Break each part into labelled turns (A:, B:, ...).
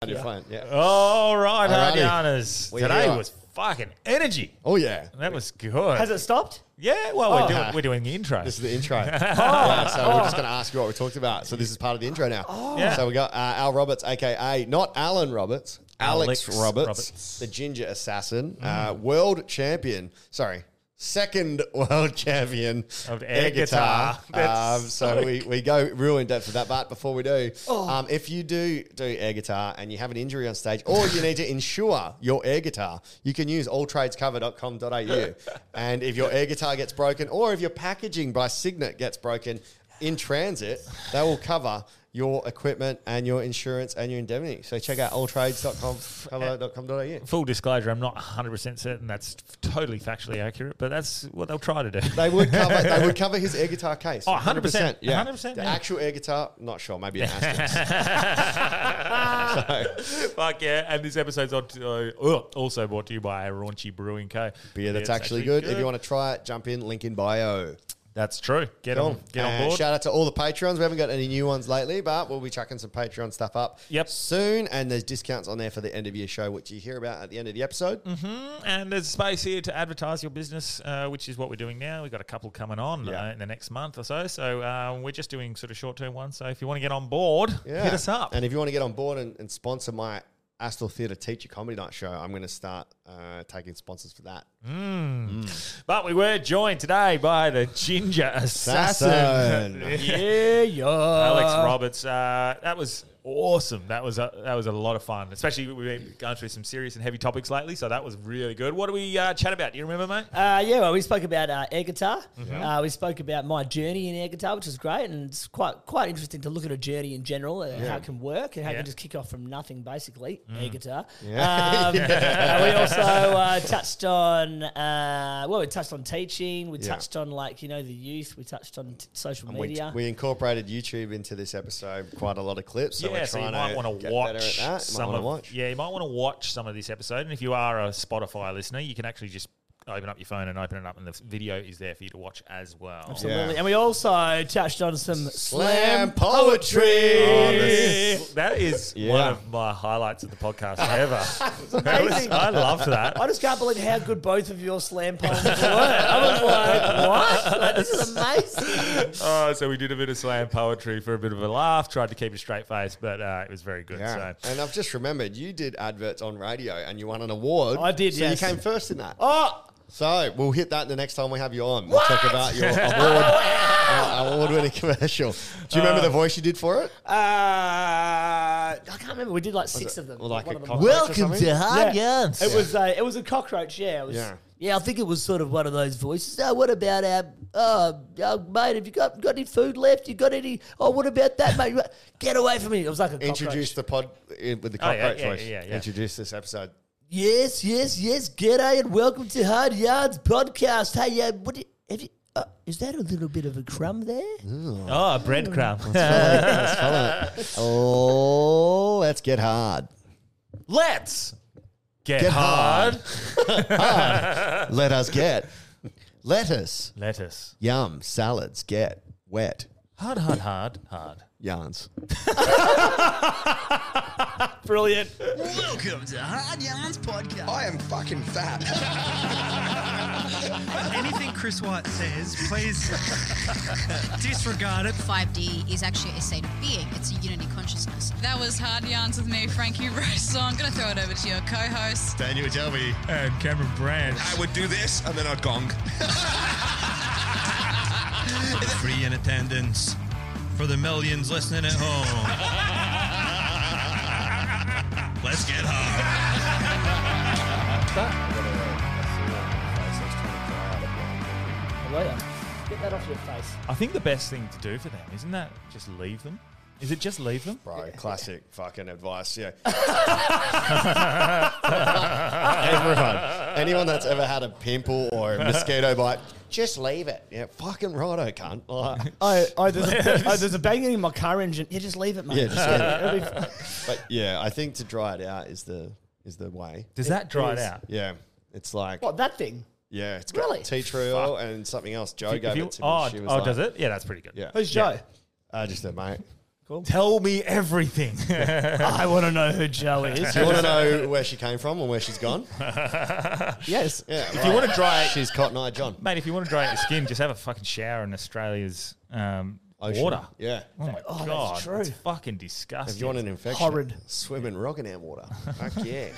A: Under front, yeah.
B: All right,
A: Alrighty.
B: Hardianas.
A: We
B: Today
A: are.
B: was fucking energy.
A: Oh yeah.
B: That was good.
C: Has it stopped?
B: yeah, well, we're,
C: Oh.
B: doing, we're doing the intro.
A: This is the intro. Yeah, so we're just going to ask you what we talked about. So this is part of the intro now.
B: Yeah.
A: So we got uh, Al Roberts, aka not Alan Roberts, Alex,
B: Alex
A: Roberts,
B: Roberts.
A: the ginger assassin, uh, world champion. Sorry. Second world champion
B: Of air guitar.
A: Um,
B: That's
A: so we, we go real in depth with that. But before we do,
B: Oh.
A: um, if you do do air guitar and you have an injury on stage or you need to insure your air guitar, you can use alltradescover.com.au. and if your air guitar gets broken or if your packaging by Signet gets broken in transit, they will cover your equipment and your insurance and your indemnity. So check out alltrades.com.com.au.
B: Full disclosure, I'm not 100% certain that's totally factually accurate, but that's what they'll try to do.
A: They would cover. They would cover his air guitar case.
B: Oh, 100%,
A: Yeah,
B: 100%,
A: The
B: yeah.
A: actual air guitar, not sure. Maybe an Aston.
B: Fuck yeah. And this episode's on to, uh, also brought to you by Raunchy Brewing Co.
A: beer that's
B: It's
A: actually good. If you want to try it, jump in. Link in bio.
B: That's true. Get on, get
A: And
B: on board.
A: Shout out to all the Patreons. We haven't got any new ones lately, but we'll be chucking some Patreon stuff up
B: Yep.
A: soon. And there's discounts on there for the end of year show, which you hear about at the end of the episode.
B: Mm-hmm. And there's space here to advertise your business, uh, which is what we're doing now. We've got a couple coming on
A: Yeah.
B: uh, in the next month or so. So um, we're just doing sort of short term ones. So if you want to get on board,
A: Yeah.
B: hit us up.
A: And if you want to get on board and, and sponsor my Astor Theatre Teacher Comedy Night show, I'm going to start uh, taking sponsors for that.
B: but we were joined today by the Ginger Assassin.
A: Assassin.
B: yeah, yeah. Alex Roberts. Uh, that was awesome. That was a, that was a lot of fun, especially we've been going through some serious and heavy topics lately. So that was really good. What do we uh, chat about? Do you remember, mate?
C: Uh, yeah, well, we spoke about uh, air guitar.
A: Mm-hmm.
C: Uh, we spoke about my journey in air guitar, which is great, and it's quite quite interesting to look at a journey in general and how it can work and how you
B: Yeah.
C: can just kick off from nothing, basically, air guitar.
A: Mm. Yeah.
C: Um, and we also uh, touched on uh, well, we touched on teaching, we
A: Yeah.
C: touched on like you know the youth, we touched on t- social
A: And we,
C: media.
A: we incorporated YouTube into this episode, quite a lot of clips. So we're
B: yeah,
A: trying
B: so you might
A: to
B: want to
A: get better at
B: watch
A: that. You might
B: some
A: wanna
B: of
A: watch.
B: yeah, you might want to watch some of this episode. And if you are a Spotify listener, you can actually just open up your phone and open it up, and the video is there for you to watch as well.
C: Absolutely. And we also touched on some
A: uh, Slam
C: slam
A: poetry. Oh,
B: That is one
A: Yeah.
B: of my highlights of the podcast ever. That was-
C: amazing.
B: I loved that.
C: I just can't believe how good both of your slam poems were. I was like, what? Like, this is amazing.
B: Oh, so we did a bit of slam poetry for a bit of a laugh. Tried to keep a straight face, but uh, it was very good.
A: Yeah.
B: So
A: And I've just remembered you did adverts on radio and you won an award.
C: I did,
A: So
C: yes.
A: you came first in that.
C: Oh,
A: So we'll hit that the next time we have you on. We'll talk about your award, uh, award-winning commercial. Do you
B: Uh,
A: remember the voice you did for it?
C: uh,
A: Uh,
C: I can't remember. We did like six of them.
A: Or like
C: One
A: a
C: of them
A: cockroach
C: was-
A: or something?
C: yeah. It was a, it was a cockroach. Yeah, it was.
A: Yeah.
C: Yeah. I think it was sort of one of those voices. Oh, what about our, uh, uh, mate? Have you got got any food left? You got any? Oh, what about that, mate? Get away from me! It was like a cockroach.
A: Introduce the pod uh, with the
B: Oh, yeah,
A: cockroach
B: yeah,
A: voice.
B: yeah, yeah.
A: Introduce this episode.
C: Yes, yes, yes. G'day and welcome to Hard Yards Podcast. Hey, uh, what do you, have you, uh, is that a little bit of a crumb there?
B: oh, a breadcrumb.
A: Oh, let's get hard.
B: Let's get,
A: Get
B: hard.
A: Let us get lettuce,
B: Lettuce.
A: yum, salads, get wet
B: Hard, hard, hard, hard.
A: yarns.
B: Brilliant.
D: Welcome to Hard Yarns Podcast.
E: I am fucking fat.
F: Anything Chris White says, please disregard it.
G: 5D is actually a state of being. It's a unity consciousness. That was Hard Yarns with me, Frankie Rose. So I'm going to throw it over to your co-host.
D: Daniel Delby.
F: And Cameron Brand.
E: I would do this and then I'd gong.
F: Free in attendance for the millions listening at home. Let's get hard.
C: Hello. Get that off your face.
B: I think the best thing to do for them, isn't that just leave them? Is it just leave them?
A: Bro, classic fucking advice. Yeah. Everyone, anyone that's ever had a pimple or a mosquito bite, just leave it. Yeah, fucking righto, cunt. Like,
C: Oh, oh, there's a, oh, there's a banging in my car engine. Yeah, just leave it, mate.
A: yeah, just leave it.
C: It'll be f-
A: But yeah, I think to dry it out is the is the way.
B: Does that dry it out?
A: Yeah, it's like
C: what that thing?
A: yeah, it's got
C: Really?
A: tea tree oil and something else. Joe
B: If
A: gave
B: you-
A: it to me.
B: oh,
A: She was
B: oh
A: like-
B: does it? Yeah, that's pretty good.
A: Yeah,
C: Who's Joe?
A: uh, just a mate.
B: Tell me everything.
C: I want to know who Joe is.
A: Do you want to know where she came from or where she's gone?
C: yes.
A: Yeah, if you want to dry it, she's Cotton Eye John.
B: Mate, if you want to dry out your skin, just have a fucking shower in Australia's um,
A: Ocean.
B: water.
A: Yeah.
B: Oh my
C: that's
B: god,
C: true.
B: it's fucking
A: If
B: disgusting.
A: you want an infection,
C: Horrid.
A: Swim in Rockingham water. Fuck yeah.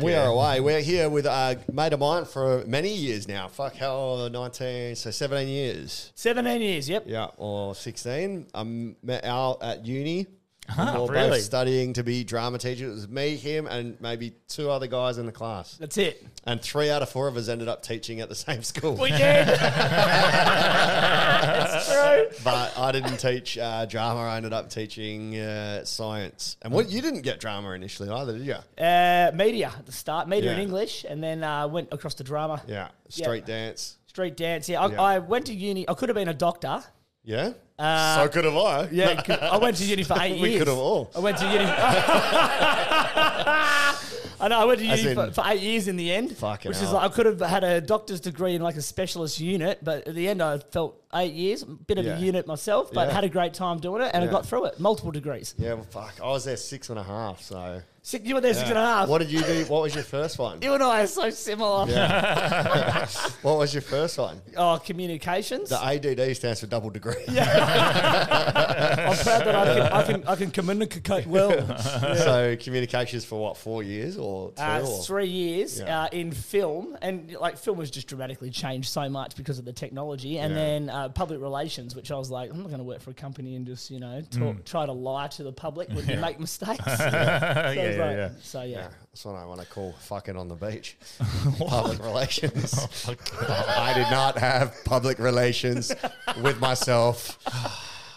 A: we are away. We're here with a mate of mine for many years now. Fuck hell, 19, so 17 years.
C: Seventeen years. Yep.
A: Yeah, or 16. I met Al at uni. we were
B: really?
A: both studying to be drama teachers. It was me, him, and maybe two other guys in the class.
C: That's it.
A: And three out of four of us ended up teaching at the same school.
C: We did. That's true.
A: but I didn't teach uh, drama. I ended up teaching uh, science. And what you didn't get drama initially either, did you?
C: Uh, media at the start. Media in
A: Yeah.
C: English, and then uh, went across to drama.
A: Yeah, street dance.
C: Street dance. Yeah. I,
A: Yeah.
C: I went to uni. I could have been a doctor.
A: Yeah, so could have I.
C: Uh, Yeah, c- I went to uni for eight
A: We
C: years.
A: could have all.
C: I went to uni. I know. I went to
A: As
C: uni for,
A: in-
C: for eight years in the end,
A: Fucking
C: which is
A: hell.
C: like I could have had a doctor's degree in like a specialist unit, but at the end I felt eight years, bit of
A: Yeah.
C: a unit myself, but
A: Yeah.
C: had a great time doing it and I
A: Yeah.
C: got through it, multiple degrees.
A: Yeah, well, fuck. I was there six and a half. So
C: Six, you were there six and a half.
A: What did you do? What was your first one?
C: you and I are so similar.
A: What was your first one?
C: Oh, communications.
A: The ADD stands for double degree.
C: I'm proud that I can I can, I can communicate well.
A: so communications for what four years or two?
C: uh,
A: or?
C: three years
A: Yeah.
C: uh, in film, and like film has just dramatically changed so much because of the technology, and
A: Yeah.
C: then uh, public relations, which I was like, I'm not going to work for a company and just you know talk, try to lie to the public when you make mistakes.
B: Mm. yeah, yeah,
C: So I was like-
B: yeah.
C: So yeah,
A: Yeah, that's what I want to call fucking on the beach. public relations. I did not have public relations with myself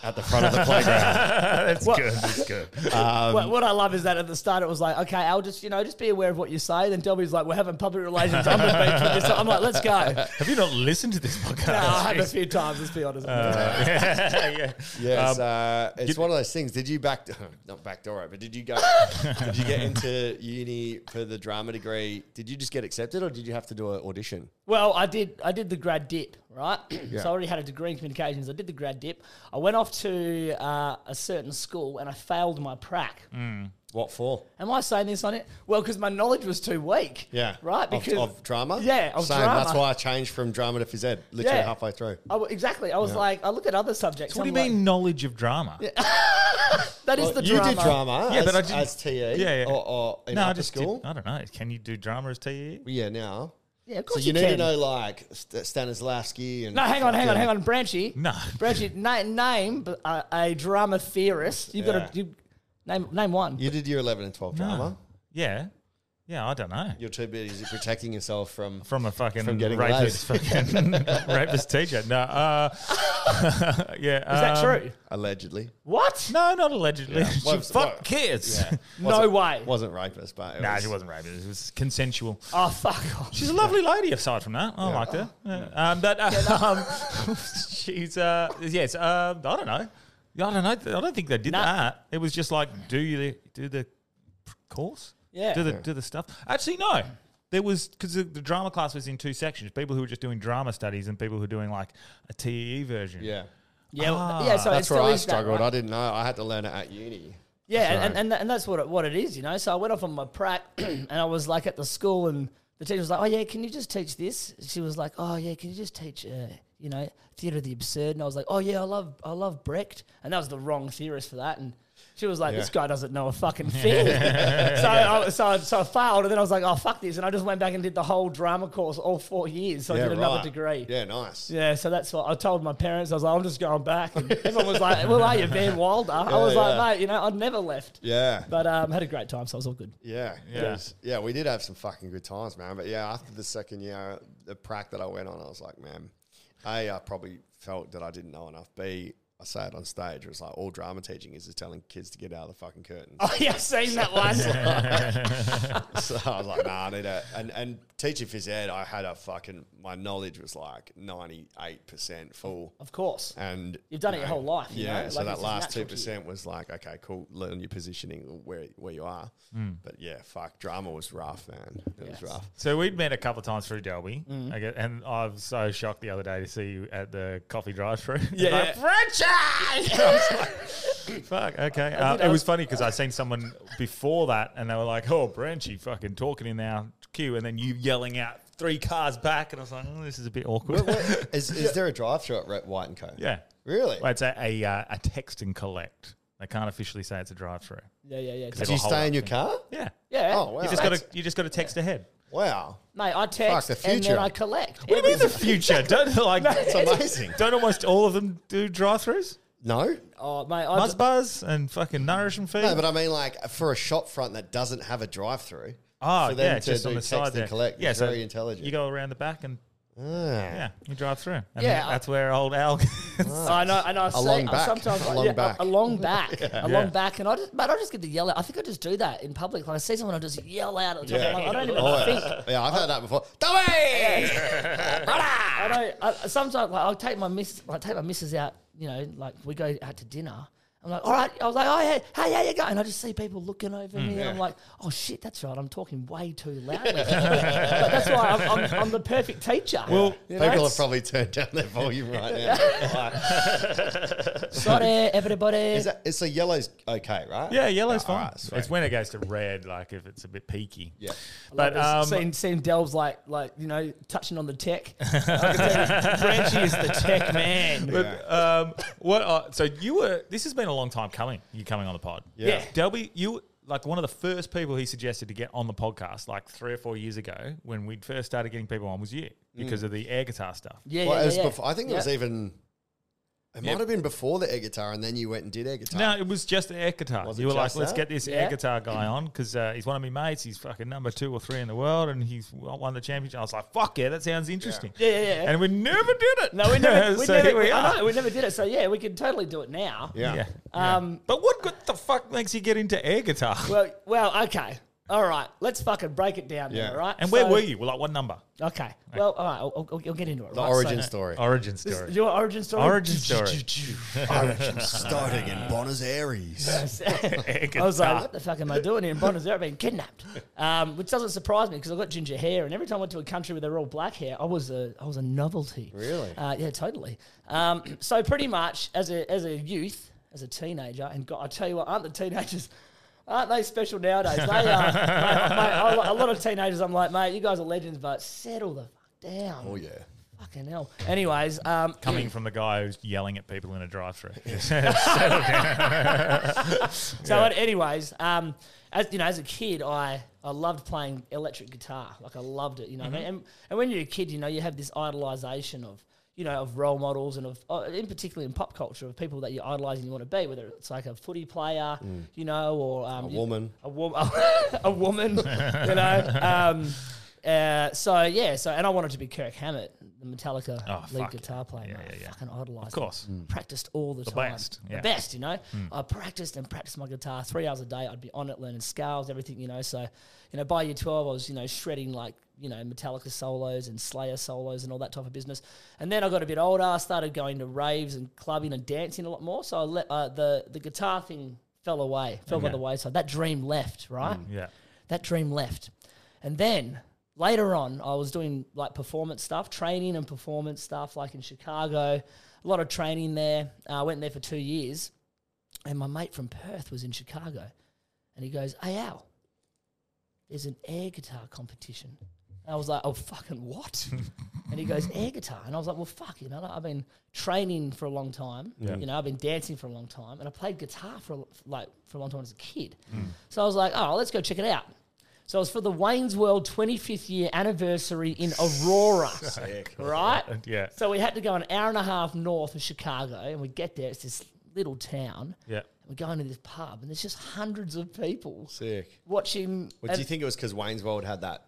A: at the front of the playground.
B: That's good. That's good. Um,
C: what, what I love is that at the start it was like, okay, I'll just you know just be aware of what you say. Then Delby's like, we're having public relations. I'm, gonna be for this. I'm like, let's go.
B: Have you not listened to this podcast?
C: No, I have a few times. Let's be honest.
B: Uh, yeah, yeah.
A: Yes,
B: Um,
A: uh, it's one of those things. Did you back not backdoor it, but did you go? did you get into uni for the drama degree? Did you just get accepted, or did you have to do an audition?
C: Well, I did. I did the grad dip, right? So I already had a degree in communications. I did the grad dip. I went off to uh, a certain school and I failed my prac.
A: Mm. What for?
C: Am I saying this on it? Well, because my knowledge was too weak.
A: Yeah,
C: Right.
A: Of-
C: Because
A: of, drama.
C: Yeah. Of
A: Same,
C: drama.
A: That's why I changed from drama to phys ed. Literally
C: Yeah.
A: halfway through.
C: I w- exactly. I was like, I look at other subjects.
B: what do you
C: I'm
B: mean
C: like,
B: knowledge of drama?
C: That is the
A: you
C: drama.
A: did drama.
B: Yeah,
A: as,
B: but I didn't-
A: as TA. Yeah,
B: yeah.
A: Or, or in
B: no, I
A: upper
B: just did-
A: school.
B: I don't know. Can you do drama as TE?
A: Yeah, now.
C: Yeah, of
A: So
C: course
A: you,
C: you,
A: need
C: can.
A: to know like St- Stanislavski and.
C: No, hang on, hang on,
A: fucking-
C: hang on, Branchy.
B: No.
C: Branchy, na- name b- uh, a drama theorist. You got to
A: Yeah.
C: you, name name one.
A: You did your eleven and twelve drama.
B: Yeah, yeah. I don't know.
A: You're too busy protecting yourself from.
B: From a fucking
A: From getting
B: rapist, fucking rapist teacher. No, uh, yeah.
C: Is that
B: um,
C: true?
A: Allegedly,
C: What?
B: No, not allegedly. She
A: Well, well,
B: fuck kids.
C: No way.
A: wasn't rapist, but it
B: Nah,
A: was-
B: she wasn't rapist. It was consensual.
C: Oh fuck off.
B: She's a lovely lady. Aside from that, I liked her. Yeah. Um, but uh, um, she's uh, yes. Um, I don't know. Yeah, I don't know. I don't think they did
C: Nah.
B: that. It was just like do you do the course?
C: Yeah.
B: Do the do the stuff? Actually, no. There was because the, the drama class was in two sections: people who were just doing drama studies and people who were doing like a TE version.
A: Yeah,
C: Yeah, well, yeah. So it
A: Ah, that's
C: still
A: where I
C: is that,
A: struggled.
C: right?
A: I didn't know. I had to learn it at uni.
C: Yeah,
A: So-
C: and, and, and that's what it, what it is, you know. So I went off on my prac, and I was like at the school, and the teacher was like, "Oh yeah, can you just teach this?" She was like, "Oh yeah, can you just teach, uh, you know, theatre of the absurd?" And I was like, "Oh yeah, I love I love Brecht," and that was the wrong theorist for that, and. She was like, "This guy doesn't know a fucking thing." so, I, so, I, so I failed, and then I was like, "Oh fuck this!" And I just went back and did the whole drama course, all four years. So I did another
A: right.
C: degree.
A: Yeah, nice.
C: Yeah, so that's what I told my parents. I was like, I'm just going back. And everyone was like, Well, are you Van Wilder? I was
A: yeah.
C: like, Mate, you know, I'd never left.
A: Yeah.
C: But um, had a great time, so it was all good.
A: Yeah, it
B: Yeah.
A: was- yeah, we did have some fucking good times, man. But yeah, after the second year, the prac that I went on, I was like, man, A, I probably felt that I didn't know enough. B, I say it on stage, it was like all drama teaching is is telling kids to get out of the fucking curtains.
C: Oh yeah, I've seen that one.
A: so I was like, nah, I need a and and teaching phys ed, I had a fucking my knowledge was like ninety eight percent full.
C: of course.
A: And
C: You've done it your whole life, you
A: Yeah,
C: know?
A: so
C: Like,
A: that
C: it's just
A: last two
C: natural to you.
A: percent was like, okay, cool, learn your positioning where where you are.
C: Hmm.
A: But yeah, fuck, drama was rough, man. It was rough.
B: So we'd met a couple of times through Delby, I get- and I was so shocked the other day to see you at the coffee drive-through. Yeah, like, Frenchie! I was like, Fuck. Okay. Uh,
C: think I
B: it was
C: was-
B: funny because I seen someone before that, and they were like, "Oh, Frenchie, fucking talking in our queue," and then you yelling out three cars back, and I was like, oh, "This is a bit awkward."
A: Is, is there a drive through at Red, White and Co?
B: yeah.
A: Really?
B: Well, it's a a, uh, a text and collect. They can't officially say it's a drive-through.
C: Yeah, yeah, yeah.
A: Do you stay in your car?
B: Yeah.
C: Yeah.
A: Oh, wow.
B: You just got to you just got to text ahead.
A: Wow.
C: Mate, I text
A: the
C: and then
A: future.
C: I collect.
B: What do you mean the future? Don't like
A: It's amazing.
B: Don't almost all of them do drive-throughs?
A: No?
C: Oh mate, I
B: Buzz Buzz and fucking Nourishment Feed.
A: No, but I mean, like, for a shop front that doesn't have a drive through.
B: oh,
A: for them
B: yeah,
A: to
B: just on
A: do
B: the
A: text
B: side
A: and
B: there.
A: collect
B: yeah,
A: is very intelligent. Ah.
B: You go around the back and yeah, you drive through. And
C: Yeah,
B: that-
C: I-
B: that's where old Al.
A: Ah.
C: I know, and I say
A: long
C: I
A: back.
C: sometimes
A: A long
C: yeah,
A: back.
C: a long back, a
B: Yeah.
C: long back, and I just, mate, I just get to yell out. I think I just do that in public. Like I see someone, I just yell out at the top. of my lungs. I don't even
A: Oh,
C: think.
A: yeah. yeah, I've had that before. Dummy!
C: I don't. I, sometimes like, I'll take my miss, like take my missus out. You know, like we go out to dinner. I'm like, all right. I was like, oh hey, hey, how you going? And I just see people looking over me, and I'm like, oh shit, that's right. I'm talking way too loudly. but that's why I'm, I'm, I'm the perfect teacher. Well,
A: People have probably turned down their volume right now.
C: sorry, everybody.
A: Is that, it's a yellow's okay, right?
B: yeah, yellow's
A: all
B: fine.
A: right, Ah, sweet.
B: it's when it goes to red, like if it's a bit peaky.
A: Yeah.
B: But um,
C: seeing, seeing Delves like like you know touching on the tech. Frenchy is the tech man.
B: But um, what? Uh, so you were. This has been a long time coming. You coming on the pod?
A: Yeah.
B: Delby, you like one of the first people he suggested to get on the podcast, like three or four years ago, when we first started getting people on, was you
A: Mm.
B: because of the air guitar stuff.
C: Yeah,
A: Well,
C: yeah,
A: it
C: yeah,
A: was
C: yeah.
A: before, I think it was
C: Yeah.
A: even. It might have been before the air guitar, and then you went and did air guitar.
B: No, it was just the air guitar.
A: Was it
B: you were like,
A: just
B: let's
A: that?
B: get this air
C: Yeah.
B: guitar guy on because uh, he's one of my mates. He's fucking number two or three in the world, and he's won the championship. I was like, fuck yeah, that sounds interesting.
C: Yeah, yeah, yeah.
B: And we never did it.
C: No, we never, we
B: so
C: never,
B: here we
C: I
B: are.
C: know, we never did it. So yeah, we can totally do it now.
A: Yeah.
B: Yeah.
C: Um,
B: But what good the fuck makes you get into air guitar?
C: Well, well, okay. All right. Let's fucking break it down
A: Yeah.
C: now, right?
B: And where
C: So-
B: were you? Well, like what number?
C: Okay. Well, all right. I'll, I'll, I'll get into it.
A: The
C: right?
A: origin
C: So-
A: story.
B: Origin
C: This,
B: story.
C: your origin story?
B: Origin story.
A: origin starting in Buenos Aires.
C: I was like, what the fuck am I doing here in Buenos Aires? I've been kidnapped. Um, which doesn't surprise me because I've got ginger hair. And every time I went to a country where they're all black hair, I was a, I was a novelty.
A: Really?
C: Uh, yeah, totally. Um, so pretty much as a, as a youth, as a teenager, and God, I tell you what, aren't the teenagers... Aren't they special nowadays? They are. mate, mate, a lot of teenagers, I'm like, mate, you guys are legends, but settle the fuck down.
A: Oh yeah.
C: Fucking hell. Anyways, um,
B: Coming from the guy who's yelling at people in a drive-through.
C: so an- anyways, um, as you know, as a kid, I I loved playing electric guitar. Like I loved it. You know, what I mean?
B: Mm-hmm.
C: and and when you're a kid, you know, you have this idolization of you know of role models and of uh, in particular in pop culture of people that you idolize and you want to be. Whether it's like a footy player,
B: Mm.
C: you know, or um,
A: A
C: you-
A: woman.
C: a woman, a woman, you know. Um, uh, so yeah, so and I wanted to be Kirk Hammett, the Metallica
B: Oh,
C: lead
B: fuck
C: guitar
B: yeah.
C: player.
B: Yeah,
C: mate.
B: yeah, yeah.
C: I Fucking idolized.
B: Of course.
A: Mm.
C: practiced all the, time.
B: Mm. best, yeah. Mm.
C: The best, you know. I practiced and practiced my guitar three hours a day. I'd be on it learning scales, everything, you know. So, you know, by year twelve, I was you know shredding like you know Metallica solos and Slayer solos and all that type of business. And then I got a bit older. I started going to raves and clubbing and dancing a lot more. So I let uh, the the guitar thing fell away, fell by the wayside. That dream left, right?
B: Mm. yeah.
C: that dream left. And then later on, I was doing like performance stuff, training and performance stuff, like in Chicago, a lot of training there. Uh, I went there for two years. And my mate from Perth was in Chicago, and he goes, "Hey Al, there's an air guitar competition." And I was like, "Oh fucking what?" and he goes, "Air guitar," and I was like, "Well fuck, you know, like, I've been training for a long time. You know, I've been dancing for a long time, and I played guitar for a l- like for a long time as a kid. So I was like, "Oh, let's go check it out." So it was for the Wayne's World 25th year anniversary in Aurora, right?
B: Yeah.
C: So we had to go an hour and a half north of Chicago, and we get there. It's this little town.
B: Yeah.
C: And we go into this pub, and there's just hundreds of people
A: Sick.
C: watching.
A: Well, do
C: and
A: you think it was because Wayne's World had that?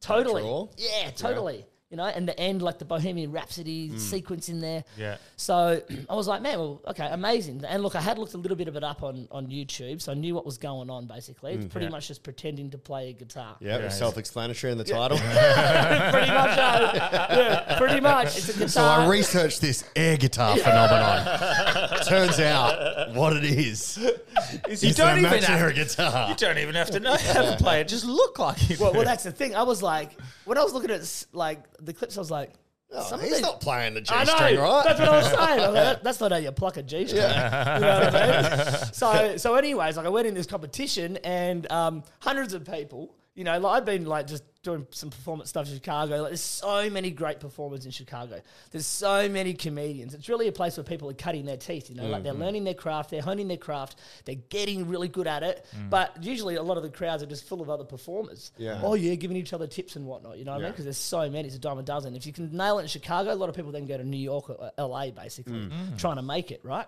C: totally.
A: draw?
C: Yeah, totally. You know, and the end, like the Bohemian Rhapsody
A: Mm.
C: sequence in there.
B: Yeah.
C: So I was like, man, well, okay, amazing. And look, I had looked a little bit of it up on, on YouTube, so I knew what was going on. Basically, it's pretty
B: Yeah.
C: much just pretending to play a guitar.
A: Mm, Yeah, it was
B: Yeah.
A: self-explanatory in the title.
C: pretty much. uh, yeah, pretty much. It's a guitar.
A: so I researched this air guitar phenomenon. Turns out what it is.
B: you
A: is
B: don't
A: the
B: even
A: match
B: have,
A: air guitar.
B: you don't even have to know how to play it. Just look like it.
C: well, well, that's the thing. I was like, when I was looking at s- like the clips, I was like,
A: Oh,
C: some of
A: he's
C: these-
A: not playing the G
C: I know.
A: string, right?
C: That's what I was saying. I was like, "That- that's not how you pluck a G string. So, so, anyways, like I went in this competition and um, hundreds of people. You know, like I've been like just doing some performance stuff in Chicago. Like, there's so many great performers in Chicago. There's so many comedians. It's really a place where people are cutting their teeth. You know, like they're
A: Mm-hmm.
C: learning their craft, they're honing their craft, they're getting really good at it. But usually, a lot of the crowds are just full of other performers.
A: Mm. Yeah.
C: Oh yeah, giving each other tips and whatnot. You know what I mean?
A: Yeah.
C: Because there's so many. It's a dime a dozen. If you can nail it in Chicago, a lot of people then go to New York or uh, LA basically
A: Mm.
C: trying to make it, right?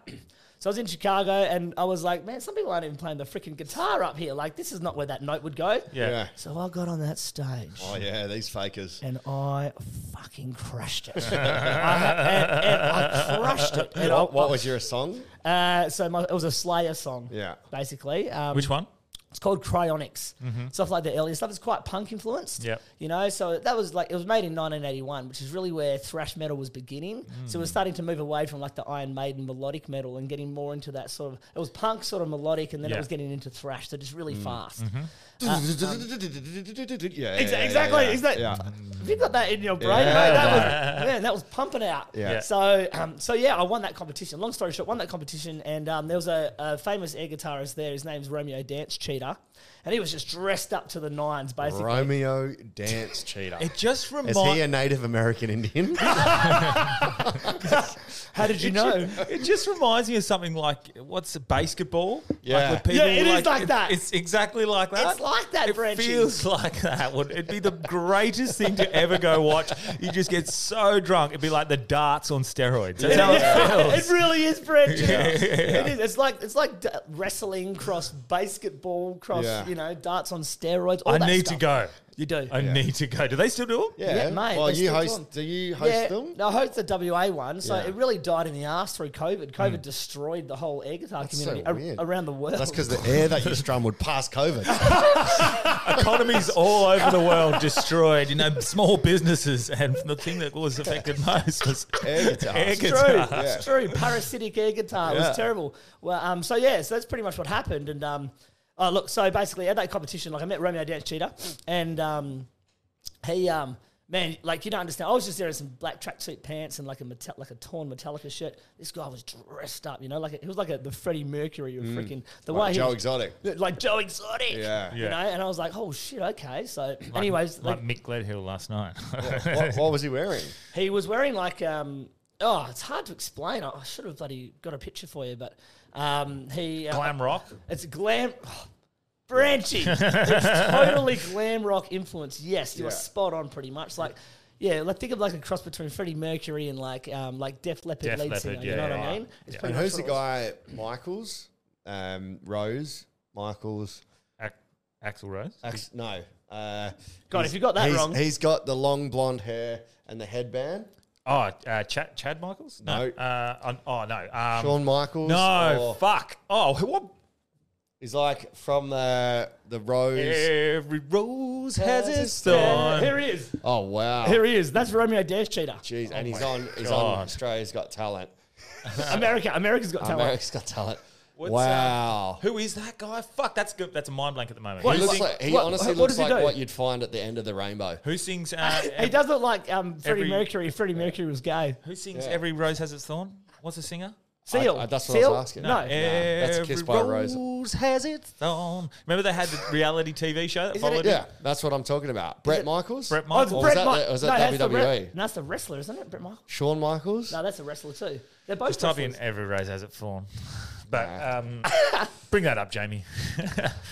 C: So I was in Chicago and I was like, man, some people aren't even playing the freaking guitar up here. Like, this is not where that note would go.
B: yeah.
A: Yeah.
C: So I got on that stage
A: Oh yeah, these fakers.
C: and I fucking crushed it. I, ha- and, and I crushed it. And I-
A: What, what was your song?
C: uh, so my, it was a Slayer song,
A: Yeah.
C: basically. Um,
B: Which one?
C: it's called cryonics stuff like the earlier stuff it's quite punk influenced
B: Mm-hmm. Yep.
C: you know so that was like it was made in 1981 which is really where thrash metal was beginning so we're
B: Mm.
C: starting to move away from like the iron maiden melodic metal and getting more into that sort of it was punk sort of melodic and then
B: Yeah. Mm-hmm.
C: it was getting into thrash so just really
A: Mm.
C: fast
A: yeah,
C: Uh, um, Exa- exactly,
A: Yeah,
C: exactly.
A: yeah.
C: If you got that in your brain,
A: Yeah,
C: mate, that was, man, that was pumping out.
A: Yeah. Yeah.
C: So, um, so yeah, I won that competition. Long story short, won that competition, and um, there was a, a famous air guitarist there. His name's Romeo Dance Cheater, and he was just dressed up to the nines, basically.
A: Romeo dance cheater.
B: It just
A: Is
B: reminds
A: he a Native American Indian?
C: How did you know?
B: It just reminds me of something like what's a basketball?
A: Yeah.
B: like with
C: Yeah, it is like
B: it-
C: that.
B: It's exactly like that.
C: It's like that,
B: It
C: Frenchie.
B: feels like that. Would it'd be the greatest thing to ever go watch? You just get so drunk. It'd be like the darts on steroids. That's how it feels.
C: it really is Brent. It is. It's like it's like d- wrestling cross basketball cross.
A: Yeah.
C: You know, darts on steroids. All
B: I
C: that
B: need
C: stuff.
B: to go.
C: You do.
B: I need to go. Do they still do them?
C: Yeah, mate,
A: Well,
C: they
A: you
C: still
A: host.
C: do 'em.
A: Do you host them?
C: No, I host the WA one. So
A: Yeah. Hmm.
C: it really died in the ass through COVID. COVID destroyed the whole air guitar
A: That's so
C: community ar-
A: weird.
C: around the world.
A: That's because the air that you strum would pass COVID.
B: Economies all over the world destroyed. You know, small businesses, and the thing that was affected most was
A: Air guitar.
B: air
A: It's true.
C: true.
B: guitar.
C: It's true. Parasitic air guitar. It
A: Yeah.
C: was terrible. Well, um, so yeah, so that's pretty much what happened. And um, oh, look, so basically at that competition, like I met Romeo Dance Cheater, and um, he um. Man, like you don't understand. I was just there in some black tracksuit pants and like a metal, like a torn Metallica shirt. This guy was dressed up, you know, like a, he was like a, the Freddie Mercury of freaking the way
A: Mm. Like
C: he
A: Joe
C: was-
A: Exotic.
C: like Joe Exotic.
A: Yeah.
C: you
B: Yeah.
C: know. And I was like, oh shit, okay. So, anyways,
B: like,
C: like,
B: Mick Gledhill last night.
A: what, what was he wearing?
C: he was wearing like um. Oh, it's hard to explain. I I should have bloody got a picture for you, but um, he uh,
B: Glam rock.
C: It's glam. Branchy. it's totally glam rock influence. Yes, you are
A: Yeah.
C: spot on, pretty much. Like, yeah, like think of like a cross between Freddie Mercury and like um, like Def Leppard
B: Def
C: lead
B: Leppard,
C: singer.
B: yeah,
C: you know what
B: yeah,
C: I
B: yeah.
C: mean? It's
B: Yeah.
C: pretty
A: And
C: much
A: who's
C: what
A: the
C: it was.
A: guy? Michaels, um, Rose, Michaels.
B: Ac- Axel Rose.
A: Ax- no. Uh,
C: God,
A: he's-
C: if you got that
A: he's-
C: wrong.
A: he's got the long blonde hair and the headband.
B: Oh, uh, Chad, Chad Michaels?
A: No.
B: Uh, on- oh, no. Um,
A: Shawn Michaels.
B: No,
A: or-
B: fuck. Oh, who- what?
A: he's like from the the Rose.
B: Every rose has
A: Has
B: its
A: its thorn.
B: thorn.
C: Here he is.
A: Oh wow.
C: Here he is. That's Romeo Dash Cheater.
A: Jeez, and he's on he's on
B: Oh God.
A: Australia's Got Talent.
C: America. America's got talent.
A: America's Got Talent.
B: What's, uh,
A: wow.
B: Who is that guy? Fuck, that's good. That's a mind blank at the moment.
C: What?
B: Who,
A: he looks
B: sing-
A: like he
C: what-
A: honestly
C: what
A: looks
C: does he
A: like
C: do?
A: what you'd find at the end of the rainbow.
B: who sings? Uh,
C: he
B: ev-
C: does look like um, Freddie
B: every-
C: Mercury. Freddie Mercury was gay.
B: Who sings? Every rose has its thorn. What's the singer?
C: Seal.
A: I- I- that's what I
C: Seal?
A: was asking.
C: No.
A: Nah, that's Kiss by a Rose.
B: Rose has its thorn. Remember they had the reality TV show that
C: Isn't it-
B: followed it?
A: Yeah, that's what I'm talking about. Brett Michaels?
B: Brett
C: Oh,
B: Michaels.
C: it's
A: was
C: Brett
A: that
C: Mi-
A: the- was that E?
C: no, that's the
A: WWE?
C: wrest- no, that's the wrestler, isn't it? Brett Michael?
A: Shawn Michaels?
C: No, that's a wrestler too. They're both
B: Just type in
C: wrestlers.
B: every rose has its thorn. But um, bring that up, Jamie.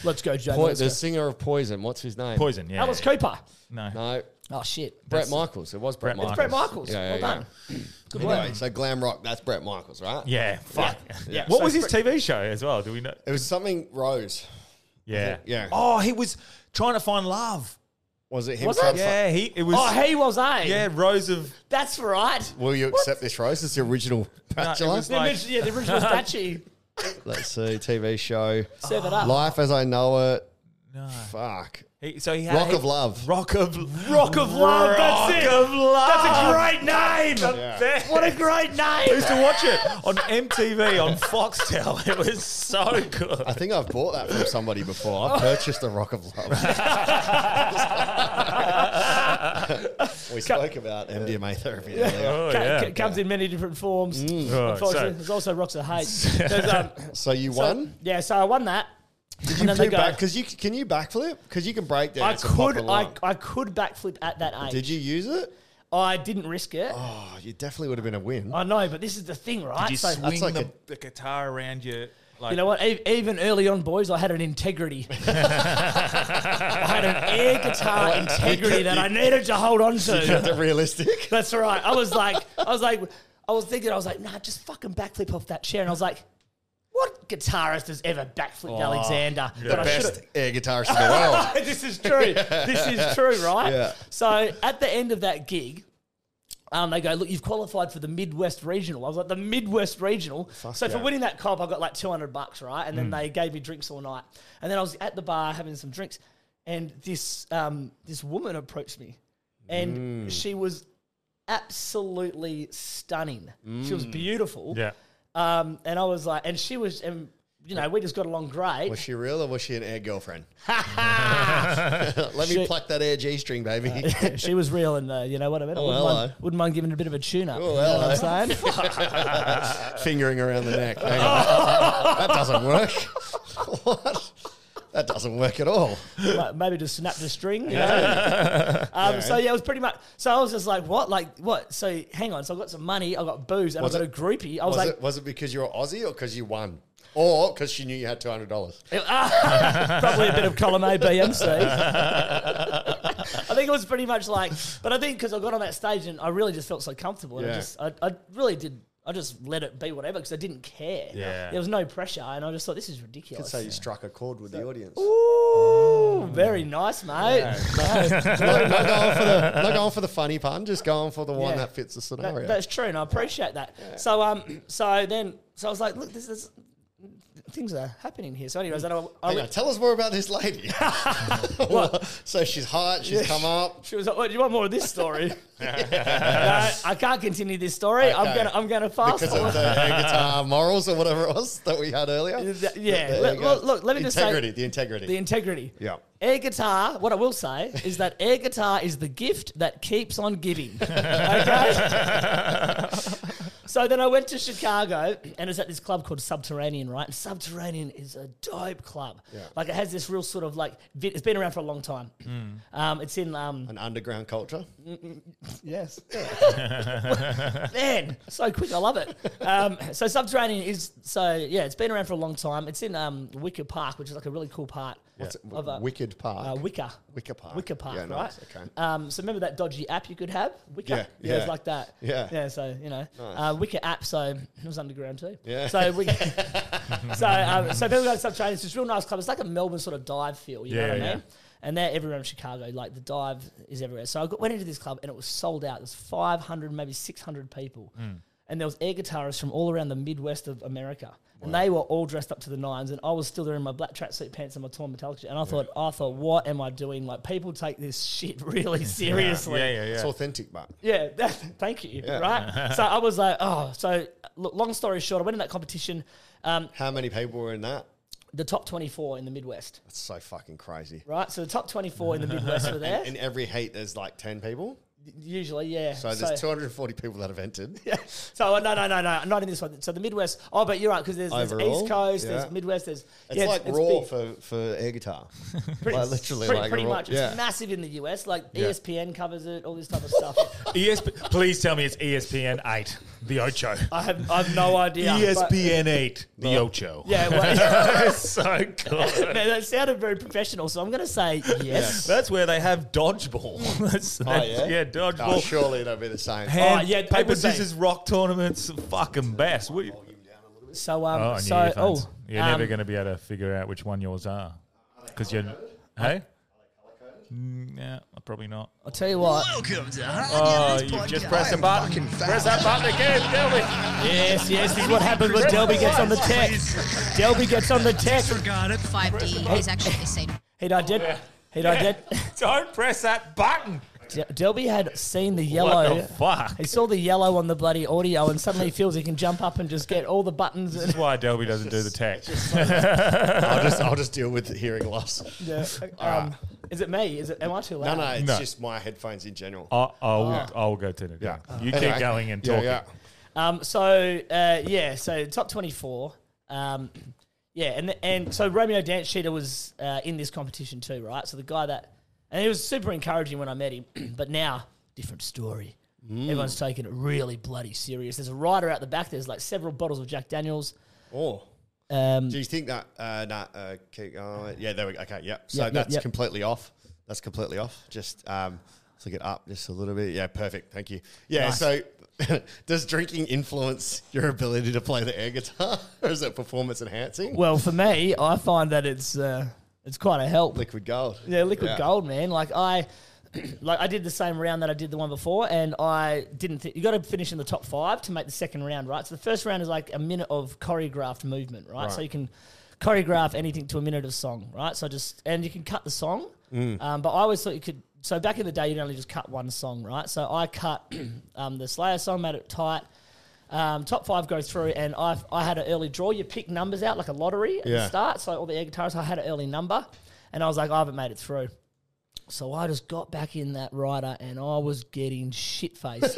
C: Let's go, Jamie.
A: Poi-
C: Let's
A: the
C: go.
A: singer of Poison. What's his name?
B: Poison, yeah.
C: Alice Cooper.
B: No.
A: No,
C: Oh shit.
A: Brett Michaels. It was Brett,
B: Brett
A: Michaels.
C: Brett Michaels.
A: Yeah, yeah,
C: well done. Good
A: Anyway,
C: work.
A: so glam rock. That's Brett Michaels, right?
B: Yeah, fuck.
A: Yeah.
B: What
C: So
B: was his
C: Brett-
B: TV show as well? Do we know?
A: It was something Rose.
B: Yeah.
A: yeah.
B: Oh, he was trying to find love.
A: Was it him?
C: Was
A: trying
C: it?
A: to fi-
B: Yeah, he it was
C: Oh, he was eh?
B: Yeah, Rose of
C: That's right.
A: Will you accept this, Rose? It's the original bachelor.
B: was
C: The
B: like-
C: orig- yeah, the original statue.
A: Let's see. TV show.
C: Serve it up.
A: Life as I know it. Fuck.
B: he, so he had
A: Rock
B: he-
A: of Love.
B: Rock of
C: Rock of Love, that's it.
B: Rock of Love.
C: That's a great name.
B: That's-
C: What a great
B: I
C: name.
B: used to watch it on MTV on Foxtel. It was so good.
A: I think I've bought that from somebody before. I purchased the Rock of Love. we spoke about MDMA therapy. earlier.
B: Oh,
C: Ca-
B: yeah.
C: ca- comes in many different forms.
A: Mm.
B: Right, so-
C: Unfortunately, there's also rocks of hate. There's, um,
A: So you
C: so-
A: won.
C: yeah, so I won that. Did
A: You flew back because you can you backflip because you can break down.
C: I
A: It's a proper
C: could, I,
A: line.
C: I could backflip at that age.
A: Did you use it?
C: I didn't risk it.
A: Oh, you definitely would have been a win.
C: I know, but this is the thing, right?
B: Did you
C: so,
B: swing
A: like
B: the,
A: a-
B: the guitar around you? Like,
C: you know what? E- even early on, boys, I had an integrity. I had an air guitar integrity that I needed to hold on
A: Is
C: to.
A: that realistic?
C: That's right. I was like, I was like, I was thinking, I was like, nah, just fucking backflip off that chair. And I was like, what guitarist has ever backflipped Alexander? But I
A: Best
C: should've-
A: air guitarist in the world.
C: this is true. This is true, right?
A: Yeah.
C: So at the end of that gig, um, they go, look, you've qualified for the Midwest Regional. I was like, the Midwest Regional. so for
A: yeah. Mm.
C: winning that comp, I got like two hundred bucks, right? And then they gave me drinks all night. And then I was at the bar having some drinks, and this um, this woman approached me,
A: Mm.
C: and she was absolutely stunning. She
A: Mm.
C: was beautiful.
B: Yeah.
C: Um, and I was like, and she was, and you know, we just got along great.
A: Was she real or was she an air girlfriend? Let me pluck that air G string, baby.
C: she was real, and uh, you know what I mean. I
A: Oh,
C: wouldn't, mind,
A: hello.
C: wouldn't mind giving it a bit of a tune up.
A: Oh,
C: you know what I'm saying?
A: Fingering around the neck. Hang on. that doesn't work. what? That doesn't work at all.
C: Like, maybe just snap the string. you know? um, So yeah, it was pretty much. So I was just like, what? Like what? So hang on. So I got some money. I got booze, and
A: Was
C: I got
A: it-
C: a groupie. I was,
A: Was,
C: like,
A: it, was it because you were Aussie or because you won? Or because she knew you had $200?
C: probably a bit of column A, B, M, C. I think it was pretty much like, but I think because I got on that stage and I really just felt so comfortable, and
A: Yeah.
C: I just, I, I really did. I just let it be whatever because I didn't care.
B: Yeah.
C: There was no pressure, and I just thought this is
A: You could
C: ridiculous.
A: say you struck a chord with the audience.
C: Ooh, very nice, mate.
A: not, not going for the, not going for the funny pun, just going for the one
C: Yeah.
A: that fits the
C: That-
A: scenario.
C: that's true, and I appreciate that. So um, so then, so I was like, look, this is things are happening here. So, anyways, then I, I
A: Hang on,
C: went-
A: tell us more about this lady. so she's hot, she's come up.
C: she was like, "What do you want more of this story?" No, I can't continue this story. I'm
A: Okay.
C: gonna, I'm gonna fast
A: because of
C: forward.
A: the air guitar morals or whatever it was that we had earlier.
C: Th- yeah.
A: There
C: Look-
A: you go.
C: look- look, let me just say-
A: integrity, the integrity.
C: The integrity.
A: Yeah.
C: Air guitar, what I will say is that air guitar is the gift that keeps on giving. Okay? so then I went to Chicago and it's at this club called Subterranean, right? And Subterranean is a dope club. Like it has this real sort of like, vi- it's been around for a long time.
A: Hmm.
C: Um, it's in, um,
A: An underground culture.
C: yes. Man, so quick, I love it. Um, so Subterranean is, so yeah, it's been around for a long time. It's in um, Wicker Park, which is like a really cool part.
A: What's it?
C: Of a-
A: Wicked Park.
C: Uh, Wicker.
A: Wicker Park.
C: Wicker Park,
A: Yeah,
C: right?
A: nice, okay.
C: Um, so remember that dodgy app you could have? Wicker?
A: Yeah,
C: it
A: yeah.
C: was like that.
A: Yeah.
C: Yeah, so, you know. Uh, Wicker app, so it was underground too.
A: Yeah.
C: So, we, so, um, so people go to Subterranean. It's this real nice club. It's like a Melbourne sort of dive feel, you
B: Yeah,
C: know what
B: yeah.
C: I mean? And they're everywhere in Chicago. Like the dive is everywhere. So I got, went into this club and it was sold out. There's 500, maybe 600 people.
B: Hmm.
C: And there was air guitarists from all around the Midwest of America. And they were all dressed up to the nines. And I was still there in my black tracksuit pants and my torn metallic shirt. And I thought, I thought, what am I doing? Like people take this shit really seriously.
B: yeah, yeah, yeah.
A: It's authentic, but
C: Yeah, that, thank you.
A: Yeah.
C: Right. so I was like, oh, so look, long story short, I went in that competition, um,
A: how many people were in that?
C: the top 24 in the Midwest.
A: That's so fucking crazy.
C: Right. So the top 24 in the Midwest were there.
A: In every heat, there's like 10 people.
C: Usually, yeah.
A: So there's 240 people that have entered.
C: Yeah. So uh, no, no, no, no, not in this one. So the Midwest. Oh, but you're right because there's, there's
A: Overall,
C: East Coast,
A: yeah.
C: there's Midwest, there's
A: It's
C: yeah,
A: like raw for, for air guitar. like literally,
C: pretty,
A: like
C: pretty
A: raw.
C: much.
A: Yeah.
C: It's massive in the US. Like E
A: Yeah.
C: ESPN covers it, all this type of stuff.
B: ESP, E please tell me it's E ESPN 8, the Ocho. E
C: I have I have no idea.
A: E
C: but-
B: ESPN 8, the Ocho.
C: Yeah, well,
B: so good.
C: man, that sounded very professional. So I'm going to say yes.
B: That's where they have dodgeball. That's,
A: Oh, yeah?
B: yeah, Ah,
A: Oh,
B: dodgeball.
A: surely it'll be the same.
B: Hand,
C: Oh, yeah, I
B: paper
C: would say-
B: scissors rock tournaments, fucking best. What-
C: So um,
B: oh, and your
C: so
B: earphones.
C: oh,
B: you're
C: um,
B: never going to be able to figure out which one yours are because you're hey. Mm, yeah, probably not.
C: I'll tell you what.
D: Welcome to
B: Oh,
D: Hard
B: you've
D: Yarns
B: just
D: Podcast.
B: pressed a button. Press that button again, Delby.
C: Yes, yes, this is what happens when Delby gets on the tech. Delby gets on the tech.
F: Disregard it.
G: 5D is actually SAD.
C: He I
A: Oh,
C: did. He I did.
B: Don't press that button.
C: De- Delby had seen the yellow.
B: What the fuck?
C: He saw the yellow on the bloody audio, and suddenly he feels he can jump up and just get all the buttons.
B: This
C: And
B: is why Delby doesn't do the tech.
A: I'll just I'll just deal with hearing loss.
C: um, is it me? Is it? Am I
A: No,
C: too loud?
A: no, it's
B: No.
A: just my headphones in general.
B: I'll, Uh, I'll,
C: Uh-huh.
B: I'll go to it.
A: Yeah.
B: You
A: Anyway.
B: keep going and
A: Yeah,
B: talking.
A: yeah.
C: Um, so uh, yeah, so top twenty-four. Um, yeah, and and so Romeo Dance Cheater was uh, in this competition too, right? So the guy that and he was super encouraging when I met him, but now different story.
A: Mm.
C: Everyone's taking it really bloody serious. There's a rider out the back. There's like several bottles of Jack Daniels.
A: Oh,
C: Um,
A: do you think that? Uh, nah, uh, keep going. Yeah, there we go. Okay, yeah. So
C: Yep, yep,
A: that's
C: yep.
A: completely off. That's completely off. Just um, flick it up just a little bit. Yeah, perfect. Thank you. Yeah.
C: Nice.
A: So, does drinking influence your ability to play the air guitar, or is it performance enhancing?
C: well, for me, I find that it's uh, it's quite a help.
A: liquid gold.
C: Yeah, liquid gold, man. Like I, like I did the same round that I did the one before, and I didn't. Th- you got to finish in the top five to make the second round, right? So the first round is like a minute of choreographed movement, right? So you can choreograph anything to a minute of song, right? So just and you can cut the song, um, but I always thought you could. So back in the day, you'd only just cut one song, right? So I cut um, the Slayer song, made it tight. Um, top five go through, and I I had an early draw. You pick numbers out like a lottery at
A: Yeah.
C: the start. So all the air guitarists, I had an early number, and I was like, I haven't made it through. So I just got back in that rider, and I was getting shit faced.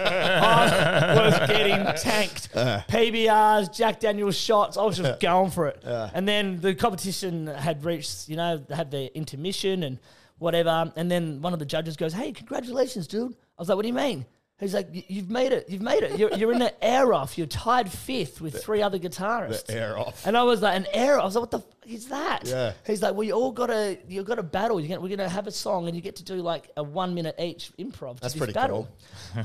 C: I was getting tanked.
A: Uh.
C: PBRs, Jack Daniels shots. I was just going for it. And then the competition had reached, you know, they had their intermission and whatever. And then one of the judges goes, "Hey, congratulations, dude." I was like, "What do you mean?" He's like, "You- "You've made it. You've made it. You're, you're in the air off. You're tied fifth with three other guitarists."
A: Air off.
C: And I was like, an error. I was like, what the fuck is that?
A: Yeah.
C: He's like, well, you all gotta, you gotta battle. You're gonna, we're gonna have a song, and you get to do like a one minute each improv. To
A: That's
C: this
A: pretty
C: battle.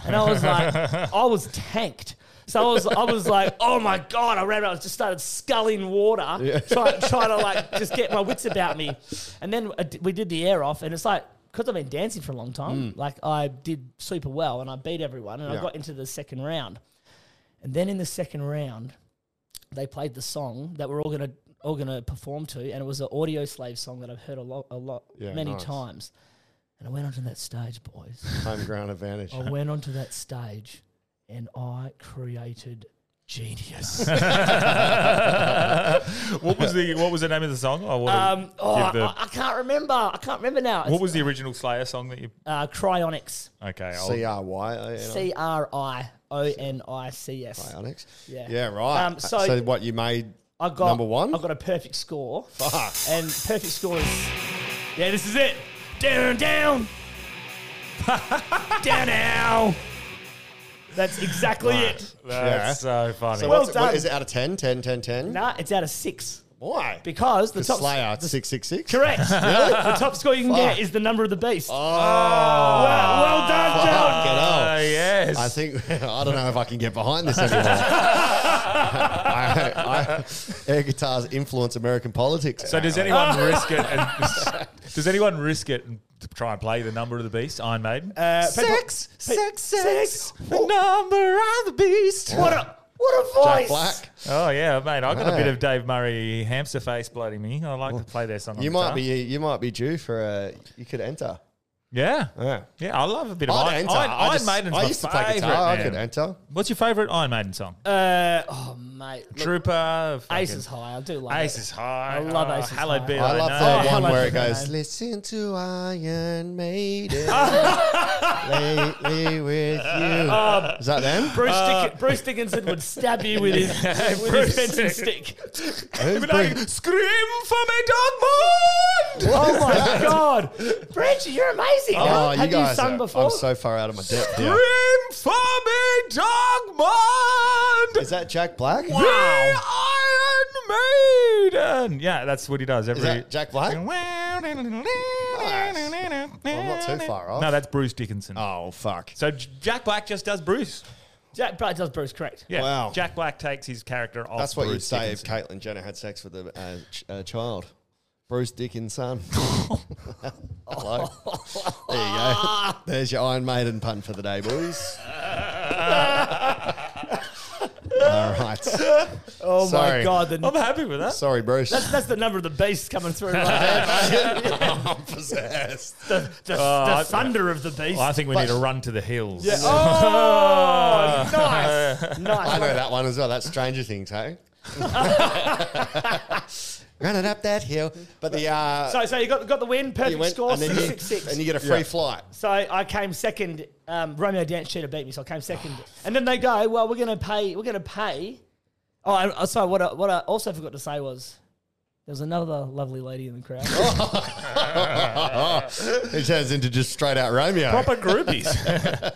C: And I was like, I was tanked. So I was, I was like, oh my god! I ran out. I just started sculling water, trying, trying to like just get my wits about me. And then I d- we did the air off, and it's like because I've been dancing for a long time, like I did super well, and I beat everyone, and
A: Mm. Yeah.
C: I got into the second round. And then in the second round, they played the song that we're all gonna all gonna perform to, and it was an Audio Slave song that I've heard a lot, a lot,
A: Yeah,
C: many
A: nice.
C: times. And I went onto that stage, boys.
A: Home ground advantage.
C: I went onto that stage, and I created genius.
B: what was the What was the name of the song? I wanna
C: um, oh,
B: give the-
C: I, I can't remember. I can't remember now.
B: what was the original Slayer song that you?
C: uh, Cryonics?
B: Okay, I'll,
A: C R Y.
C: C R I O N I C S.
A: Bionics.
C: Yeah.
A: Yeah, right.
C: Um,
A: Uh, so,
C: so-
A: what you made
C: I got
A: number one?
C: I got a perfect score.
A: Fuck.
C: And perfect score is yeah. This is it. Down, down, down now. That's exactly it.
B: that's so funny.
A: So
C: Well
A: what's it, what,
C: done.
A: is it out of 10? 10, 10, 10?
C: Nah, it's out of six
A: Why?
C: because the
A: The
C: top
A: Slayer at 666?
C: correct. the top score you can
A: Fuck.
C: get is the number of the beast.
A: Oh,
C: well, well done, John.
A: fucking hell.
B: Ah, yes.
A: I think, I don't know if I can get behind this anymore. I, I, air guitars influence American politics.
B: so does
A: apparently.
B: anyone risk it? And, does anyone risk it and to try and play the number of the beast, Iron Maiden?
C: Uh, people-
A: Sex, sex, sex,
C: Sex.
A: the number of the beast.
C: What a what a voice.
A: Jack Black.
B: oh yeah, mate. I got a
A: Right.
B: bit of Dave Murray hamster face bloody me. I like to play their song. on
A: You might
B: guitar.
A: be, you might be due for a, you could enter.
B: Yeah.
A: Yeah.
B: Yeah, I love a bit of
A: I'd
B: Iron,
A: enter.
B: Iron,
A: I
B: Iron
A: just-
B: Maiden's
A: I
B: my
A: used to play
B: favourite,
A: guitar. I
B: man.
A: could enter.
B: What's your favourite Iron Maiden song?
C: Uh, oh mate. Look,
B: Trooper.
C: Ace
B: fucking-
C: is high. I do love
B: Ace
C: it.
B: is high.
C: I love
B: Oh,
C: Ace is
B: Hallowed
C: high.
B: be
A: I
B: thy
A: love
B: name.
A: that
C: Oh,
A: one
C: I
A: where it
C: love that
A: goes,
C: name.
A: listen to Iron Maiden. Lately with you. Is that them?
C: Bruce, Dick- Bruce Dickinson would stab you with his, with his
B: Bruce
C: fencing
B: Dick-
C: stick.
A: Who's
B: Like,
A: Bruce?
B: Scream for me, Dogmund!
C: Oh my God, Bridge, you're amazing.
A: Oh,
C: Have
A: you guys
C: sung
A: are-
C: before?
A: I'm so far out of my depth here.
B: Scream for me, Dogmund!
A: Is that Jack Black?
B: The Iron Maiden! Yeah, that's what he does every.
A: Is that Jack Black?
B: I'm
A: not too far off.
B: No, that's Bruce Dickinson.
A: Oh, fuck.
B: So J- Jack Black just does Bruce.
C: Jack Black does Bruce correct.
B: Yeah.
A: Wow.
B: Jack Black takes his character off.
A: That's what
B: Bruce
A: you'd say
B: Dickinson.
A: if Caitlyn Jenner had sex with a, uh, ch- a child. Bruce Dickinson. Hello. there you go. There's your Iron Maiden pun for the day, boys.
B: Uh,
A: All right.
C: Oh
A: Sorry.
C: my God, the,
B: I'm happy with that.
A: Sorry, Bruce.
C: that's the number of the beast coming through. Right there, mate.
A: I'm possessed.
C: the,
B: Oh,
C: the
B: I-
C: thunder of the beast.
B: Well, I think we need to run to the hills.
C: Yeah. Oh, nice,
A: I know
C: nice.
A: that one as well. That's Stranger Things, hey? Running up that hill. But the. Uh,
C: So, so you got got the win,
A: you
C: perfect
A: went-
C: score,
A: and, then
C: six
A: you,
C: six six.
A: and you get a free flight.
C: So I came second. Um, Romeo Dance Cheater beat me, so I came second. and then they go, "Well, we're going to pay. We're going to pay." Oh, and, uh, sorry. What I, what I also forgot to say was there was another lovely lady in the crowd.
A: Oh, It turns into just straight out Romeo.
B: Proper groupies.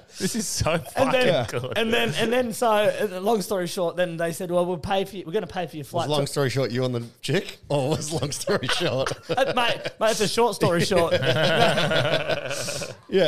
B: this is so fucking
C: and then,
B: good.
C: and then, and then, so uh, long story short, then they said, "Well, we'll pay for you. We're going to pay for your
A: Was
C: flight."
A: long
C: So-
A: story short, you on the chick, or was long story short?
C: Uh, mate, mate, it's a short story short.
A: yeah,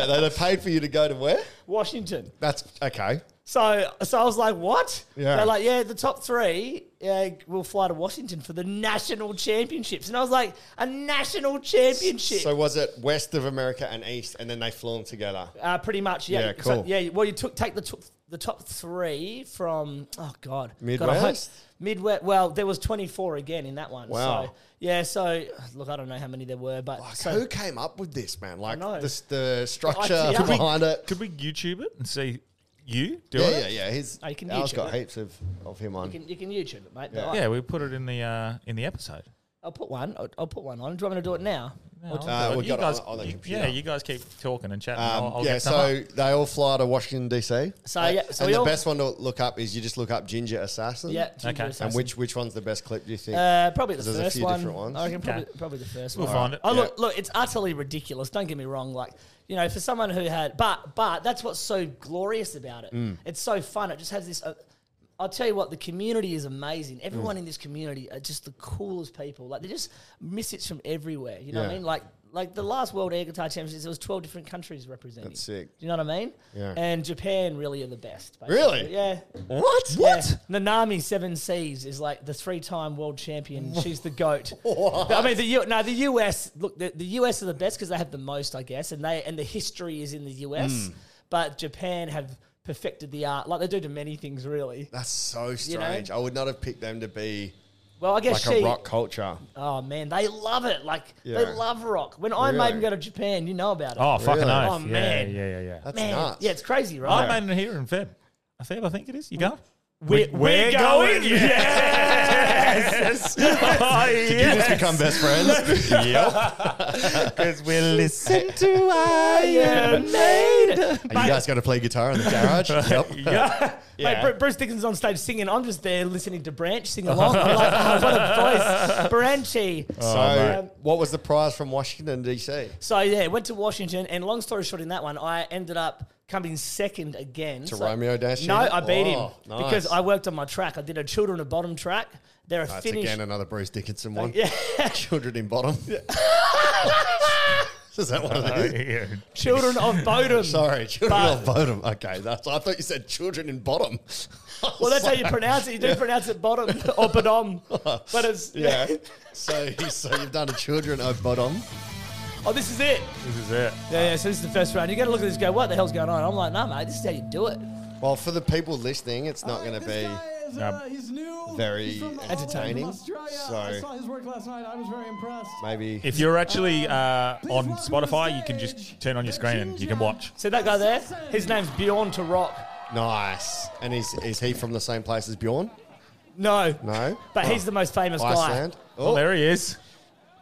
A: they they paid for you to go to where?
C: Washington.
A: That's okay.
C: So, so I was like, "What?"
A: Yeah.
C: They're like, "Yeah, the top three uh, will fly to Washington for the national championships." And I was like, "A national championship?"
A: So was it west of America and east, and then they flew them together?
C: uh, pretty much, yeah.
A: Yeah,
C: So,
A: cool.
C: yeah, well, you took take the top the top three from oh god, God, I hope-
A: Midwest?
C: Midwest. Well, there was twenty four again in that one.
A: Wow.
C: So, yeah. So look, I don't know how many there were, but
A: Like,
C: so,
A: who came up with this, man? Like
C: know.
A: this, the structure
C: I- yeah. Could we-
A: behind it.
B: Could we YouTube it and see you do
A: yeah,
B: it?
A: yeah, yeah. He's
C: Oh, you can
A: Al's
C: YouTube
A: got
C: it.
A: heaps of, of him on.
C: you can, you can YouTube it, mate.
A: Yeah.
C: I-
B: Yeah, we put it in the uh, in the episode.
C: I'll put one. I'll, I'll put one on. Do you want me to do it now?
B: I'll do
A: Uh,
B: it.
A: we
B: you
A: got it
B: guys,
A: on- on the
B: you-
A: computer.
B: yeah, you guys keep talking and chatting.
A: Um,
B: I'll, I'll
A: yeah,
B: get some
A: so they all fly to Washington DC.
C: So,
A: Uh,
C: yeah, so
A: and
C: we
A: the
C: all-
A: best one to look up is you just look up Ginger Assassin.
C: Yeah. Ginger
B: Okay. And
C: Assassin.
A: And which which one's the best clip? Do you think?
C: Uh, probably the
A: There's
C: first
A: a few
C: one.
A: different ones.
C: I reckon probably,
B: Okay.
C: probably the first
B: We'll
C: one.
B: find it.
C: Oh
A: Yeah.
C: look, look, it's utterly ridiculous. Don't get me wrong. Like you know, for someone who had, but but that's what's so glorious about it.
A: Mm.
C: It's so fun. It just has this. Uh, I'll tell you what, the community is amazing. Everyone
A: Mm.
C: in this community are just the coolest people. Like they just miss it from everywhere. You know what
A: Yeah.
C: I mean? Like like the last World Air Guitar Championships, there was twelve different countries representing.
A: That's sick.
C: Do you know what I mean?
A: Yeah.
C: And Japan really are the best.
A: Really?
C: Yeah.
A: what?
C: Yeah. Nanami Seven Seas is like the three-time world champion. She's the goat. I mean, the U- no, the US. Look, the, the US are the best because they have the most, I guess, and they and the history is in the US.
A: Hmm.
C: But Japan have perfected the art, like they do to many things, really.
A: That's so
C: know?
A: strange. I would not have picked them to be
C: Well, I
A: like
C: guess
A: a
C: she.
A: rock culture.
C: Oh man, they love it. Like they
A: Yeah.
C: love rock. When Iron
A: Really?
C: Maiden go to Japan, you know about it.
B: Oh, fucking
A: Really?
B: oath.
C: Oh, man.
B: Yeah, yeah, yeah. yeah.
A: That's
C: man,
A: nuts.
C: yeah, it's crazy, right?
B: I made it here in Feb. I think I think it is. You going?
C: We're- we're going.
B: Yes. oh,
A: Did you just become best friends? yep.
B: Because we listen.
A: to
C: Iron Maiden.
A: And you guys got to play guitar in the garage? yep.
B: Yeah.
C: Mate, Bru- Bruce Dickinson's on stage singing. I'm just there listening to Branch sing along. I'm like, oh, what a voice, Branchy.
A: So,
C: Um,
B: mate.
A: what was the prize from Washington DC?
C: So yeah, went to Washington, and long story short, in that one, I ended up coming second again.
A: To
C: So-
A: Romeo Dash?
C: No, I beat
A: Oh,
C: him
A: nice.
C: because I worked on my track. I did a Children of Bottom track. They're a
A: That's
C: Finnish.
A: again another Bruce Dickinson one.
C: yeah,
A: Children in bottom. Is that
B: Uh,
A: what it is?
B: yeah.
C: Children of Bottom.
A: Sorry, children
C: But-
A: of bottom. Okay, that's. I thought you said children in bottom.
C: Well, that's how you pronounce it. You do pronounce it bottom or bottom, but it's
A: Yeah. so, so you've done a children of bottom.
C: Oh, this is it.
B: This is it.
C: Yeah, yeah. So this is the first round. You got to look at this. and Go, what the hell's going on? I'm like, no, mate, this is how you do it.
A: Well, for the people listening, it's
C: Oh,
A: not going to be.
B: No.
H: he's new.
A: very
H: He's from
A: entertaining.
H: Ireland, from Australia.
A: So-
H: I saw his work last night. I was very impressed.
A: Maybe
B: If you're actually uh, on
H: welcome to
B: Spotify,
H: the
B: you can just
H: stage,
B: turn on your screen and you can watch.
C: So that guy there, his name's Bjorn to Rock.
A: nice. And is is he from the same place as Bjorn?
C: No.
A: No.
C: But
A: Oh.
C: he's the most famous
A: Iceland.
C: guy.
B: Oh, there he is.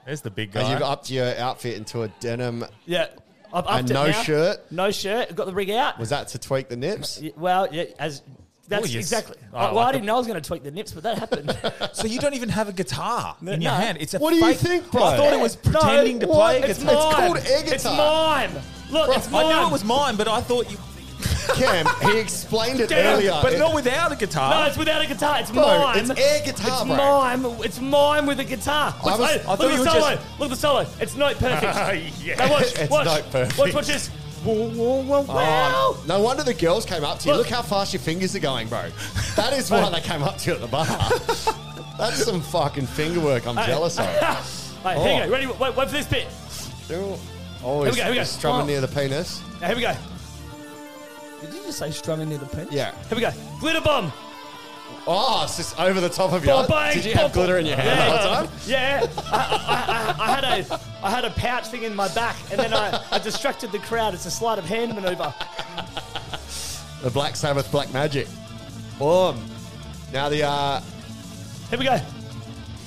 B: There's the big
A: And
B: guy.
A: you've upped your outfit into a denim.
C: Yeah. I've upped
A: And
C: it
A: no
C: now.
A: shirt?
C: No shirt. Got the rig out.
A: Was that to tweak the nips?
C: Y- Well, yeah, as that's
B: Oh, yes.
C: exactly.
B: Oh,
C: well,
B: I like
C: I
B: the-
C: didn't know I was going to tweak the nips, but that happened.
B: so you don't even have a guitar in your
C: no.
B: hand. It's a
A: What do you
B: fake-
A: think, bro?
B: I thought it was
C: No,
B: pretending to
C: what?
B: play a
C: It's
B: guitar.
C: mine.
A: called air
C: It's
A: guitar.
C: mine. Look, it's mine.
B: I knew it was mine, but I thought you
A: Cam, he explained it
B: Damn,
A: earlier.
B: but
A: It-
B: not without a guitar.
C: No, it's without a guitar. It's
A: Bro,
C: mime.
A: it's air guitar,
C: It's
A: bro.
C: mime. It's mime with a guitar. Look,
A: was- I
C: I- look
B: thought
C: at
B: you
C: the
B: were
C: solo.
B: just-
C: Look at the solo. It's note perfect.
B: yeah.
C: Now watch,
A: It's
C: watch,
A: note perfect.
C: watch, watch this. Whoa, whoa, whoa, wow.
A: Oh, no wonder the girls came up to you.
C: Look.
A: Look, how fast your fingers are going, bro. That is why they came up to you at the bar. That's some fucking finger work I'm jealous of.
C: Right, here
A: Oh.
C: you go. Ready? Wait, wait for this bit.
A: They're Always
C: Here we go, here we go.
A: strumming
C: Oh.
A: near the penis.
C: Now, here we go. Did you just say strumming near the pen?
A: Yeah.
C: Here we go. Glitter bomb.
A: Oh, it's just over the top of you.
C: Bomb bang.
A: Did you have
C: bomb-
A: glitter in your hand
C: yeah.
A: the whole time?
C: Yeah. I, I, I, I had a I had a pouch thing in my back, and then I, I distracted the crowd. It's a sleight of hand maneuver.
A: The Black Sabbath Black Magic. Boom. Now the uh,
C: Here we go.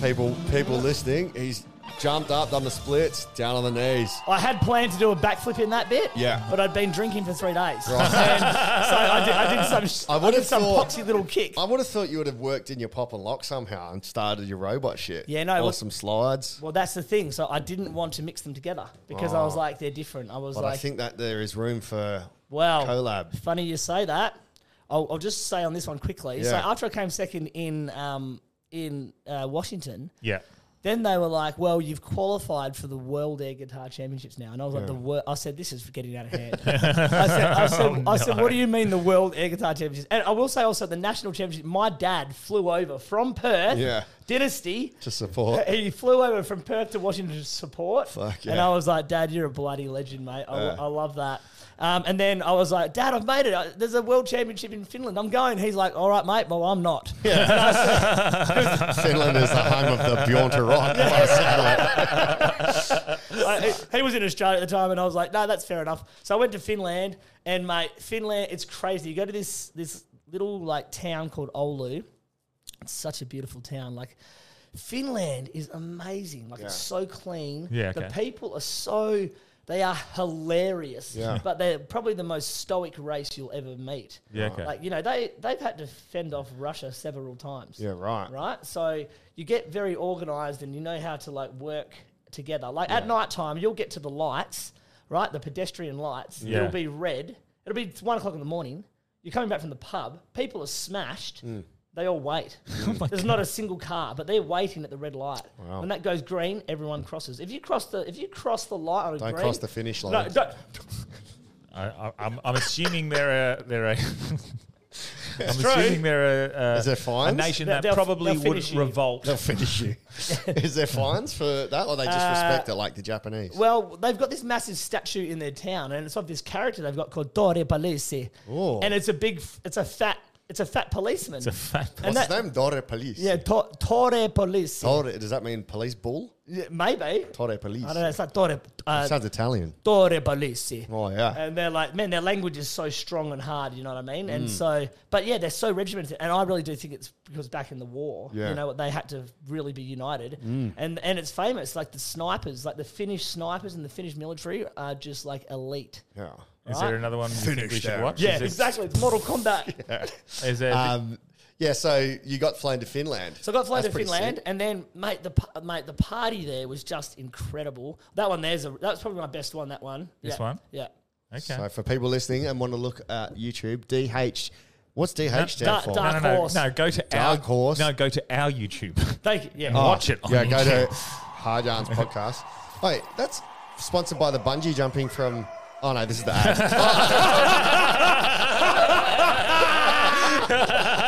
A: people people listening, he's jumped up, done the splits, down on the knees.
C: I had planned to do a backflip in that bit,
A: Yeah.
C: but I'd been drinking for three days, and so I did, I did some sh-
A: I
C: I,
A: would've
C: did some
A: thought-
C: poxy little kick.
A: I would have thought you would have worked in your pop and lock somehow and started your robot shit.
C: Yeah, no,
A: Or
C: look-
A: some slides.
C: well, that's the thing. So I didn't want to mix them together because I was like, they're different. I was
A: But
C: like,
A: I think that there is room for
C: Wow.
A: collab.
C: Funny you say that. I'll, I'll just say on this one quickly. So
A: Yeah.
C: after I came second in um, in uh, Washington,
B: yeah.
C: then they were like, "Well, you've qualified for the World Air Guitar Championships now." And I was like, "The wor-, I said this is getting out of hand." I said, I, said,
A: Oh,
C: I said, "What do you mean the World Air Guitar Championships?" And I will say also the national championship. My dad flew over from Perth,
A: Yeah.
C: Dynasty.
A: to support.
C: He flew over from Perth to Washington to support.
A: Fuck,
C: And
A: yeah.
C: I was like, Dad, you're a bloody legend, mate. I, I love that. Um, and then I was like, Dad, I've made it. I- There's a world championship in Finland. I'm going. He's like, All right, mate. Well, I'm not.
A: Finland is the home of the Bjorn Rock.
C: I- he was in Australia at the time, and I was like, no, that's fair enough. So I went to Finland, and mate, Finland, it's crazy. You go to this this little like town called Oulu. It's such a beautiful town. Like Finland is amazing. Like it's so clean.
B: Yeah,
C: the
B: okay.
C: people are so. They are hilarious, but they're probably the most stoic race you'll ever meet.
B: Yeah, okay.
C: Like you know, they they've had to fend off Russia several times
A: Yeah, right.
C: right? So you get very organized and you know how to like work together. Like at night time, you'll get to the lights, right? The pedestrian lights.
B: Yeah.
C: It'll be red. It'll be one o'clock in the morning. You're coming back from the pub. People are smashed.
A: Hmm.
C: They all wait.
A: Oh
C: There's not a single car, but they're waiting at the red light. When that goes green, everyone crosses. If you cross the if you cross the light on a
A: Don't
C: green,
A: cross the finish
C: No,
A: line.
C: don't-
B: I, I, I'm, I'm assuming they're a they're a. I'm
C: true.
B: assuming they're a, a,
A: Is there
B: a
A: fines?
B: nation
C: They'll-
B: that
C: they'll-
B: probably
C: they'll
B: would
C: finish you.
B: revolt.
A: They'll finish you. is there fines for that, or they just respect it like the Japanese?
C: Uh, Well, they've got this massive statue in their town, and it's of this character they've got called Dore Palese,
A: Oh.
C: and it's a big, f- it's a fat, it's a fat policeman. It's
B: a fat
C: and
A: What's
C: that,
A: his name? Dore Police.
C: Yeah, to, Tore Palese.
A: Dore, does that mean police bull?
C: Yeah, maybe.
A: Dore Police.
C: I don't know. It's like Tore,
A: It
C: uh,
A: sounds Italian.
C: Tore Palese.
A: Oh, yeah.
C: And they're like, man, their language is so strong and hard, you know what I mean?
A: Mm.
C: And so, but yeah, they're so regimented. And I really do think it's because back in the war,
A: Yeah. Mm.
C: you know, they had to really be united. And and it's famous, like the snipers, like the Finnish snipers and the Finnish military are just like elite.
A: Yeah.
B: Is there another one you think we
A: Finish
B: should
A: them.
B: watch?
C: Yeah,
B: Is it-
C: exactly. It's Mortal Kombat.
B: Is there,
A: Um, yeah, so you got flown to Finland.
C: So I got flown
A: That's
C: to
A: pretty
C: Finland,
A: sick.
C: and then mate, the pa- mate, the party there was just incredible. That one there's a that was probably my best one. That one.
B: This
C: yeah.
B: one?
C: Yeah.
B: okay.
A: So for people listening and want to look at YouTube, DH. What's DH stand
C: Dark-
A: for?
C: Dark
B: no, no,
C: Horse.
B: no, no. Go to
A: Dark
B: our
A: Horse.
B: No, go to our YouTube.
C: Thank you. Yeah.
B: Oh,
C: What?
B: Watch it on
A: yeah, go to
B: YouTube.
A: Hard Yarns Podcast. Wait, that's sponsored by the bungee jumping from. Oh no, this is the ad.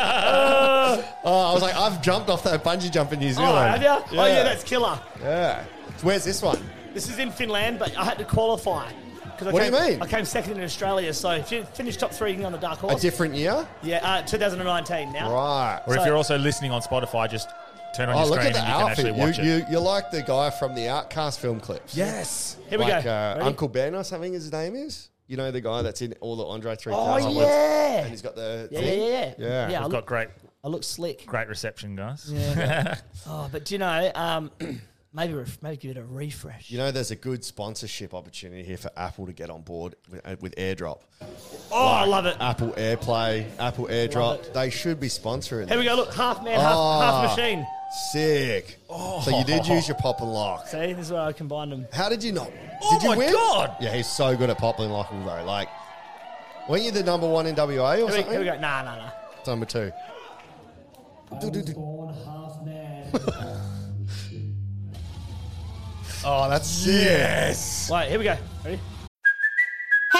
A: oh, I was like, I've jumped off that bungee jump in New
C: Oh,
A: Zealand.
C: have you? Oh yeah, that's killer.
A: yeah. Where's this one?
C: This is in Finland, but I had to qualify. 'Cause I
A: What do
C: came,
A: you mean?
C: I came second in Australia, so if you finish top three, you can go on the dark
A: A
C: horse.
A: different year?
C: yeah, uh, 2019 now.
A: Right.
B: Or if
C: So-
B: you're also listening on Spotify, just turn on
A: Oh,
B: your
A: look at
B: screen and
A: the
B: you can actually
A: outfit. You,
B: watch it.
A: you, you're like the guy from the Outcast film clips.
B: yes.
C: Here we
A: like,
C: go.
A: Uh,
C: Ready?
A: Uncle Ben or something his name is. You know the guy that's in all the Andre 3000
C: Oh,
A: ones?
C: yeah.
A: And he's got the
C: Yeah, yeah,
A: thing?
C: yeah, yeah.
A: Yeah.
C: Yeah, I
B: We've
C: lo-
B: got great
C: I look slick.
B: Great reception, guys.
C: Yeah. oh, but do you know, um, maybe ref- maybe give it a refresh.
A: You know, there's a good sponsorship opportunity here for Apple to get on board with, uh, with AirDrop.
C: Oh, I love it.
A: Apple AirPlay, Apple AirDrop. They should be sponsoring.
C: Here we
A: this.
C: go. Look, half man, half, half
A: Ah,
C: machine.
A: Sick. So you did use your pop and lock.
C: See, this is where I combined them.
A: How did you not?
C: Oh
A: did you
C: my
A: win?
C: God.
A: Yeah, he's so good at pop and locking though. Like, weren't you the number one in WA or
C: Here we,
A: something?
C: here we go. Nah, nah, nah.
A: Number two. Oh, that's sick.
C: Wait, here we go. Ready?
I: Hey,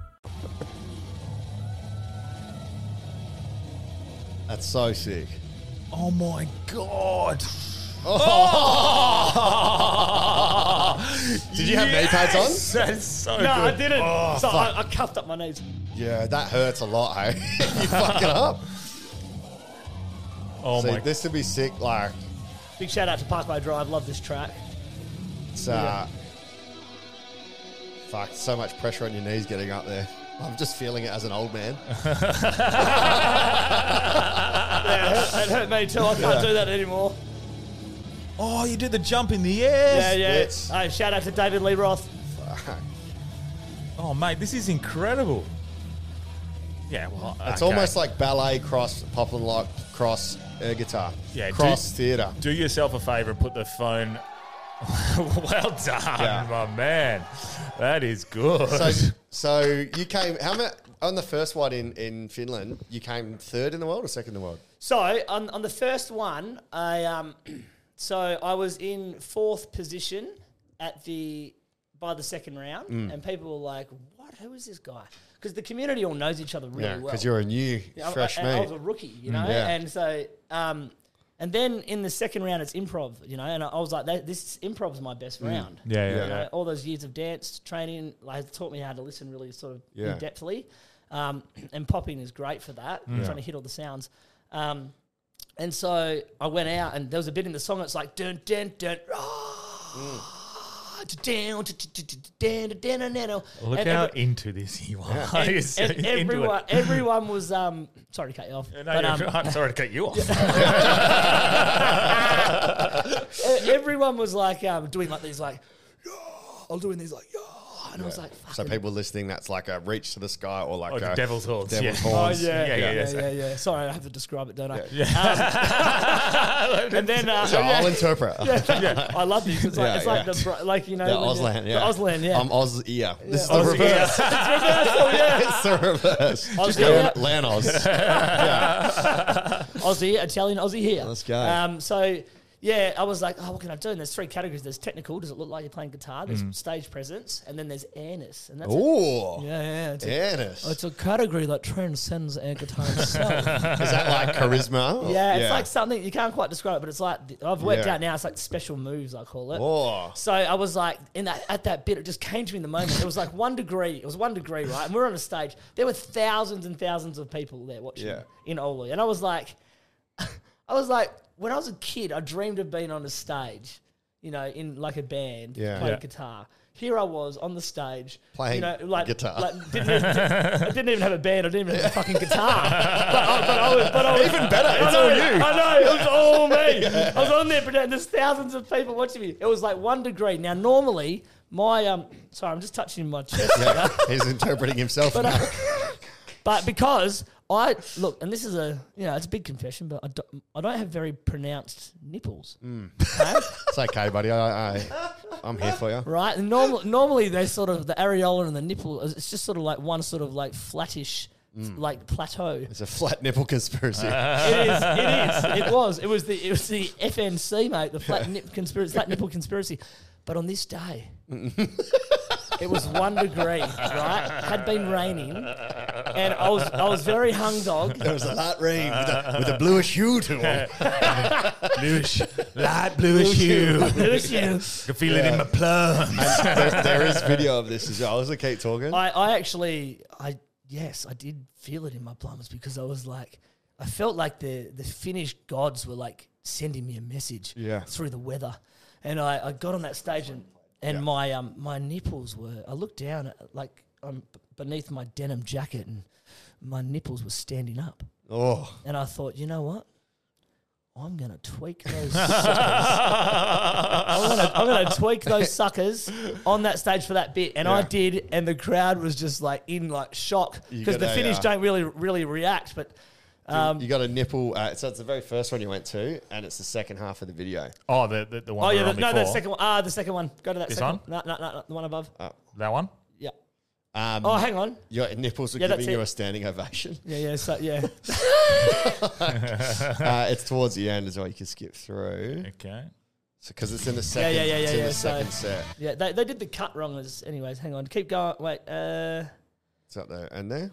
A: That's so sick. Oh.
B: Oh my god.
A: Did you have knee pads on?
B: Yes, That's so
C: no, I
B: good.
C: didn't.
A: Ah,
B: Oh,
C: so
B: fuck.
C: I, I cuffed up my knees.
A: Yeah, that hurts a lot, hey? you fuck it up.
B: Oh
A: Oh, See,
B: my-
A: this would be sick. Like,
C: Big shout out to Parkway Drive. Love this track.
A: it's, uh, fuck, so much pressure on your knees getting up there. I'm just feeling it as an old man.
C: Yeah, it hurt- it hurt me too. I can't
A: Yeah.
C: do that anymore.
B: Oh, you did the jump in the air.
C: Yeah, yeah.
B: Splits.
C: Hey, shout out to David Lee Roth.
B: Oh, mate, this is incredible. Yeah, well,
A: It's
B: okay.
A: almost like ballet cross, pop and lock, cross air guitar.
B: Yeah, do-
A: cross theatre.
B: Do yourself a favor and put the phone. well done,
A: Yeah.
B: my man. That is good.
A: So, so you came, how many, on the first one in, in Finland, you came third in the world or second in the world?
C: So on, on the first one, I um, so I was in fourth position at the by the second round,
A: Mm.
C: and people were like, "What? Who is this guy?" Because the community all knows each other really
A: yeah,
C: well.
A: because you're a new,
C: Yeah, I-
A: fresh
C: I,
A: meat.
C: I was a rookie, you
A: Mm.
C: know,
A: Yeah.
C: and so um, and then in the second round it's improv, you know, and I, I was like, that, "This improv's my best
B: Mm.
C: round."
B: Yeah, yeah,
C: You know,
B: yeah.
C: All those years of dance training like taught me how to listen really sort of
B: Yeah.
C: in depthly, um, and popping is great for that.
B: Mm.
C: Trying to hit all the sounds. Um, and so I went out, and there was a bit in the song that's like dun dun dun. ah, da-down, da-da-da-da-da, da-da-da-da-da.
B: Look
C: And
B: how
C: every-
B: into this you are.
C: and-
B: You're so
C: and
B: into it.
C: everyone, everyone was um, sorry to cut you off.
B: No,
C: but,
B: you're-
C: um,
B: I'm sorry to cut you off.
C: e- everyone was like um, doing like these like, I'm doing these like, and I was like,
A: So people listening, that's like a reach to the sky or like
B: Oh, the
A: a
B: devil's horns,
A: Devil's
B: yeah.
A: horns.
C: Oh yeah, yeah, yeah, yeah,
B: so-
C: yeah, Sorry, I have to describe it, don't I? Um,
B: and
C: then, uh,
A: So I'll
C: yeah.
A: interpret.
C: Yeah, I love this. It's like,
A: Yeah,
C: it's like
A: yeah.
C: the br- like you know
A: the
C: when you-
A: Auslan, yeah.
C: the Auslan, yeah.
A: I'm Oz, yeah. This
C: Yeah.
A: is the
C: Oz- yeah.
A: reverse. it's the reverse.
C: Oz-
A: Just go
C: yeah.
A: Lanos.
C: Aussie, Italian, Aussie here. Let's
A: go.
C: Um, so yeah, I was like, oh, what can I do? And there's three categories. There's technical. Does it look like you're playing guitar? There's
B: Mm.
C: stage presence, and then there's airness. And that's
A: Ooh.
C: it. yeah, yeah, it's
A: Airness.
C: A, Oh, it's a category that transcends air guitar
A: Is
C: itself.
A: that like charisma? or-
C: Yeah, it's like something you can't quite describe it, but it's like th- I've worked
A: Yeah.
C: out now. It's like special moves, I call it.
A: Oh.
C: So I was like, in that at that bit, it just came to me in the moment. it was like one degree. It was one degree, right? And we are on a stage. There were thousands and thousands of people there watching
A: Yeah.
C: in Olu, and I was like, I was like, when I was a kid, I dreamed of being on a stage, you know, in like a band,
A: Yeah.
C: playing
A: Yeah.
C: guitar. Here I was on the stage,
A: Playing
C: you know, like
A: guitar.
C: Like, didn't even, I didn't even have a band. I didn't even have a fucking guitar. but, I, but I was, but I was
A: Even better,
C: I
A: it's
C: know,
A: all you.
C: I know. It was all me. I was on there, but there's thousands of people watching me. It was like one degree. Now, normally, my um, sorry, I'm just touching my chest.
A: Yeah, He's interpreting himself. now.
C: But because I look, and this is a you know it's a big confession, but I don't, I don't have very pronounced nipples,
A: Mm.
C: okay?
A: It's okay, buddy. I, I, I'm here for you.
C: right? And normal, normally they sort of the areola and the nipple. is- It's just sort of like one sort of like flattish,
A: Mm.
C: like plateau.
A: It's a flat nipple conspiracy.
C: It is. It is. It was. It was the. It was the FNC, mate. The flat nip conspiracy. Flat nipple conspiracy. But on this day, it was one degree. Right? Had been raining. and I was I was very hung dog.
A: There was a light rain with a, with a bluish hue to it.
B: bluish, light bluish hue.
C: Bluish hue.
B: Can feel it in my plums.
A: there, there is video of this as well. As I keep talking,
C: I, I actually I yes, I did feel it in my plums because I was like I felt like the the Finnish gods were like sending me a message
A: Yeah.
C: through the weather. And I, I got on that stage and, and my um my nipples were I looked down at like um b- beneath my denim jacket and my nipples were standing up.
A: Oh.
C: And I thought, you know what? I'm gonna tweak those I'm gonna, I'm gonna tweak those suckers on that stage for that bit, and I
J: Yeah.
C: did, and the crowd was just like in like shock
A: You
C: because the
A: gotta,
C: Finnish
A: uh,
C: don't really really react, but um,
A: you got a nipple. Uh, so it's the very first one you went to, and it's the second half of the video.
B: Oh, the the, the
C: oh yeah, the, no, the second one, ah, the second one, go to that
A: This
C: second one, no, no, no, no, the one above,
B: that one.
C: yeah,
A: Um,
C: Oh, hang on.
A: Your nipples are
C: Yeah, that's
A: giving you
C: it.
A: a standing ovation.
C: yeah, yeah, so, yeah,
A: uh, it's towards the end as well. You can skip through.
B: Okay.
A: Because it's in the
C: yeah,
A: second.
C: yeah, yeah, yeah,
A: It's in
C: yeah,
A: the
C: so-
A: second set.
C: yeah, they, they did the cut wrong as anyways. Hang on, keep going. Wait, uh,
A: It's up there and there.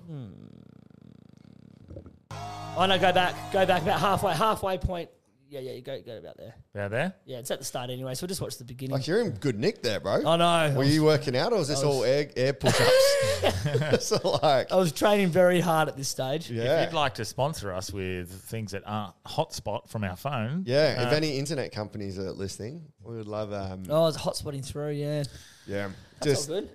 C: oh no, go back, go back about halfway, halfway point. Yeah, yeah, you go go about there.
B: Yeah, there.
C: Yeah, it's at the start anyway, so we'll just watch the beginning.
A: Like you're in good nick there, bro.
C: I know.
A: Were you working out, or was this
C: I was-
A: all air, air push-ups? so like,
C: I was training very hard at this stage.
B: If you'd like to sponsor us with things that aren't hotspot from our phone,
A: yeah.
B: uh,
A: if any internet companies are listening, we would love. Um,
C: Oh, it's hotspotting through, yeah.
A: Yeah,
C: That's
A: just
C: all good.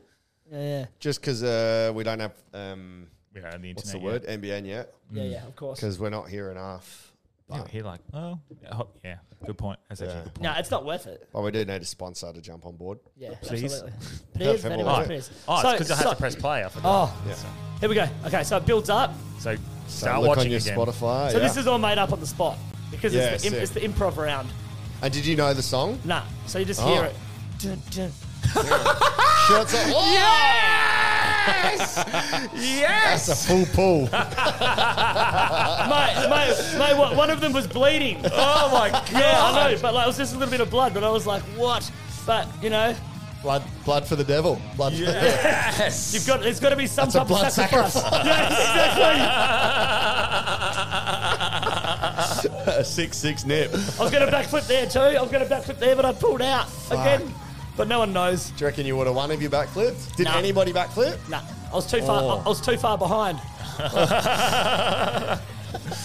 C: Yeah, yeah.
A: just because uh, we don't have um,
B: we don't have the
A: what's the
B: internet
A: word NBN yet.
C: Yeah, yeah, of course.
A: Because we're not here enough.
B: Yeah, here like, oh, yeah, hot, yeah, good point. That's actually a good point.
C: No, it's not worth it.
A: Well, we do need a sponsor to jump on board.
C: Yeah,
B: Please.
C: absolutely. Please, very
A: Hello.
C: much, please.
B: Oh, it's 'cause I had
C: so-
B: to press play, I forgot.
C: Oh,
B: Yeah.
C: here we go. Okay, so it builds up.
B: So
A: So
B: start
A: look
B: watching
A: on your
B: again.
A: Spotify.
C: so
A: yeah.
C: this is all made up on the spot because
A: Yeah,
C: it's, the
A: sick.
C: imp- it's the improv round.
A: And did you know the song?
C: Nah, so you just
A: Oh.
C: hear it. Dun, dun.
A: Shots up.
C: Yes!
B: yes!
A: That's a full pull.
C: Uh, mate, mate, mate, what, one of them was bleeding.
B: Oh my
C: Yeah,
B: God.
C: I know, but like, it was just a little bit of blood, but I was like, what? But, you know,
A: blood, blood for the devil. Blood for the devil.
C: yes. you've got, there's got to be some
A: That's a
C: type
A: blood
C: of sacrifice.
A: sacrifice.
C: yes, exactly.
A: a six six nip. Do
C: I was going to backflip there too. I was going to backflip there, but I pulled out again. But no one knows.
A: you reckon you would have won if you backflipped? Did
C: Nah.
A: anybody backflip?
C: Nah, I was too far.
A: Oh.
C: I was too far behind.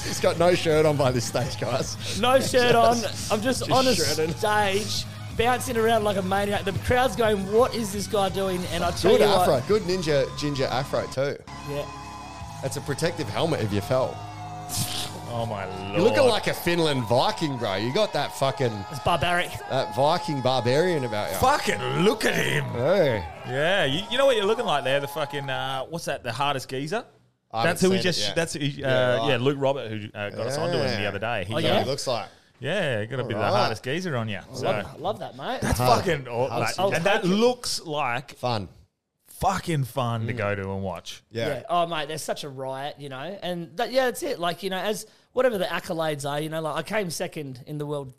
A: He's got no shirt on by this stage, guys.
C: No shirt on. I'm just,
A: Just
C: on a
A: shredded.
C: stage, bouncing around like a maniac. The crowd's going, "What is this guy doing?" And I tell
A: Good
C: you
A: afro,
C: what,
A: good ninja ginger afro too.
C: yeah,
A: That's a protective helmet if you fell.
B: Oh my lord!
A: You're looking like a Finland Viking, bro. You got that fucking
C: it's barbaric.
A: that Viking barbarian about you.
B: Fucking look at him.
A: Hey.
B: Yeah, you, you know what you're looking like there. The fucking uh, what's that? The hardest geezer.
A: I haven't
B: that's who we
A: seen it
B: just.
A: yet.
B: That's who, uh,
A: Yeah,
B: yeah,
A: right.
B: Luke Robert who uh, got us onto him the other day. He,
C: Oh,
B: uh,
C: yeah?
A: It looks like.
B: yeah, got a bit of
A: Alright.
B: the hardest geezer on you. So
C: Love, love that, mate.
B: that's
A: Hard-
B: fucking. aw-
A: hard
B: like-
A: to do.
B: and that looks like
A: Fun.
B: fucking fun to go to and watch.
A: Mm. Yeah.
C: Yeah. Oh, mate, there's such a riot, you know. And that, yeah, that's it. Like you know, as whatever the accolades are, you know, like I came second in the world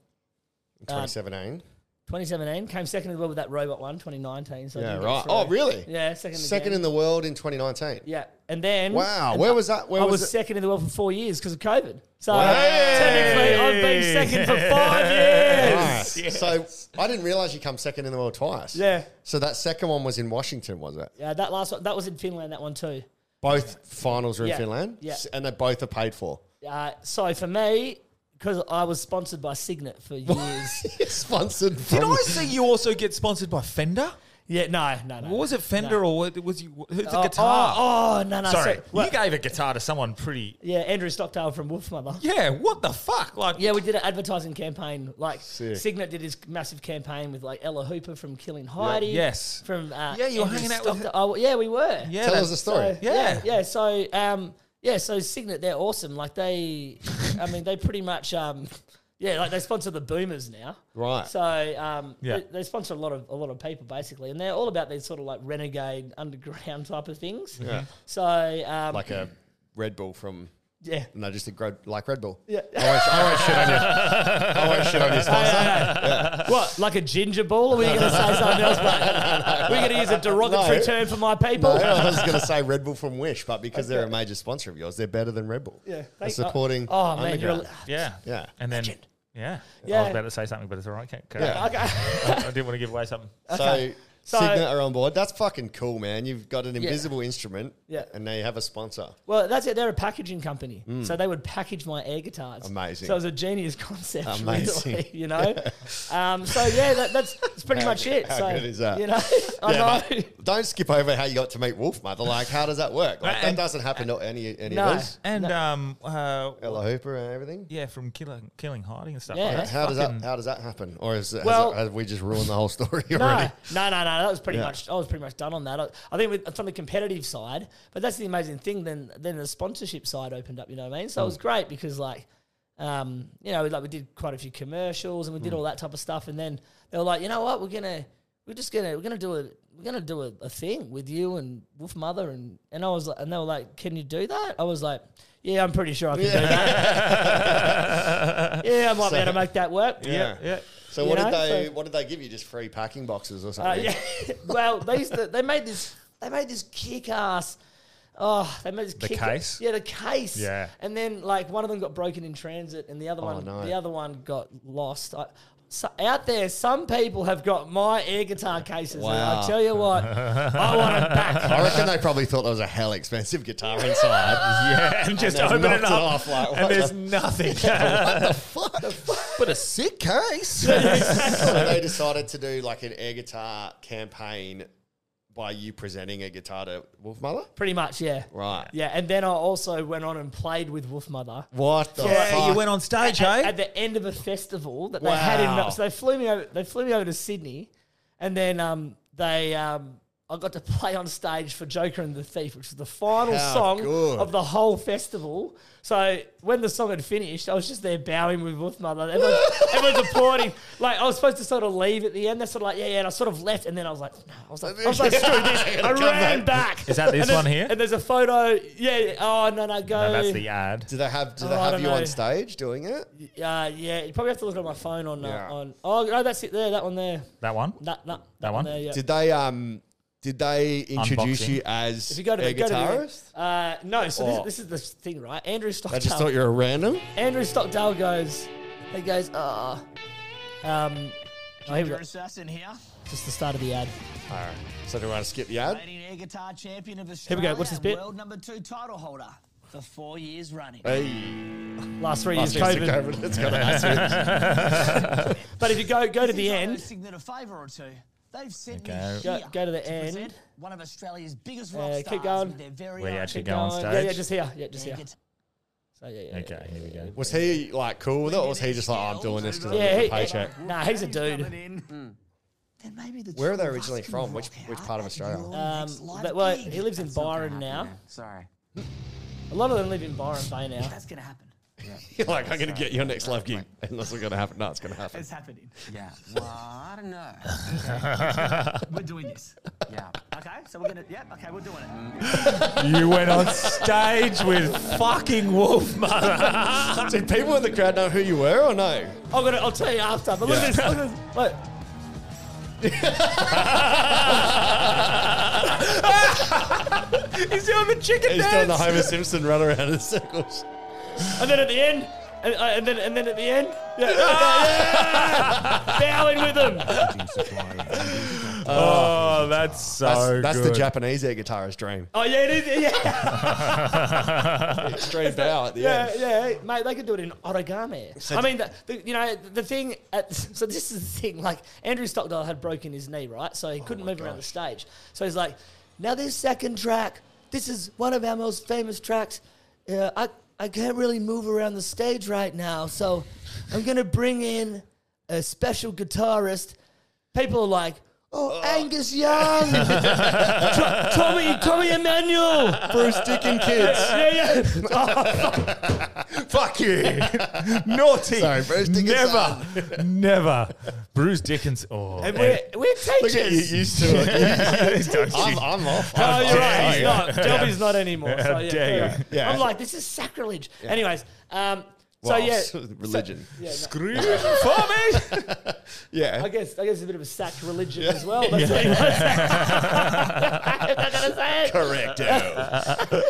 C: Uh,
A: 2017.
C: 2017, came second in the world with that robot one, 2019. So I
A: yeah,
C: didn't get
A: right.
C: through.
A: Oh, really?
C: Yeah, second.
A: Second
C: again.
A: in the world in 2019.
C: Yeah, and then
A: Wow,
C: and
A: where
C: I-
A: was that? Where
C: I
A: was
C: was,
A: it?
C: second in the world for four years because of COVID. So
A: Wow.
C: technically, I've been second for five years.
A: Nice. So I didn't realize you come second in the world twice.
C: Yeah.
A: So that second one was in Washington, was it?
C: Yeah, that last one that was in Finland. That one too.
A: Both finals were in
C: Yeah.
A: Finland.
C: Yeah.
A: S- And they both are paid for.
C: Uh, so for me, because I was sponsored by Signet for years.
A: Sponsored.
B: Did
A: from-
B: I see you also get sponsored by Fender?
C: yeah, no, no, no.
B: What was it, Fender or what- was you? Who's the
C: Oh,
B: guitar?
C: Oh, oh, no, no.
B: Sorry,
C: so- well,
B: you gave a guitar to someone pretty.
C: yeah, Andrew Stockdale from Wolf Mother.
B: Yeah, what the fuck? Like,
C: Yeah, we did an advertising campaign. Like
B: Sick.
C: Signet did his massive campaign with like Ella Hooper from Killing Heidi.
B: Yes.
C: From uh,
B: Yeah, you were
C: Andrew
B: hanging out with
C: Stockdale. Oh, yeah, we were.
B: Yeah,
A: Tell
B: that-
A: us the story.
C: So, yeah. yeah, So, um, yeah, so Signet, they're awesome. Like they, I mean, they pretty much, um, yeah, like they sponsor the Boomers now.
A: Right.
C: So, um,
B: Yeah.
C: they, they sponsor a lot of a lot of people basically, and they're all about these sort of like renegade underground type of things.
A: Yeah.
C: So, um,
A: like a Red Bull from
C: Yeah.
A: And they just did gro- like Red Bull.
C: Yeah.
A: I won't, I won't shit on you. I won't shit on you, Spicer.
C: What, like a ginger ball? Or were you going to say something else, mate? We're going to use a derogatory
A: No.
C: term for my
A: No,
C: people.
A: I was going to say Red Bull from Wish, but because they're a major sponsor of yours, they're better than Red Bull.
C: Yeah.
A: They're
C: Thank-
A: supporting.
C: Oh, man, you're a-
A: Underground.
B: Yeah.
A: Yeah.
B: And then, yeah. I
C: Yeah.
B: was about to say something, but it's all right. Okay.
A: Yeah.
C: Okay.
B: I, I didn't want to give away something.
A: So,
C: Okay. So-
A: Signet are on board. That's fucking cool, man. You've got an invisible instrument,
C: Yeah.
A: and now you have a sponsor.
C: Well, that's it. They're a packaging company,
A: Mm.
C: so they would package my air guitars.
A: Amazing.
C: So it was a genius concept,
A: Amazing.
C: really. You know. um, so yeah, that, that's, that's pretty
A: How-
C: much it.
A: How
C: so
A: good is that?
C: you know, I
A: Yeah,
C: know.
A: but Don't skip over how you got to meet Wolf, mother. Like, how does that work? Like, that doesn't happen to any any of us.
B: And um, uh,
A: Ella Hooper and everything.
B: Yeah, from killing, killing, hiding and stuff.
C: Yeah,
B: like that.
C: that's
A: How does
B: Fucking-
A: that how does that happen? Or is it,
C: Well-
A: well, has, it- have we just ruined the whole story
C: No,
A: already?
C: no, no, no. That was pretty
A: Yeah.
C: much. I was pretty much done on that. I, I think with, from the competitive side, but that's the amazing thing. Then, then the sponsorship side opened up. You know what I mean? So it
A: Mm.
C: was great because, like, um, you know, like we did quite a few commercials and we
A: Mm.
C: did all that type of stuff. And then they were like, you know what? We're gonna, we're just gonna, we're gonna do a, we're gonna do a, a thing with you and Wolf Mother and and I was like, and they were like, can you do that? I was like, yeah, I'm pretty sure I can do that. yeah, I might be able to make that work.
A: So
C: You
A: what
C: know,
A: did they
C: so-
A: what did they give you? Just free packing boxes or
C: uh,
A: something?
C: yeah. well, they used to, they made this they made this kick ass. Oh, they made this
B: The
C: kick
B: case?
C: Yeah, the case.
B: Yeah.
C: And then like one of them got broken in transit, and the other
B: Oh,
C: one,
B: no.
C: the other one got lost. I, so out there, some people have got my air guitar cases. And I
A: Wow.
C: tell you what, I want it back.
A: I reckon they probably thought there was a hell expensive guitar inside.
B: Yeah, and just
A: they've
B: open it
A: knocked
B: up,
A: off, like,
B: and
A: what
B: there's
A: the-
B: nothing.
A: but a sick case. so they decided to do like an air guitar campaign by you presenting a guitar to Wolf Mother.
C: Pretty much, yeah.
A: Right.
C: Yeah, and then I also went on and played with Wolf Mother.
A: What the
B: Yeah,
A: fuck?
B: you went on stage,
C: at,
B: hey?
C: at the end of a festival that they had
B: Wow.
C: in. So they flew me over. They flew me over to Sydney, and then um, they um, I got to play on stage for Joker and the Thief, which was the final
A: How
C: song
A: good.
C: of the whole festival. So when the song had finished, I was just there bowing with Wolf Mother. Everyone's, everyone's applauding. Like I was supposed to sort of leave at the end. They're sort of like, yeah, yeah. And I sort of left, and then I was like, no, I was like, I was like, screw this. I
A: Come
C: ran
A: back.
C: back.
B: Is that this
C: And there's-
B: one here?
C: And there's a photo. Yeah. Oh no, no, go.
B: no, that's the ad.
A: Do they have do
C: Oh,
A: they
C: I
A: have
C: don't
A: you
C: know.
A: on stage doing it?
C: Uh, yeah, you probably have to look at my phone on uh,
A: Yeah.
C: on. Oh no, that's it there. That one there.
B: That one?
C: That that, that,
B: That
C: one.
B: one?
C: there. Yeah.
A: Did they um did they introduce
B: Unboxing.
A: you as
C: if you go to
A: a
C: the, go to the-
A: guitarist?
C: uh, no. So
A: Or-
C: this, is- this is the thing, right? Andrew Stockdale.
A: I just thought you were a random.
C: Andrew Stockdale goes. He goes. Ah. um. Oh, here we
D: Ginger
C: go.
D: Assassin here,
C: Just the start of the ad.
A: All right. So do I want to skip the ad?
D: reigning air guitar champion of
C: Here
D: Australia
C: we go, what's this bit?
D: and world number two title holder for four years running.
C: Last three
A: Last
C: years
A: year's
C: COVID.
A: COVID. It's got a nice hit.
C: But if you go go to
D: If you
C: the
D: don't owe
C: end,
D: Signet a favour or two. They've sent
B: Okay.
D: me
C: Go-
D: here
C: go to the
D: to present
C: end.
D: One of Australia's biggest
C: Uh,
D: rock
C: keep
D: stars
C: going.
D: with their very
B: Where you
D: own
B: actually
C: go
B: go on
C: on. Yeah, yeah,
B: stage.
C: just here. Yeah, just
D: air
C: here.
D: guitar.
C: So yeah, yeah.
B: Okay, here we go.
A: Was he like cool with it, or was he just like, oh, I'm doing this because
C: Yeah,
A: I
C: he,
A: need a paycheck?
C: nah, he's a dude.
D: Then maybe the
A: Where are
D: two
A: they
D: of us
A: originally
D: can
A: from?
D: rock
A: Which
D: out
A: which part of
D: at your
A: Australia?
C: Um,
D: next live
C: but, well,
D: gig.
C: he lives in Byron now.
D: Sorry,
C: A lot of them live in Byron Bay now.
D: that's gonna happen.
A: You're like, I'm going to get your next live gig, and that's not going to happen. No, it's going to happen.
D: It's happening.
J: Yeah. Well, I don't know.
D: We're doing this.
J: Yeah.
D: Okay, so we're gonna. Yeah. Okay, we're doing it.
B: You went on stage with fucking Wolf Mother.
A: Did people in the crowd know who you were or no?
C: I'm gonna, Oh, I'll tell you after. But look at this. Look at this. Look.
B: He's doing the chicken
A: He's doing
B: dance.
A: the Homer Simpson run around in circles.
C: And then at the end, and, uh, and then and then at the end, yeah, yeah, bowing with them.
B: oh, that's so
A: That's, that's the
B: good.
A: Japanese air guitarist dream.
C: Oh yeah, it is. Yeah,
A: Extreme bow at the
C: yeah,
A: end.
C: yeah, mate. They could do it in origami.
A: So-
C: I mean, the, the, you know, the thing. At, so this is the thing. Like Andrew Stockdale had broken his knee, right? So
A: Oh
C: he couldn't move around the stage. So he's like, now this second track. This is one of our most famous tracks. Uh, I I can't really move around the stage right now, so I'm gonna bring in a special guitarist. people are like, Oh, Angus Young, To- Tommy, Tommy Emmanuel,
A: Bruce Dickin kids.
C: yeah, yeah.
A: Fuck you.
B: Naughty.
A: Sorry, Bruce
B: Never. Never. Bruce Dickens. Oh.
C: And we're, we're teachers.
A: Look at you used to it. I'm, I'm off.
C: No,
A: I'm
C: Oh, you're
A: off.
C: right. He's
A: Yeah.
C: not. Delby's not anymore. So,
B: How
C: yeah,
B: dare
C: fair
B: you.
C: enough.
B: Yeah.
C: I'm like, this is sacrilege.
A: Yeah.
C: Anyways, um, so
A: Well,
C: yeah,
A: religion.
C: yeah, no.
B: Scream for me.
A: Yeah.
C: I guess I guess it's a bit of a sacrilegion as well. That's what I'm not gonna say it.
A: Correcto.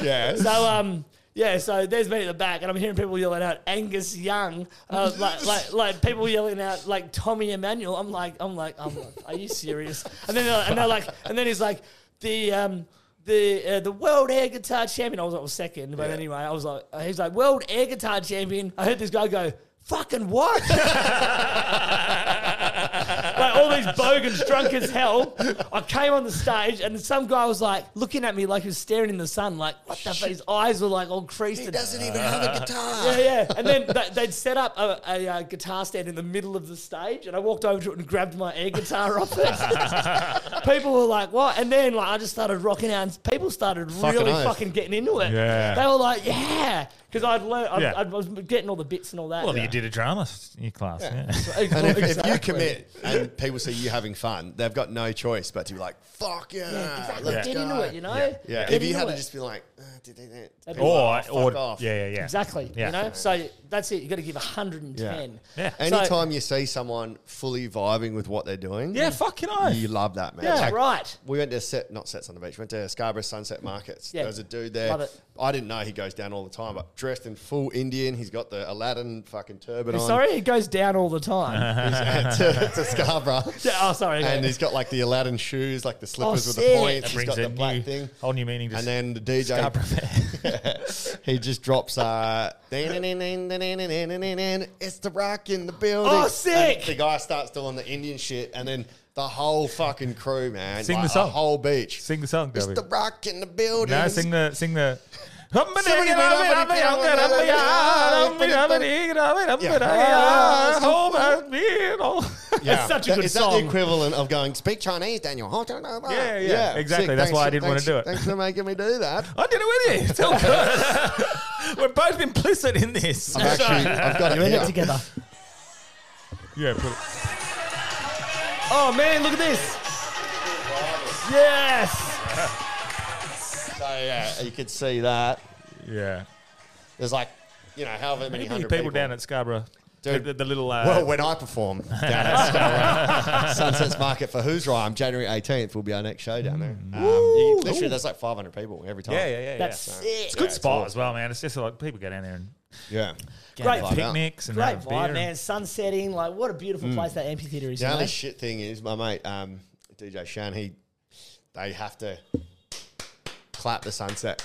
A: yes.
C: So um. Yeah, so there's me at the back, and I'm hearing people yelling out Angus Young, uh, like, like like people yelling out like Tommy Emmanuel. I'm like, I'm like, I'm like, are you serious? And then they're, like- and they're like, and then he's like, the um the uh, the world air guitar champion. I was, I was second, but anyway, I was like, uh, he's like world air guitar champion. I heard this guy go, fucking what? like all these bogans drunk as hell. I came on the stage and some guy was like looking at me like he was staring in the sun, like what the fuck? His eyes were like all creased.
A: He
C: and-
A: doesn't even have a guitar.
C: yeah, yeah. And then th- they'd set up a, a, uh guitar stand in the middle of the stage, and I walked over to it and grabbed my air guitar off it. people were like, "What?" And then like I just started rocking out, and people started
A: Fucking
C: really
A: oath.
C: fucking getting into it.
B: Yeah.
C: They were like, "Yeah," because I'd learned, I'd,
B: Yeah.
C: I was getting all the bits and all that.
B: Well, you did a drama s- in your class. Yeah.
A: And if, if you
C: Exactly.
A: commit and people see you having fun, they've got no choice but to be like, fuck yeah.
C: exactly.
A: let's
C: Get
A: go.
C: into it, you know.
A: Yeah. Yeah.
C: Get
A: If you
C: into
A: had to
C: it.
A: just be like, uh, did they, they,
C: That'd be
B: Or,
A: like,
B: or
A: fuck off.
B: yeah, yeah, yeah.
C: Exactly.
B: Yeah.
C: You know, so that's it. You got to give 110.
B: Yeah.
C: So-
A: Anytime you see someone fully vibing with what they're doing,
B: Yeah, fucking oath.
A: you love that, man.
C: Yeah, right.
A: We went to set, not sets on the beach. We went to Scarborough Sunset Markets.
C: Yeah.
A: There was a dude there.
C: Love it.
A: I didn't know he goes down all the time, but dressed in full Indian, he's got the Aladdin fucking turban on.
C: Sorry, it goes down all the time.
A: He's at- to, to Scarborough.
C: Yeah, oh, sorry, okay. Oh,
A: And he's got like the Aladdin shoes, like the slippers with the
C: sick.
A: points.
B: That
A: He's
B: brings
A: got the
B: a
A: black
B: new-
A: thing.
B: whole new meaning to
A: And then the DJ, he just drops. uh It's the rock in the building.
C: Oh, sick.
A: And the guy starts doing the Indian shit, and then the whole fucking crew, man,
B: Sing
A: like,
B: the song.
A: whole beach.
B: Sing the song,
A: it's
B: Dobby.
A: the rock in the building.
B: No, sing the sing the.
A: Somebody went up and he found Yeah.
B: It's
A: That-
B: such
A: is
B: a
A: that
B: good
A: the
B: song.
A: equivalent of going speak Chinese, Daniel?
B: Yeah, yeah, exactly. That's why I didn't wanna
A: thanks-
B: do it.
A: Thanks for making me do that.
B: I did it with you. It's all good. We're both implicit in this.
A: I'm actually, I've got it. here.
C: together.
B: Yeah, put it.
C: Oh man, look at this. Yes.
A: So yeah, you could see that.
B: Yeah.
A: There's like, you know, however many
B: Many
A: hundred
B: people, down at Scarborough.
A: Dude.
B: The, the, the little. Uh,
A: Well, when I perform down at Scarborough Sunsets Market for Who's Rhyme, January 18th will be our next show down there. Um, you, literally, there's like 500 people every time.
B: Mm. yeah, yeah, yeah.
C: That's
B: yeah.
C: sick.
B: It's a good spot as well, man. It's just like people go down there and
A: Yeah.
C: Great
A: Vibe out.
B: picnics and
C: Great
B: have a beer
C: vibe,
B: and-
C: man. Sunsetting, like what a beautiful place that amphitheater is.
A: The
C: you
A: only
C: know?
A: shit thing is my mate um, DJ Shan. He they have to clap the sunset.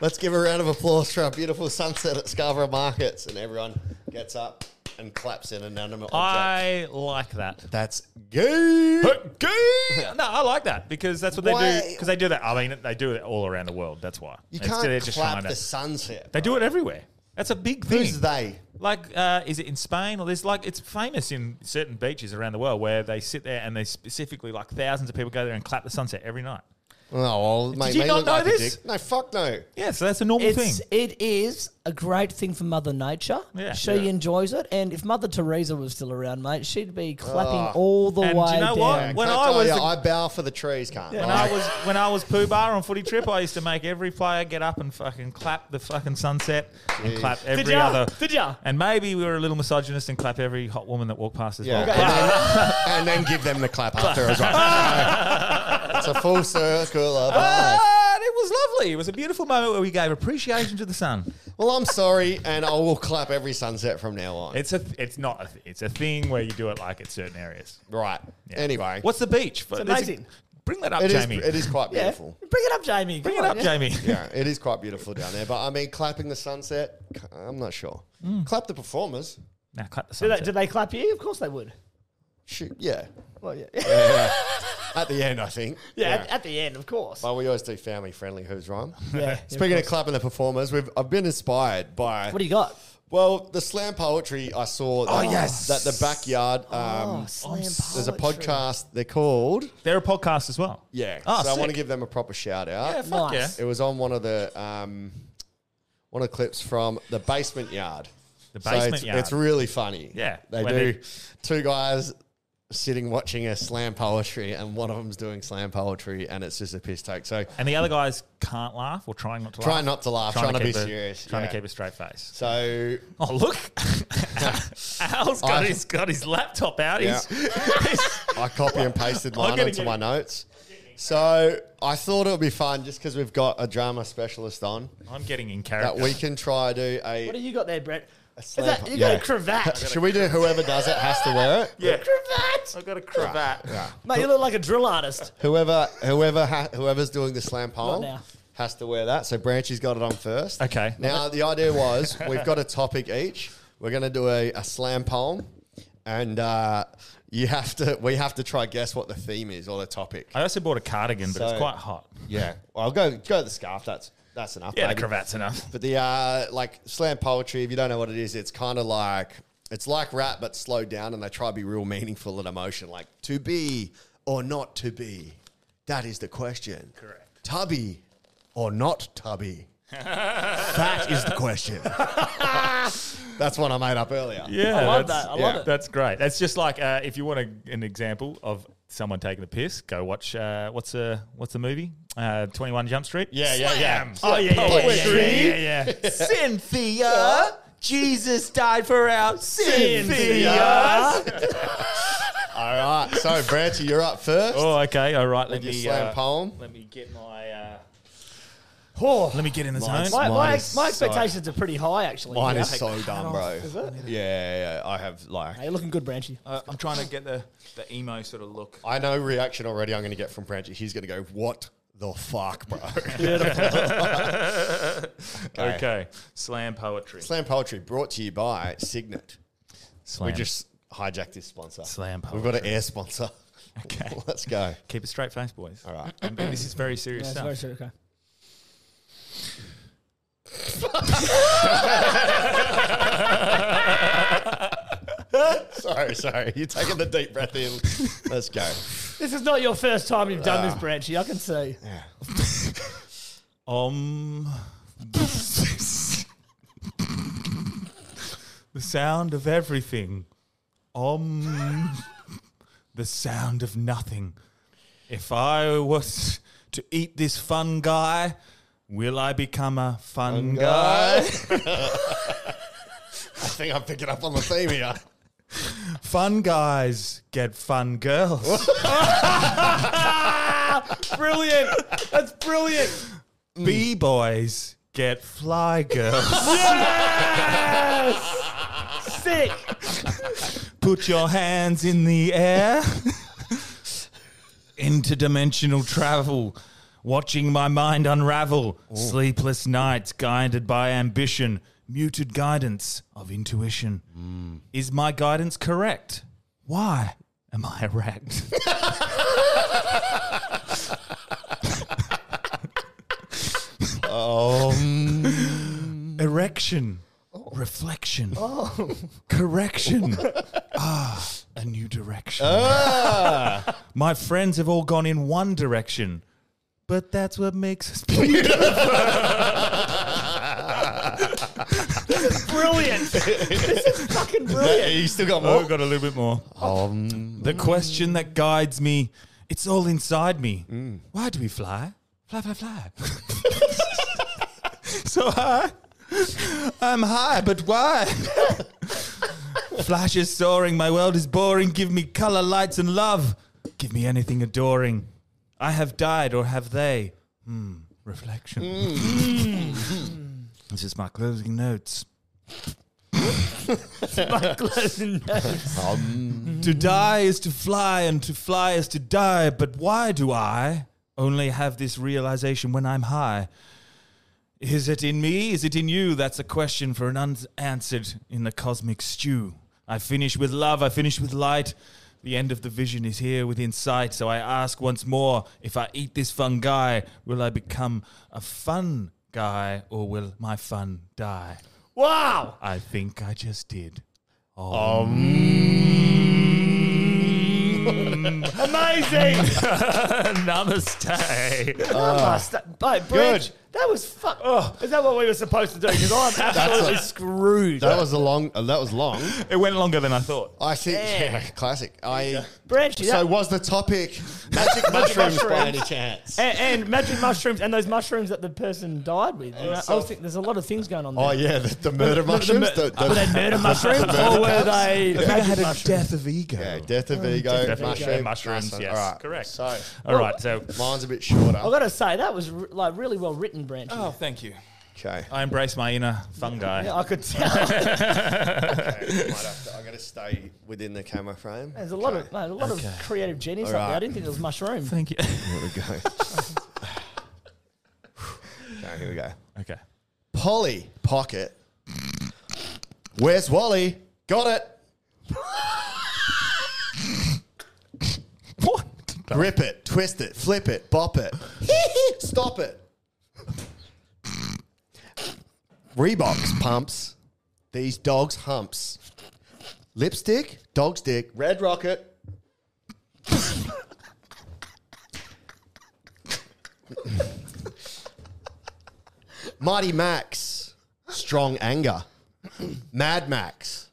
A: Let's give a round of applause for our beautiful sunset at Scarborough Markets, and everyone gets up and claps in an animate object.
B: I like that.
A: That's gay.
B: Okay. No, I like that because that's what they do.
A: Why-
B: Because they do that. I mean, they do it all around the world. That's why.
A: You
B: It's-
A: can't
B: they're
A: clap
B: trying to-
A: the sunset.
B: They do it everywhere. That's a big thing.
A: Who's they?
B: Like, uh, is it in Spain or there's like it's famous in certain beaches around the world where they sit there and they specifically like thousands of people go there and clap the sunset every night.
A: Oh, well, mate,
B: you
A: me
B: not
A: look
B: know
A: like a
B: this?
A: dick. No, fuck no.
B: Yeah, so that's a normal thing.
C: It's it is a great thing for Mother Nature.
B: Yeah.
C: she
B: Yeah.
C: enjoys it, and if Mother Teresa was still around, mate, she'd be clapping all the
B: And do you
C: way
B: know
C: down.
B: what?
A: Yeah,
B: When
A: can't
B: I
A: tell
B: was
A: ya,
B: the-
A: I bow for the trees, can't.
B: When I was when I was poo bar on footy trip, I used to make every player get up and fucking clap the fucking sunset and clap every
C: ya?
B: other.
C: Did ya?
B: And maybe we were a little misogynist and clap every hot woman that walked past us.
A: Yeah.
B: Yeah.
A: And, then, and then give them the clap after as well. it's a full circle of life.
B: And it was lovely. It was a beautiful moment where we gave appreciation to the sun.
A: Well, I'm sorry, and I will clap every sunset from now on.
B: It's a it's not a, it's a thing where you do it like at certain areas.
A: right.
B: Yeah.
A: Anyway,
B: What's the beach? It's
C: amazing.
B: bring that up,
A: it is-
B: Jamie.
A: It is quite
C: Yeah.
A: beautiful.
C: Bring it up, Jamie.
B: bring
C: Come
B: it
C: on,
B: up,
C: yeah.
B: Jamie.
A: Yeah. it is quite beautiful down there. But I mean, clapping the sunset, I'm not sure. Clap the performers.
B: Now clap the
C: Do they,
B: sunset.
C: do they clap you? Of course they would.
A: Shoot, yeah.
C: Well, yeah,
A: Yeah, yeah. At the end, I think.
C: Yeah, At, at the end, of course.
A: Well, we always do family friendly. Who's wrong?
C: yeah.
A: Speaking of clapping the performers, we've I've been inspired by
C: what do you got?
A: Well, the slam poetry I saw.
B: Oh,
A: that-
B: yes. Oh,
A: that the backyard. Um,
B: slam
A: There's a
B: poetry.
A: podcast. They're called.
B: They're a podcast as well.
A: Yeah.
B: Oh,
A: so I want to
B: sick.
A: give them a proper shout out.
B: Yeah, fuck Nice. yeah.
A: It was on one of the um, one of the clips from the basement yard.
B: The
A: So
B: Basement
A: it's,
B: Yard.
A: It's really funny.
B: Yeah,
A: They
B: when
A: do
B: they-
A: two guys sitting watching a slam poetry and one of them's doing slam poetry and it's just a piss take. So
B: And the other guys can't laugh or trying not to
A: Trying
B: laugh.
A: not to laugh, trying to
B: keep
A: be
B: a-
A: serious,
B: Trying
A: yeah.
B: to keep a straight face.
A: So
B: Oh look. Al's got
A: I-
B: his got his laptop out. He's
A: I copy and pasted
B: I'm
A: mine
B: gonna
A: onto
B: get
A: my
B: it.
A: notes. So I thought it would be fun just because we've got a drama specialist on
B: I'm getting in character.
A: that we can try to do a.
C: What have you got there, Brett? Is
A: slam
C: that,
A: po-
C: you got
A: yeah.
C: a cravat.
A: Should we do whoever does it has to wear it?
B: Yeah.
C: Cravat.
B: I've got a cravat.
A: Yeah.
C: Mate, you look like a drill artist.
A: Whoever, whoever, ha- whoever's doing the slam pole
C: now.
A: has to wear that. So Branchy's got it on first.
B: Okay.
A: Now the idea was we've got a topic each. We're going to do a, a slam poem, and uh, you have to. We have to try guess what the theme is or the topic.
B: I also bought a cardigan, but
A: So-
B: it's quite hot.
A: Yeah. Well, I'll go go with the scarf. That's that's enough.
B: Yeah, the
A: baby.
B: cravat's enough.
A: But the uh, like slam poetry. If you don't know what it is, it's kind of like it's like rap, but slowed down, and they try to be real meaningful and emotion. Like to be or not to be, that is the question. Correct. Tubby or not tubby, that is the question. That's one I made up earlier.
B: Yeah,
C: I love
B: that's-
C: that. I love
A: yeah.
C: it.
B: That's great. That's just like uh, if you want a, an example of someone taking the piss, go watch uh, what's a what's the movie? Uh, Twenty One Jump Street.
A: Yeah, yeah, yeah.
B: Oh yeah, yeah, yeah, yeah,
A: Poetry.
B: yeah, yeah, yeah.
C: Cynthia. Jesus died for our
A: All right. So, Branchy, you're up first.
B: Oh, okay. All right. Let
A: With your
B: me
A: slam
B: uh,
A: poem.
B: Let me get my. Uh,
C: Oh,
B: let me get in the
A: Mine's-
B: zone.
C: my,
A: Mine
C: my,
A: is
C: my
A: so-
C: expectations are pretty high, actually.
A: Mine
C: Yeah.
A: is so dumb, bro.
C: Is it?
A: Yeah, yeah, yeah, I have like
C: Hey, you're looking good, Branchy.
B: Uh, I'm trying to get the the emo sort of look.
A: I know reaction already. I'm going to get from Branchy. He's going to go, "What the fuck, bro?"
B: Okay. Slam poetry.
A: Slam poetry brought to you by Signet.
B: Slam.
A: We just hijacked this sponsor.
B: Slam
A: We've got an air sponsor.
B: Okay.
A: Let's go.
B: Keep a straight face, boys.
A: All right.
B: And this is very serious
C: Yeah,
B: stuff.
C: it's very true, okay.
A: sorry, sorry. You're taking the deep breath in. Let's go.
C: This is not your first time you've done
A: Ah.
C: this, Branchy. I can see.
B: Um. the sound of everything. Um. the sound of nothing. If I was to eat this fun guy, will I become a fun, guy?
A: I think I'm picking up on the theme here.
B: Fun guys get fun girls.
C: Brilliant. That's brilliant.
B: B boys get fly girls.
C: Sick.
B: Put your hands in the air. Interdimensional travel. Watching my mind unravel. Sleepless nights guided by ambition. Muted guidance of intuition. Is my guidance correct? Why am I erect? Um, Erection. Reflection. Correction. ah, a new direction. My friends have all gone in one direction, but that's what makes us beautiful.
C: Brilliant. this is fucking
A: Yeah,
C: brilliant.
A: you still got
B: Oh,
A: more.
B: got a little bit more.
A: Um,
B: The question that guides me, it's all inside me. Why do we fly? Fly, fly, fly. so high. I'm high, but why? Flashes soaring, my world is boring. Give me color, lights, and love. Give me anything adoring. I have died, or have they? Hmm, reflection. this is my closing notes. To die is to fly, and to fly is to die. But why do I only have this realization when I'm high? Is it in me? Is it in you? That's a question for an unanswered in the cosmic stew. I finish with love, I finish with light. The end of the vision is here within sight, so I ask once more if I eat this fun guy, will I become a fun guy or will my fun die?
A: Wow.
B: I think I just did.
C: Um. Amazing.
B: Namaste.
C: Namaste. Bye, Branch.
B: Good.
C: That was fuck. Is that what we were supposed to do? Because I'm absolutely screwed.
A: That was a long. uh, that was long.
B: It went longer than I thought.
A: I see.
C: Yeah.
A: Yeah, classic. I.
C: Branch.
A: So was the topic magic mushrooms by any chance?
C: And, and magic mushrooms and those mushrooms that the person died with. You know, I
A: so-
C: was thinking there's a lot of things going on there.
A: Oh yeah, the, the murder
C: Were- were the
A: mushrooms.
C: mur- were they murder mushrooms
A: the murder
C: or were
A: caps?
C: they
B: I think I had a death of ego.
A: Yeah, death of ego,
B: Death of ego,
A: mushroom,
B: mushrooms,
A: Nice one.
B: yes,
A: All right.
B: correct.
A: So,
B: All right, so-
A: mine's a bit shorter.
C: I've got to say that was re- like really well written, Branch.
A: Ah.
B: Oh, thank you.
A: Okay.
B: I embrace my inner fungi.
C: Yeah, I could tell.
A: Okay, might have to- I got to stay within the camera frame.
C: There's a lot of mate, a lot of creative genius
A: All
C: up there. I
A: right.
C: didn't think it was mushroom.
B: Thank you.
A: There we go. okay, here we go.
B: Okay.
A: Polly Pocket. Where's Wally? Got it.
B: what?
A: Grip it, twist it, flip it, bop it. Stop it. Reeboks pumps. These dogs humps. Lipstick, dog stick, red rocket. Mighty Max, strong anger. Mad Max,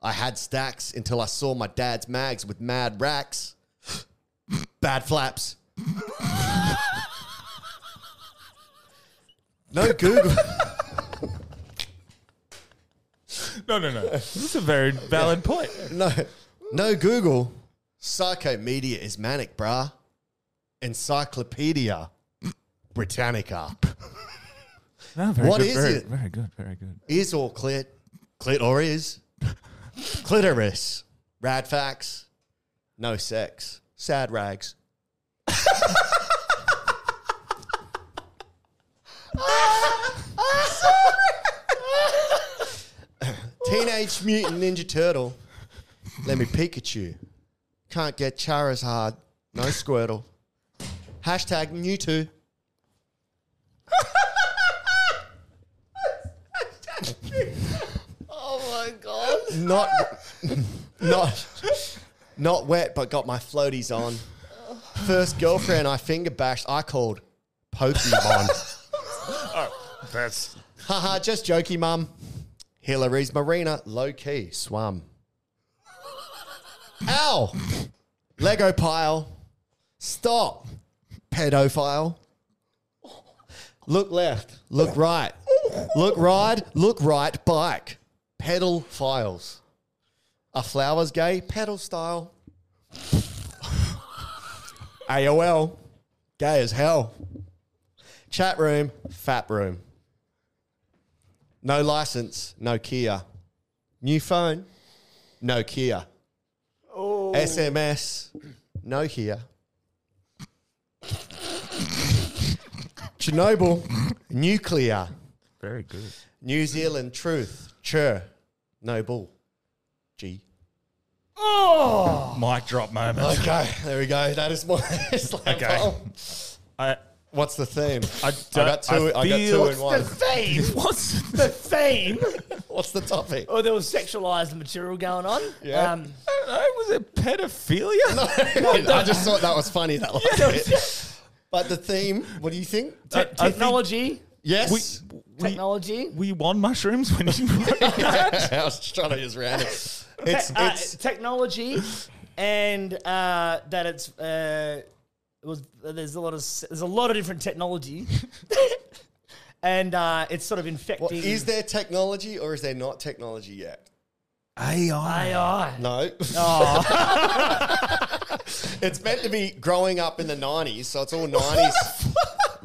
A: I had stacks until I saw my dad's mags with mad racks. Bad flaps. no Google.
B: No, no, no. This is a very valid point.
A: No, no Google. Psychomedia is manic, brah. Encyclopedia Britannica.
B: No, very
A: What
B: good,
A: is
B: very,
A: it?
B: Very good. Very good.
A: Is or clit. Clit or is. Clitoris. Rad facts. No sex. Sad rags. Teenage Mutant Ninja Turtle. Let me Pikachu. Can't get Charizard. No Squirtle. Hashtag Mewtwo.
D: Oh my god.
A: Not, not, not wet, but got my floaties on. First girlfriend I finger bashed, I called Pokemon.
B: That's
A: Haha, just jokey, mum. Hillary's Marina, low key, swum. Ow! Lego pile. Stop. Pedophile. Look left, look right. Look right, look right, bike. Pedal files. Are flowers gay? Pedal style. AOL. Gay as hell. Chat room, fat room. No license, no Kia. New phone, no Kia. SMS, no Kia. Chernobyl, nuclear.
B: very good.
A: New Zealand truth, chur, no bull. G.
C: Oh,
B: Mic drop moment.
A: Okay, there we go. That is my. It's like,
B: Okay.
A: oh,
B: I,
A: what's the theme?
B: I,
A: got
B: don't-
A: two- I got two
B: feel-
A: in one.
C: the theme.
B: What's
C: the theme.
A: What's the topic?
C: Oh, there was sexualized material going on.
A: Yeah.
C: Um,
B: I don't know. Was it pedophilia?
A: I just thought that was funny. That last bit. Uh, But the theme, what do you think?
C: te-
B: I think-
C: technology.
A: yes.
B: We, we,
C: Technology.
B: we won mushrooms when you wrote that?
A: I was trying to just round it. It's,
C: Uh,
A: it's,
C: technology, and uh, that it's uh, it was there's a lot of s- there's a lot of different technology, and uh, it's sort of infecting.
A: Well, is there technology or is there not technology yet?
B: AI.
C: AI?
A: No. it's meant to be growing up in the 90s, so it's all 90s.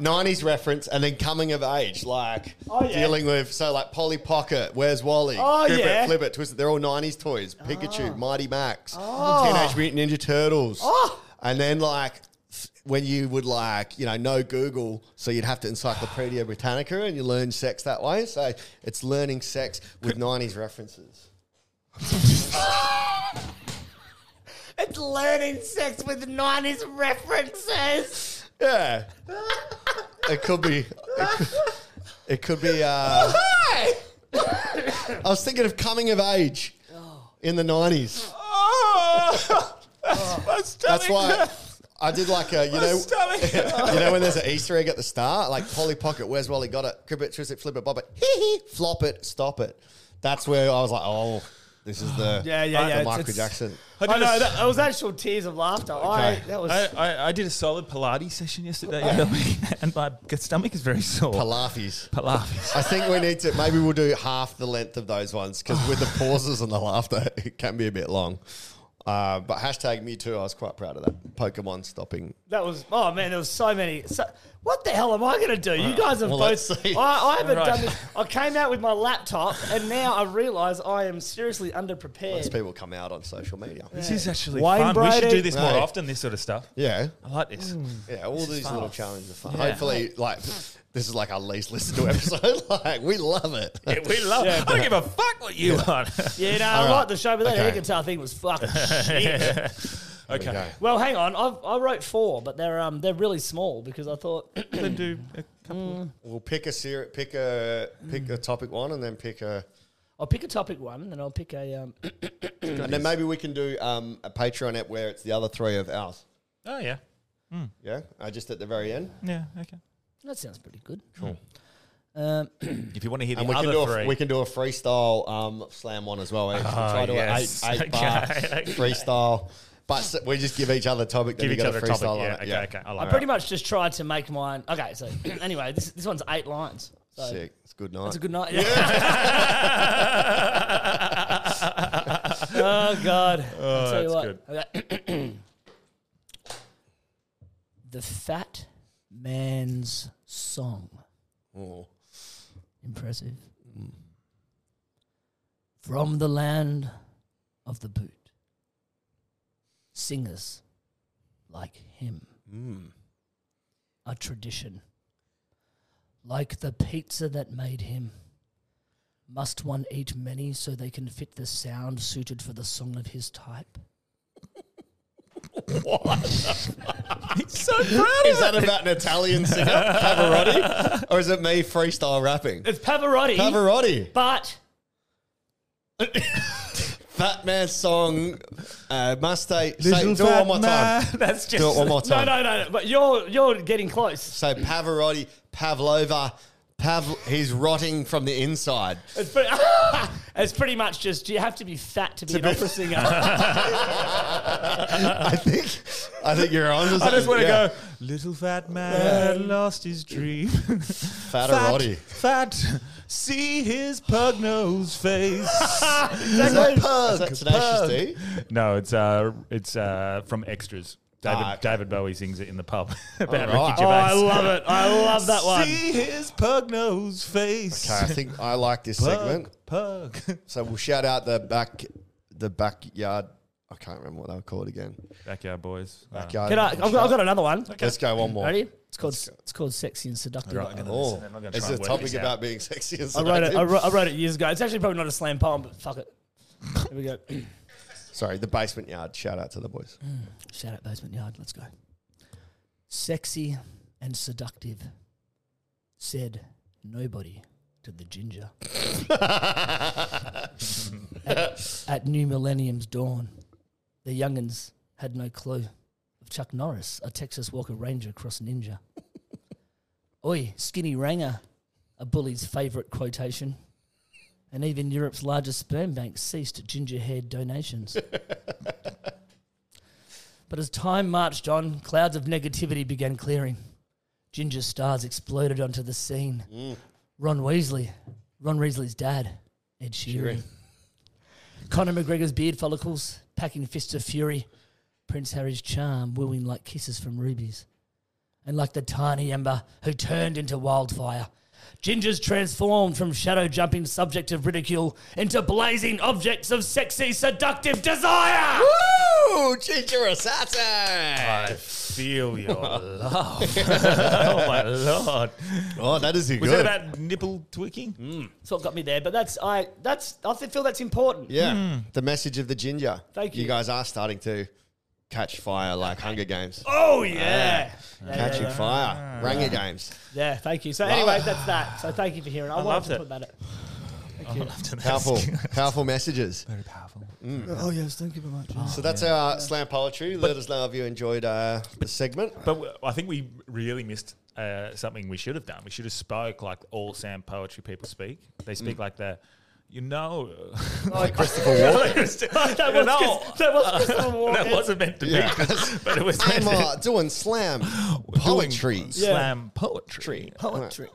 A: 90s reference and then coming of age, like
C: Oh, yeah.
A: dealing with, so like Polly Pocket, Where's Wally?
C: Oh,
A: Grip
C: yeah. Oh.
A: It, Flip It, Twist It. They're all 90s toys. Pikachu, Mighty Max, Teenage Mutant Ninja Turtles.
C: Oh.
A: And then, like, th- when you would, like, you know, no Google, so you'd have to Encyclopedia Britannica and you learn sex that way. So it's learning sex with 90s references.
C: It's learning sex with nineties references.
A: Yeah. It could be. It could, it could be. Uh, I was thinking of coming of age in the 90s.
C: Oh,
A: That's why I did like a, you know, you know when there's an Easter egg at the start, like Polly Pocket, where's Wally got it, crib it, twist it, flip it, bob it, hee hee, flop it, stop it. That's where I was like, oh, this is the
C: Yeah, yeah,
A: the
C: yeah, it's-
A: Michael
C: it's-
A: Jackson.
C: I know that, that was actual tears of laughter. I, that was
B: I, I, I did a solid Pilates session yesterday, and my stomach is very sore.
A: Pilates.
B: Pilates.
A: I think we need to maybe we'll do half the length of those ones because with the pauses and the laughter, it can be a bit long. Uh, but hashtag me too. I was quite proud of that Pokemon stopping.
C: that was oh man, there was so many. So, what the hell am I going to do? You guys have
A: Well, let's
C: both.
A: see.
C: I, I haven't
A: Right.
C: done this. I came out with my laptop, and now I realise I am seriously underprepared.
A: Those people come out on social media.
C: This
B: This is actually
C: Wayne
B: fun. We should
C: Brady. Mm.
B: do this more
A: No.
B: often. This sort of stuff.
A: Yeah.
B: I like this.
A: Yeah, all
B: This is
A: these
B: fun.
A: little challenges are fun.
B: Yeah.
A: Hopefully, like this is like our least listened to episode. like we love it.
B: Yeah, we love. I don't give a fuck what you
A: Yeah.
B: want.
C: Yeah, no, I
A: All right.
C: like the show, but that
A: Okay.
C: air guitar thing was fucking shit.
B: okay.
C: Well, hang on. I've, I wrote four, but they're um they're really small because I thought
B: then do a
C: couple.
A: We'll pick a ser- pick a pick a topic one, and then pick a,
C: I'll pick a topic one, then I'll pick a um.
A: and then maybe we can do um, a Patreon app where it's the other three of ours.
B: Oh yeah.
A: Yeah, uh, just at the very end.
B: Yeah. Okay.
C: That sounds pretty good.
A: Cool.
C: Um,
B: If you want to hear the
A: And we can,
B: other
A: do
B: three,
A: a, we can do a freestyle um, slam one as well. eh? We'll
B: Oh,
A: try to do an
B: yes.
A: eight, eight
B: Okay,
A: bar
B: okay.
A: freestyle. But s- we just give each other a topic. Then
B: Give
A: we
B: each
A: get
B: other a
A: freestyle
B: topic, yeah,
A: on it.
B: okay, okay, I
C: I
B: like
C: pretty much just tried to make mine. Okay, so anyway, this this one's eight lines. So
A: Sick. It's a good night.
C: That's a good night. oh God!
B: Oh, that's
C: Okay. the fat man's song.
A: Oh.
C: Impressive.
A: Mm.
C: From the land of the boot, singers like him
A: Mm.
C: a tradition. Like the pizza that made him. Must one eat many so they can fit the sound suited for the song of his type?
B: He's so proud
A: Is that about an Italian singer, Pavarotti, or is it me freestyle rapping?
C: It's Pavarotti.
A: Pavarotti.
C: But
A: Fat Man song. Uh, must say, say do it one more time.
B: That's
A: Do it one more time.
C: No, no, no. no, But you're you're getting close.
A: So Pavarotti, Pavlova, Pav. He's rotting from the inside.
C: It's pretty, it's pretty much just you have to be fat to be an opera singer.
A: I think. I think you're on.
B: I just want to go. Little fat man lost his dream.
A: Fatterotti.
B: Fat, fat. See his pug nose face.
A: Is that pug? Is that Tenacious
B: Pug.
A: D?
B: No, it's uh, it's uh, from extras. David,
A: Ah, okay.
B: David Bowie sings it in the pub about
A: All right.
B: Ricky
A: Oh,
B: Gervais.
A: I
C: love it. I love that one.
B: See his pug nose face.
A: Okay, I think I like this
B: Pug,
A: segment.
B: Pug.
A: So we'll shout out the back, the backyard. I can't remember what they were called again.
B: Backyard boys. Uh,
A: Backyard.
C: Can I, I've, got, I've got another one.
A: Let's go one more.
C: Ready? It's called it's called sexy and seductive.
B: Right, I'm gonna listen
A: Oh,
B: and I'm gonna
A: it's
B: try
A: a
B: and work
A: topic
B: this out.
A: about being sexy and
C: I wrote it. I
A: seductive.
C: wrote, I wrote it years ago. It's actually probably not a slam poem, but fuck it. Here we go.
A: Sorry, the basement yard. Shout out to the boys.
C: Shout out Basement Yard. Let's go. Sexy and seductive, said nobody to the ginger. at, at New Millennium's dawn, the young'uns had no clue of Chuck Norris, a Texas Walker Ranger cross ninja. Oi, skinny ranger, a bully's favourite quotation. And even Europe's largest sperm bank ceased ginger haired donations. But as time marched on, clouds of negativity began clearing. Ginger stars exploded onto the scene. Ron Weasley, Ron Weasley's dad, Ed Sheeran. Conor McGregor's beard follicles, packing fists of fury. Prince Harry's charm wooing like kisses from rubies. And like the tiny ember who turned into wildfire. Ginger's transformed from shadow jumping subject of ridicule into blazing objects of sexy, seductive desire!
A: Woo! Ginger Assassin!
B: I feel your love. oh my lord.
A: Oh, that is good.
B: Was that about nipple tweaking?
C: That's what got me there. But that's I that's I th- feel that's important.
A: yeah, the message of the ginger.
C: Hmm. Thank you.
A: You guys are starting to catch fire like Hunger Games.
C: Oh yeah. Yeah, Ah. yeah,
A: Catching
C: yeah.
A: fire. Ranger Games.
C: Yeah, thank you. So
A: Wow.
C: anyway, that's that. So thank you for hearing. I,
B: I
C: wanted
B: loved
C: to
B: it.
C: put that. Thank you.
A: Powerful, powerful messages. Very
B: powerful.
K: Mm.
C: Oh, yes, thank you very much.
A: So that's our slam poetry. Let us know if you enjoyed uh, the segment.
K: But w- I think we really missed uh, something we should have done. We should have spoke like all Sam poetry people speak. They speak
C: Mm.
K: like the, you know,
C: Like
A: Christopher Walken.
K: Like Christ-
C: That
K: you
C: was
K: know.
C: Chris- that was Christopher
K: That
C: Walken.
K: wasn't meant to
A: Yeah.
K: be, but it was meant
A: I'm uh,
K: to-
A: doing slam poetry.
K: Yeah. slam poetry.
C: Poetry.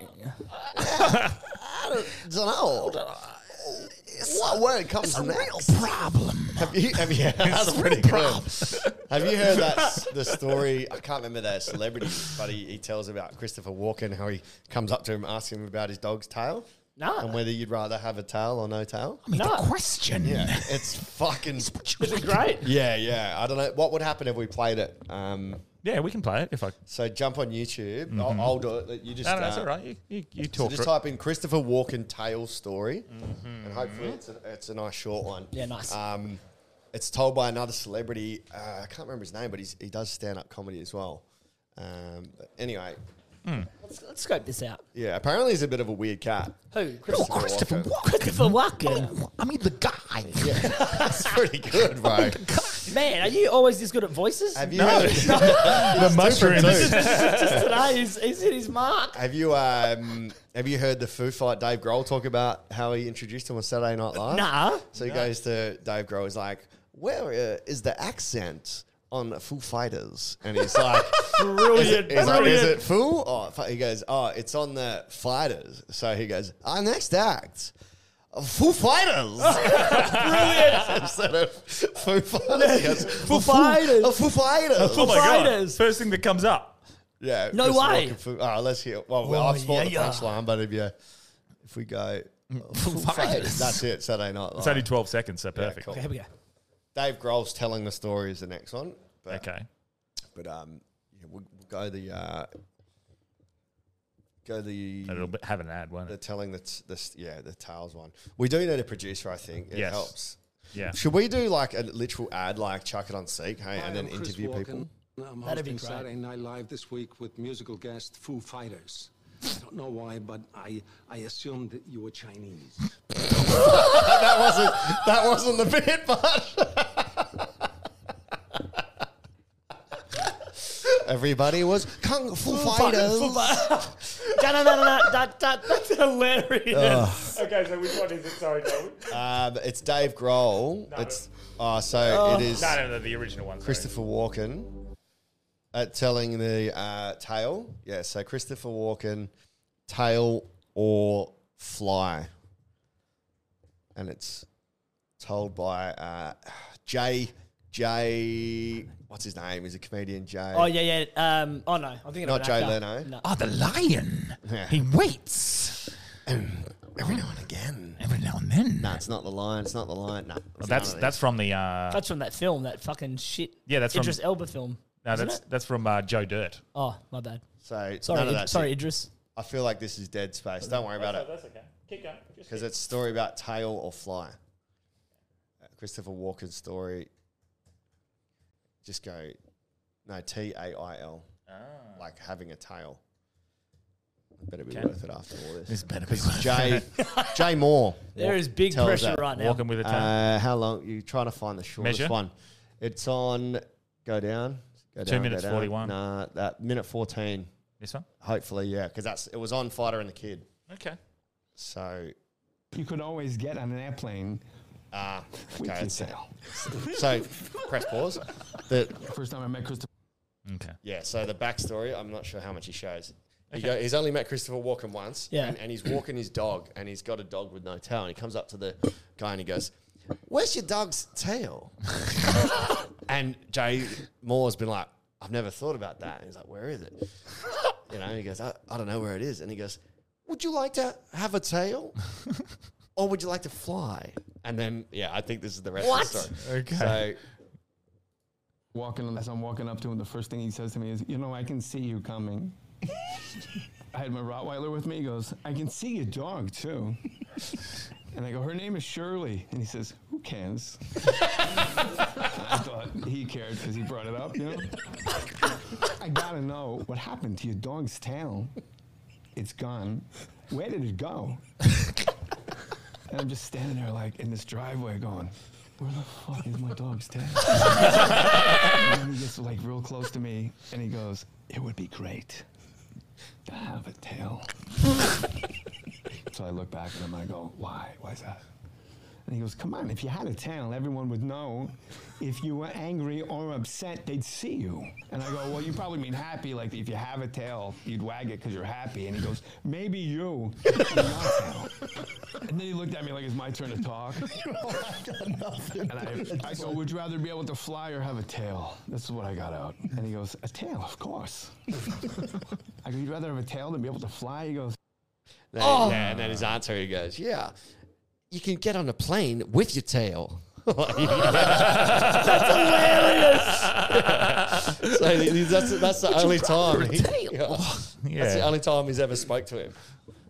A: I don't know. What word comes
C: it's a
A: next? problem. Have you? Have you? That's
C: a
A: pretty
C: real
A: good. Have you heard that s- the story? I can't remember the celebrity, but he, he tells about Christopher Walken how he comes up to him asking him about his dog's tail.
C: No.
A: And whether you'd rather have a tail or no tail.
C: I mean, the No.
A: question. Yeah, it's fucking.
C: Is it great?
A: Yeah, yeah. I don't know what would happen if we played it. Um,
K: yeah, we can play it if I.
A: So jump on YouTube.
C: Mm-hmm.
A: I'll,
K: Mhm.
A: I'll do it. You just
K: No, no, it's
A: uh,
K: all right. You- you- you
A: so
K: talk
A: just
K: for it.
A: type in Christopher Walken tail story, and hopefully it's a, it's a nice short one.
C: Yeah, nice.
A: Um, it's told by another celebrity. Uh, I can't remember his name, but he's, he does stand up comedy as well. Um, but anyway,
C: Let's, let's scope this out.
A: yeah. Apparently he's a bit of a weird cat.
C: Who?
A: Christopher Christopher Walken.
C: Christopher Walken.
A: I mean the guy. Yeah, that's pretty good, bro.
C: Man, are you always this good at voices?
A: Have you
C: Oh No.
A: heard-
C: No.
A: The mushrooms.
C: This is just, just- just today. He's, he's hit his mark.
A: Have you um have you heard the Foo Fight Dave Grohl talk about how he introduced him on Saturday Night Live?
C: Nah.
A: So he goes to Dave Grohl. He's like, "Where uh, is the accent on Foo Fighters?" And he's like, "Is it,
C: Brilliant,
A: he's like, is
C: brilliant.
A: it Foo?" Or fi-" he goes, "Oh, it's on the Fighters." So he goes, "Our next act." Foo Fighters, brilliant. Instead of Foo Fighters, he goes,
C: Foo Fighters.
A: uh, Foo Fighters,
K: Oh my god! First thing that comes up.
A: yeah.
C: No
A: Christopher
C: way.
A: Walken Foo- oh, let's hear. Well, well
C: Oh,
A: I've spoiled
C: yeah,
A: the
C: yeah.
A: punchline, but if you, if we go, Foo Fighters. that's it. Saturday Night Live.
K: It's only twelve seconds, so perfect.
A: cool.
C: Okay, here we go.
A: Dave Grohl's telling the story is the next one. But,
K: Okay.
A: But um, yeah, we'll, we'll go the uh, go the
K: It'll be- have an ad, won't
A: the
K: it?
A: telling the t- this yeah the tales one. We do need a producer, I think. It
K: Yes.
A: helps.
K: Yeah.
A: Should we do like a literal ad, like chuck it on Seek, hey,
L: Hi,
A: and then
L: I'm Chris
A: interview people?
L: Walken. I'm
C: That'd be
L: hosting
C: great.
L: Saturday Night Live this week with musical guest Foo Fighters. I don't know why, but I, I assumed that you were Chinese.
A: that wasn't that wasn't the bit, but everybody was kung fu fighters.
C: That's hilarious.
K: Okay, so which one is it? Sorry, Joe.
A: Um, it's Dave Grohl. It's oh, so it is
K: No, no, no, the original one. sorry.
A: Christopher Walken uh, telling the uh, tale. Yeah, so Christopher Walken, tail or fly, and it's told by uh, Jay Jay. What's his name? He's a comedian. Jay.
C: Oh yeah, yeah. Um, oh no, I'm thinking
A: Not
C: of
A: Jay
C: an actor.
A: Leno.
C: No.
A: Oh, the lion. He
K: waits.
A: Every now and again.
K: Every now and then.
A: No, it's not the lion. It's not the lion. No, it's
K: that's
A: none of
K: that's
A: these.
K: from the. Uh,
C: That's from that film, that fucking shit.
K: yeah, that's
C: Idris
K: from
C: Elba film.
K: No,
C: isn't
K: that's
C: it?
K: that's from uh, Joe Dirt.
C: Oh, my bad.
A: so.
C: Sorry,
A: none of
C: Id-
A: that's
C: sorry,
A: it.
C: Idris.
A: I feel like this is dead space. Don't worry about it.
K: Oh, That's okay. Keep going.
A: Because it's a story about tail or fly. Uh, Christopher Walken's story. Just go, no, T A I L.
C: Ah.
A: Like having a tail. Better be worth it after all this.
K: This better be
A: 'Cause
K: worth
A: Jay, Jay Moore.
C: There is big
A: tells
C: pressure right now. Walking
K: with a tail.
A: Uh, how long? you trying to find the shortest
K: Measure?
A: one. It's on, go down. Go
K: Two
A: down, go
K: minutes
A: down.
K: 41.
A: Nah, that, minute 14.
K: This one?
A: Hopefully, yeah. Because that's it was on Fighter and the Kid.
K: Okay.
A: So
M: You could always get on an airplane.
A: Ah,
M: with
A: okay,
M: your
A: that's it.
M: tail.
A: So press pause. The
M: first time I met Christopher.
K: Okay.
A: Yeah, so the backstory, I'm not sure how much he shows. He go, he's only met Christopher Walken once,
C: Yeah.
A: and, and he's walking his dog, and he's got a dog with no tail, and he comes up to the guy and he goes, "Where's your dog's tail?" and Jay Moore's been like, "I've never thought about that." And he's like, "Where is it?" You know, he goes, I, "I don't know where it is," and he goes, "Would you like to have a tail, or would you like to fly?" And then, yeah, I think this is the rest
M: What?
A: of the story.
M: Okay.
A: So,
M: Walking, as I'm walking up to him, the first thing he says to me is, "You know, I can see you coming." I had my Rottweiler with me. He goes, "I can see your dog too," and I go, "Her name is Shirley," and he says, "Who cares?" I thought he cared because he brought it up. You know, I gotta know what happened to your dog's tail. It's gone. Where did it go?
I: And I'm just standing there, like in this driveway, going, "Where the fuck is my dog's tail?" and then he gets like real close to me, and he goes, "It would be great to have a tail." so I look back at him, and I go, "Why? Why's that?" And he goes, "Come on, if you had a tail, everyone would know. If you were angry or upset, they'd see you." And I go, "Well, you probably mean happy. Like if you have a tail, you'd wag it because you're happy." And he goes, "Maybe you." And then he looked at me like it's my turn to talk. And I, I go, would you rather be able to fly or have a tail? This is what I got out. And he goes, a tail, of course. I go, you'd rather have a tail than be able to fly? He goes,
A: Then-
I: Oh.
A: yeah, and then
C: Ah.
A: his answer, he goes, "Yeah, you can get on a plane with your tail." that's hilarious. so he- that's, that's the
N: Would you
A: only
N: rather
A: time.
N: a
A: he-
N: tail?
A: Oh, yeah. That's the
N: Yeah.
A: only time he's ever spoke to him.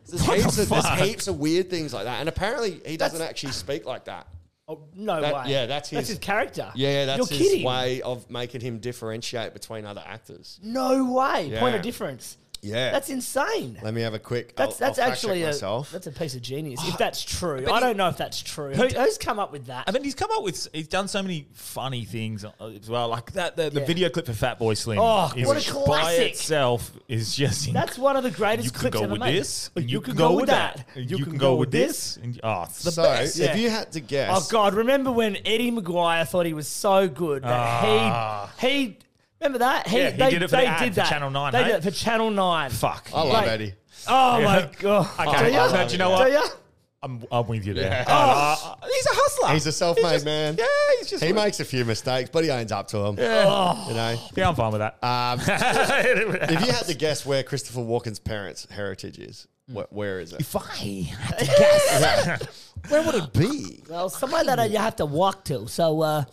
A: There's
N: What the
A: heaps, of, there's
N: fuck?
A: heaps of weird things like that, and apparently he doesn't
C: That's-
A: actually speak like that.
C: Oh, no
A: That-
C: way.
A: Yeah, that's his,
C: That's his character.
A: Yeah, yeah, that's
C: You're
A: his
C: kidding.
A: way of making him differentiate between other actors.
C: No way. Point
A: Yeah.
C: of difference.
A: Yeah.
C: That's insane.
A: Let me have a quick.
C: That's
A: I'll-
C: that's
A: I'll fact check
C: actually a,
A: myself.
C: that's a piece of genius. If that's true,
B: But
C: I
B: he-
C: don't know if that's true.
B: He
C: Who,
B: d-
C: who's come up with that?
B: I mean, he's come up with, he's done so many funny things uh, as well. Like that, the, the
C: Yeah.
B: video clip for Fat Boy Slim.
C: Oh,
B: is
C: what a
B: By
C: classic.
B: itself is just.
C: That's one of the greatest
B: you can
C: clips
B: go
C: ever
B: with
C: made. Oh,
B: this,
C: Or
B: and you, can go, with that, and you, can go with this. And, oh, it's the
A: So,
B: best.
A: if you had to guess-
C: Oh God! Remember when Eddie Maguire thought he was so good that
B: Ah.
C: he he remember that
B: Yeah, he did it for the ad for Channel 9,
C: They
B: hey?
C: did it for Channel Nine. Fuck!
B: I love Eddie.
C: Oh
B: Yeah.
C: my God!
B: Okay,
C: Do ya?
B: but you know
C: Do ya?
B: what? I'm, I'm with you there.
A: Yeah.
B: Oh, no, I- he's a hustler.
A: He's a self-made man. Yeah,
B: he's just
A: he makes a few mistakes, but he owns up to them.
B: Yeah. Oh.
A: you know.
B: Yeah, I'm fine with that.
A: Um,
B: It
A: if you had to guess where Christopher Walken's parents' heritage is,
B: Hmm.
A: wh- where is it? If
B: I
A: had to guess, where would it be?
C: Well, somewhere that uh, you have to walk to. So, uh,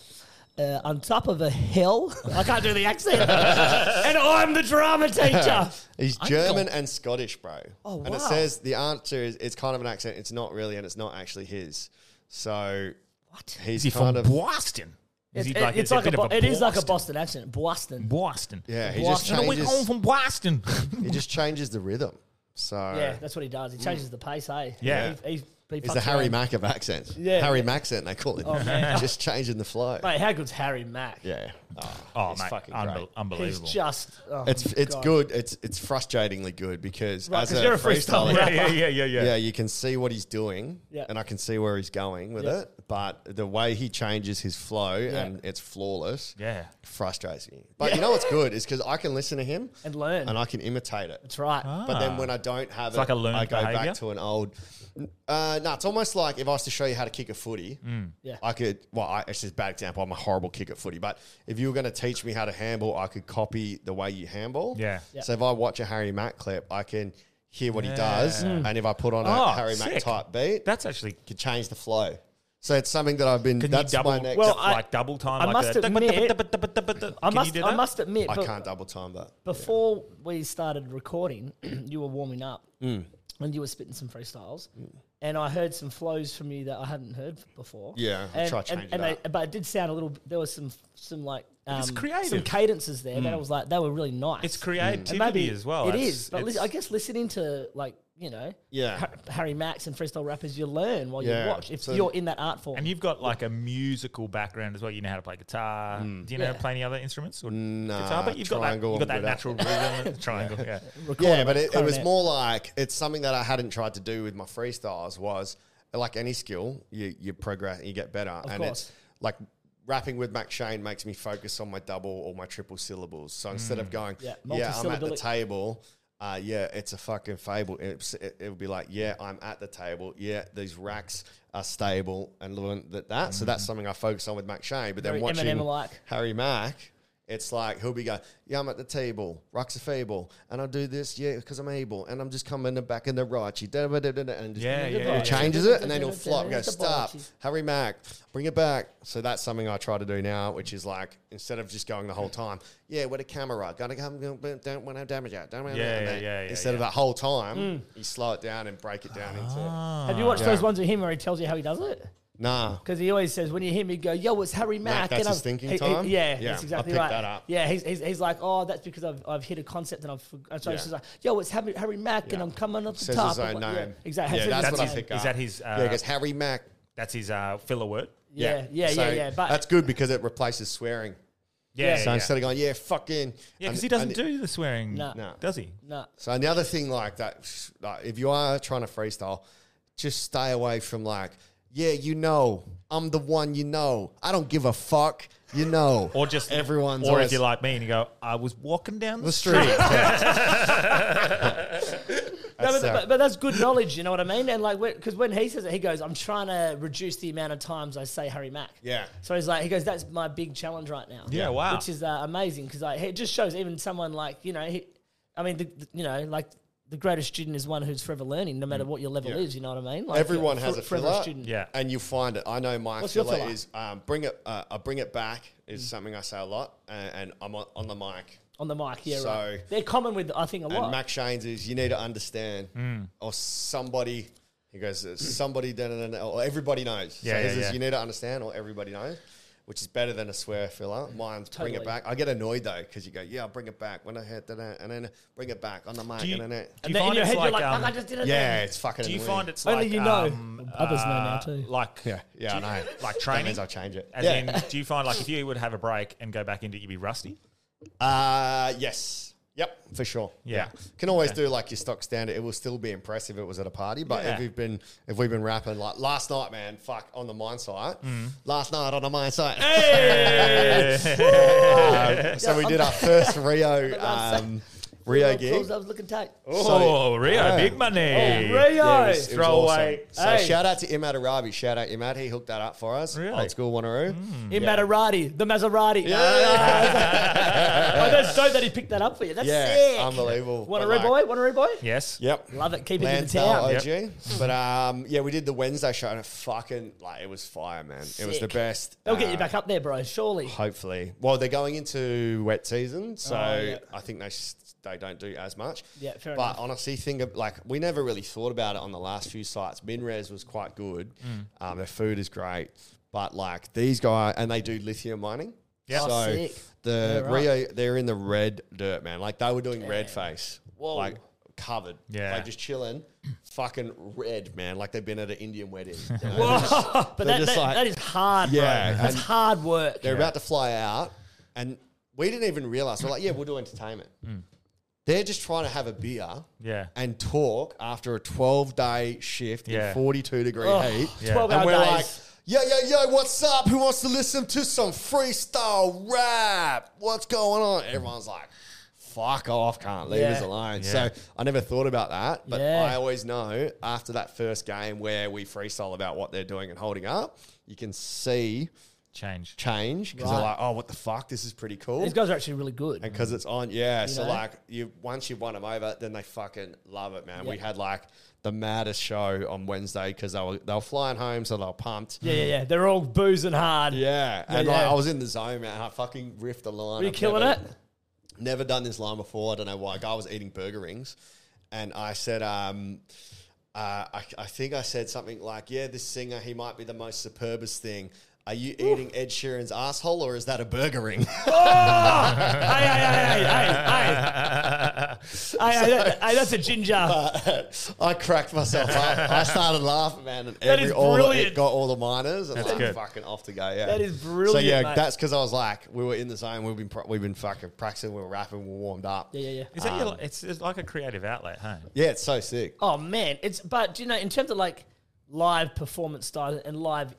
C: uh, on top of a hill. I can't do the accent. and I'm the drama teacher.
A: He's
C: I
A: German
C: don't-
A: and Scottish, bro.
C: Oh,
A: And
C: wow.
A: it says the answer is it's kind of an accent. It's not really, and it's not actually his. So what? He's
B: Is he
A: kind
B: from
A: of
B: Boston? Is
C: It's,
B: he
C: it-
B: like- is
C: it's
B: it a
C: like a,
B: bit
C: Bo-
B: of a
C: it is like a
B: Boston?
C: Boston accent. Boston.
B: Boston.
A: Yeah, he just
C: Boston.
A: changes.
B: Boston.
A: he just changes the rhythm. So
C: Yeah, that's what he does. He changes the pace, hey?
A: Yeah.
C: He, he, he
A: It's
C: fucks
A: the Harry
C: around.
A: Mack of accents.
C: Yeah.
A: Harry Maccent, they call it.
C: Oh, man.
A: Just changing the flow.
C: Mate, how good's Harry Mack?
A: Yeah.
B: Oh,
A: it's
B: mate,
A: fucking
B: unbe-
A: great.
B: unbelievable.
C: He's just. Oh
A: it's
C: my
A: it's
C: God.
A: good. It's it's frustratingly good because
C: Right,
A: as
C: 'cause
A: a
C: you're a freestyle
A: freestyler,
C: rapper. Yeah, yeah,
B: yeah, yeah.
A: Yeah, you can see what he's doing,
C: Yeah.
A: and I can see where he's going with
C: Yeah.
A: it. But the way he changes his flow
C: Yeah.
A: and it's flawless.
B: Yeah.
A: frustrates me. But you know what's good is because I can listen to him
C: And learn.
A: and I can imitate it.
C: That's right.
A: But then when I don't have
B: Ah. It's
A: it,
B: like a learned
A: I go
B: behaviour?
A: back to an old. Uh, no, it's almost like if I was to show you how to kick a footy,
B: Mm.
C: Yeah.
A: I could. Well, I, it's just a bad example. I'm a horrible kick at footy, but if you were going to teach me how to handball, I could copy the way you handball.
B: Yeah.
C: Yeah.
A: So if I watch a Harry Mack clip, I can hear what
B: Yeah.
A: he does,
B: Mm.
A: and if I put on a
B: Oh,
A: Harry Mack
B: sick.
A: type beat,
B: that's actually
A: can change the flow. So it's something that I've been.
B: Can
A: that's
B: you double,
A: my next.
B: well, like double time?
C: I
B: like
C: must
B: that?
C: admit. I
B: Can you
C: must.
B: do
C: I
B: that?
C: must admit.
A: I
C: but
A: can't double time that.
C: Before we started recording, you were warming up
A: Mm.
C: and you were spitting some freestyles, and I heard some flows from you that I hadn't heard before.
A: Yeah, I'll
C: and,
A: try to
C: and-
A: change
C: and
A: it
C: they- But it did sound a little. There was some some like um,
B: It's
C: some
B: creative.
C: cadences there that I
B: Mm.
C: was like they were really nice.
B: It's
C: And
B: creativity
C: maybe
B: as well.
C: It
B: That's-
C: is, but li-
B: it's-
C: I guess listening to like you know
B: Yeah.
C: Ha- Harry Max and freestyle rappers, you learn while
B: Yeah.
C: you watch if
B: So-
C: you're in that art form.
B: And you've got like a musical background as well. You know how to play guitar. Do you know how to
C: Yeah.
B: play any other instruments? Or
A: Nah,
B: guitar, but you've got that,
A: triangle
B: you've got that
A: I'm
B: natural
A: good at.
B: rhythm, triangle. Yeah,
A: yeah, but it, it was more like it's something that I hadn't tried to do with my freestyles. Was like any skill, you you progress, you get better, and
C: course.
A: it's like rapping with Mac Shane makes me focus on my double or my triple syllables. So instead of
B: Mm.
A: going,
C: Yeah,
A: yeah, I'm at the
C: multisyllabic.
A: table. Uh, yeah, it's a fucking fable. It's, it, it would be like, yeah, I'm at the table. Yeah, these racks are stable and learn that. that. So that's something I focus on with Mac Shane. But then
C: Mm. Very
A: watching
C: Eminem-like.
A: Harry Mack, it's like he'll be going, yeah, I'm at the table, rocks are fable, and I'll do this, yeah, because I'm able, and I'm just coming the back in the righty, da, da, da, da, da, and just
B: Yeah, yeah,
A: he
B: yeah,
A: changes
B: yeah.
A: it, and then he'll flop, and go stop, Harry Mack, bring it back. So that's something I try to do now, which is like instead of just going the whole time, yeah, with a camera, gotta come, don't want to damage it, don't want to
B: Yeah,
A: damage
B: yeah,
A: it.
B: yeah, yeah,
A: Instead of
B: yeah.
A: that whole time,
C: Mm.
A: you slow it down and break it down into.
C: Have you watched
B: Ah.
A: Yeah.
C: those ones with him where he tells you how he does it?
A: Nah.
C: Because he always says, when you hear me go, yo, it's Harry Mack.
A: that's
C: and
A: his
C: I've-
A: thinking
C: he- he-
A: time?
C: yeah,
A: Yeah, I
C: that's exactly
A: picked
C: right.
A: that up.
C: Yeah, he's, he's, he's like, oh, that's because I've, I've hit a concept and I've forgotten. So
K: Yeah.
C: he's just like, yo, it's Harry, Harry Mack and I'm coming up the
K: Says
C: top.
K: his
C: of
K: own
C: what- yeah,
K: name.
C: exactly.
K: Yeah,
C: Says
K: that's
C: his
K: what
C: own
K: I
C: name.
K: pick up. Is that his, uh,
A: yeah, because Harry Mack.
K: That's his uh, filler word.
C: Yeah, yeah, yeah,
A: So
C: yeah, but-
A: that's good because it replaces swearing.
K: Yeah,
A: So
K: yeah.
A: instead of going, yeah, fucking.
K: Yeah,
A: and-
K: 'cause he doesn't
A: and-
K: do the swearing, Nah. does he? Nah.
A: So another thing like that, like if you are trying to freestyle, just stay away from like, yeah, you know, I'm the one, you know, I don't give a fuck, you know,
K: Or just
A: everyone's.
K: Or
A: always-
K: if you're like me and you go, I was walking down the,
A: The street.
K: street.
C: No, but,
K: That's, uh,
C: but, but that's good knowledge, you know what I mean? And like, because when he says it, he goes, I'm trying to reduce the amount of times I say Harry Mack.
A: Yeah.
C: So he's like, he goes, that's my big challenge right now.
K: Yeah, wow.
C: Which is uh, amazing because like, it just shows even someone like, you know, he, I mean, the, the- you know, like the greatest student is one who's forever learning no matter what your level
A: Mm. Yeah.
C: is, you know what I mean? Like
A: Everyone
C: you're
A: has
C: for-
A: a filler,
C: student.
A: and you find it. I know my
C: What's your
A: filler,
C: filler?
A: is um, bring it. Uh, I bring it back is something I say a lot, and, and I'm on, on the mic.
C: On the mic, yeah,
A: So-
C: right. They're common with, I think, a lot.
A: And Mac Shane's is you need to understand,
K: Mm.
A: or somebody. He goes, "Uh, somebody, da, da, da, da," or everybody knows.
K: Yeah,
A: so his
K: yeah,
A: is
K: yeah.
A: you need to understand, or everybody knows, which is better than a swear filler. Mine's bring it
K: Totally.
A: back. I get annoyed though because you go, yeah, I'll bring it back when I hit that, and then bring it back on the mic,
K: Do you-
A: and then it.
K: do you And then in find your it's head you're like, like, um, "Fuck, I just did it
A: Yeah,
K: then."
A: it's fucking.
K: Do you
A: annoying.
K: find it's Only like, you know. um, Others know now, uh, too. like-
A: yeah, yeah, I
K: do-
A: know.
K: Like
A: That
K: training.
A: means I'll change it.
K: As
A: Yeah.
K: in, do you find like if you would have a break and go back into it, you'd be rusty?
A: Uh, yes. Yep, for sure.
K: Yeah.
A: Can always
K: Okay.
A: do like your stock standard. It will still be impressive if it was at a party. But
K: Yeah.
A: if we've been if we've been rapping like last night, man, fuck on the mine site.
K: Mm.
A: Last night on the mine site.
K: Hey!
A: Um, so we
C: Yeah,
A: did
C: I'm-
A: our first Rio
C: But I'm
A: um, Rio
C: Little
A: gig.
C: tools I was looking tight.
K: Oh, Rio, big money.
C: Oh, Rio.
A: Yeah, it was- it was
K: Throwaway.
A: awesome. So
C: Hey.
A: shout out to Imad Arabi. Shout out Imad. He hooked that up for us. Really? Old school Wanneroo.
K: Mm.
C: In
A: Yeah.
C: Maserati, the Maserati. I don't know that he picked that up for you. That's
A: Yeah,
C: sick.
A: unbelievable.
C: Want a
A: But
C: red boy? Want a red boy?
K: Yes.
A: Yep.
C: Love it. Keep it in the
A: Lansdale
C: town.
A: OG. But um, yeah, we did the Wednesday show and it fucking like it was fire, man. It was the
C: Sick.
A: best.
C: They'll get you
A: Uh,
C: back up there, bro. Surely.
A: Hopefully, well, they're going into wet season, so
C: Oh, yeah.
A: I think they s they don't do as much.
C: Yeah, fair
A: but
C: enough.
A: honestly, think of like we never really thought about it on the last few sites. Minres was quite good.
K: Mm.
A: Um, their food is great, but like these guys, and they do lithium mining.
K: Yeah.
A: so
K: Oh, sick.
A: the
K: Yeah, right.
A: Rio, they're in the red dirt, man. Like they were doing red face,
K: Whoa.
A: like covered,
K: Yeah.
A: like just chilling, fucking red, man. Like they've been at an Indian wedding. you know?
C: Whoa.
A: They're just-
C: but
A: they're
C: that,
A: just
C: that-
A: like-
C: that is hard, bro. That's
A: and
C: hard work.
A: They're about to fly out, and we didn't even realize. We're like, yeah, we'll do entertainment. They're just trying to have a beer
K: Mm. Yeah.
A: and talk after a 12 day shift
K: Yeah.
A: in 42 degree
K: Oh,
A: heat.
K: Yeah. 12
A: and
K: hour
A: we're
K: days.
A: like, yo, yo, yo, what's up? Who wants to listen to some freestyle rap? What's going on? Everyone's like, fuck off, can't leave us
K: Yeah.
A: alone.
K: Yeah.
A: So I never thought about that, but
K: Yeah.
A: I always know after that first game where we freestyle about what they're doing and holding up, you can see
K: change.
A: Change because they're
C: Right.
A: like, oh, what the fuck? This is pretty cool.
C: These guys are actually really good.
A: And because it's on, yeah.
C: You
A: so
C: know?
A: like you, once you've won them over, then they fucking love it, man. We
C: Yeah.
A: had like the maddest show on Wednesday because they were they were flying home, so they were pumped.
C: Yeah, yeah, yeah. They're all boozing hard.
A: Yeah,
C: Yeah,
A: and like
C: yeah.
A: I was in the zone, man. I fucking riffed a line.
C: Were you
A: I've
C: killing
A: never, Never done this line before. I don't know why. Like, I was eating burger rings, and I said, um, uh, I, I think I said something like, "Yeah, this singer, he might be the most superbest thing." Are you eating Ed Sheeran's asshole, or is that a burger ring?
C: Hey, hey, that- hey, that's a ginger.
A: I cracked myself up. I started laughing, man, and
C: That
A: every
C: is
A: all the,
C: brilliant.
A: it got all the miners and
K: That's
A: like
K: good.
A: fucking off to go. Yeah,
C: That is brilliant,
A: So yeah,
C: mate.
A: that's because I was like, we were in the zone. We've been pro- we've been fucking practicing. We were rapping. We were warmed up.
C: Yeah, yeah, yeah.
K: Is that your,
A: Um,
K: li- it's, it's like a creative outlet, huh?
A: yeah, it's so sick.
C: Oh man, it's but do you know in terms of like live performance style and live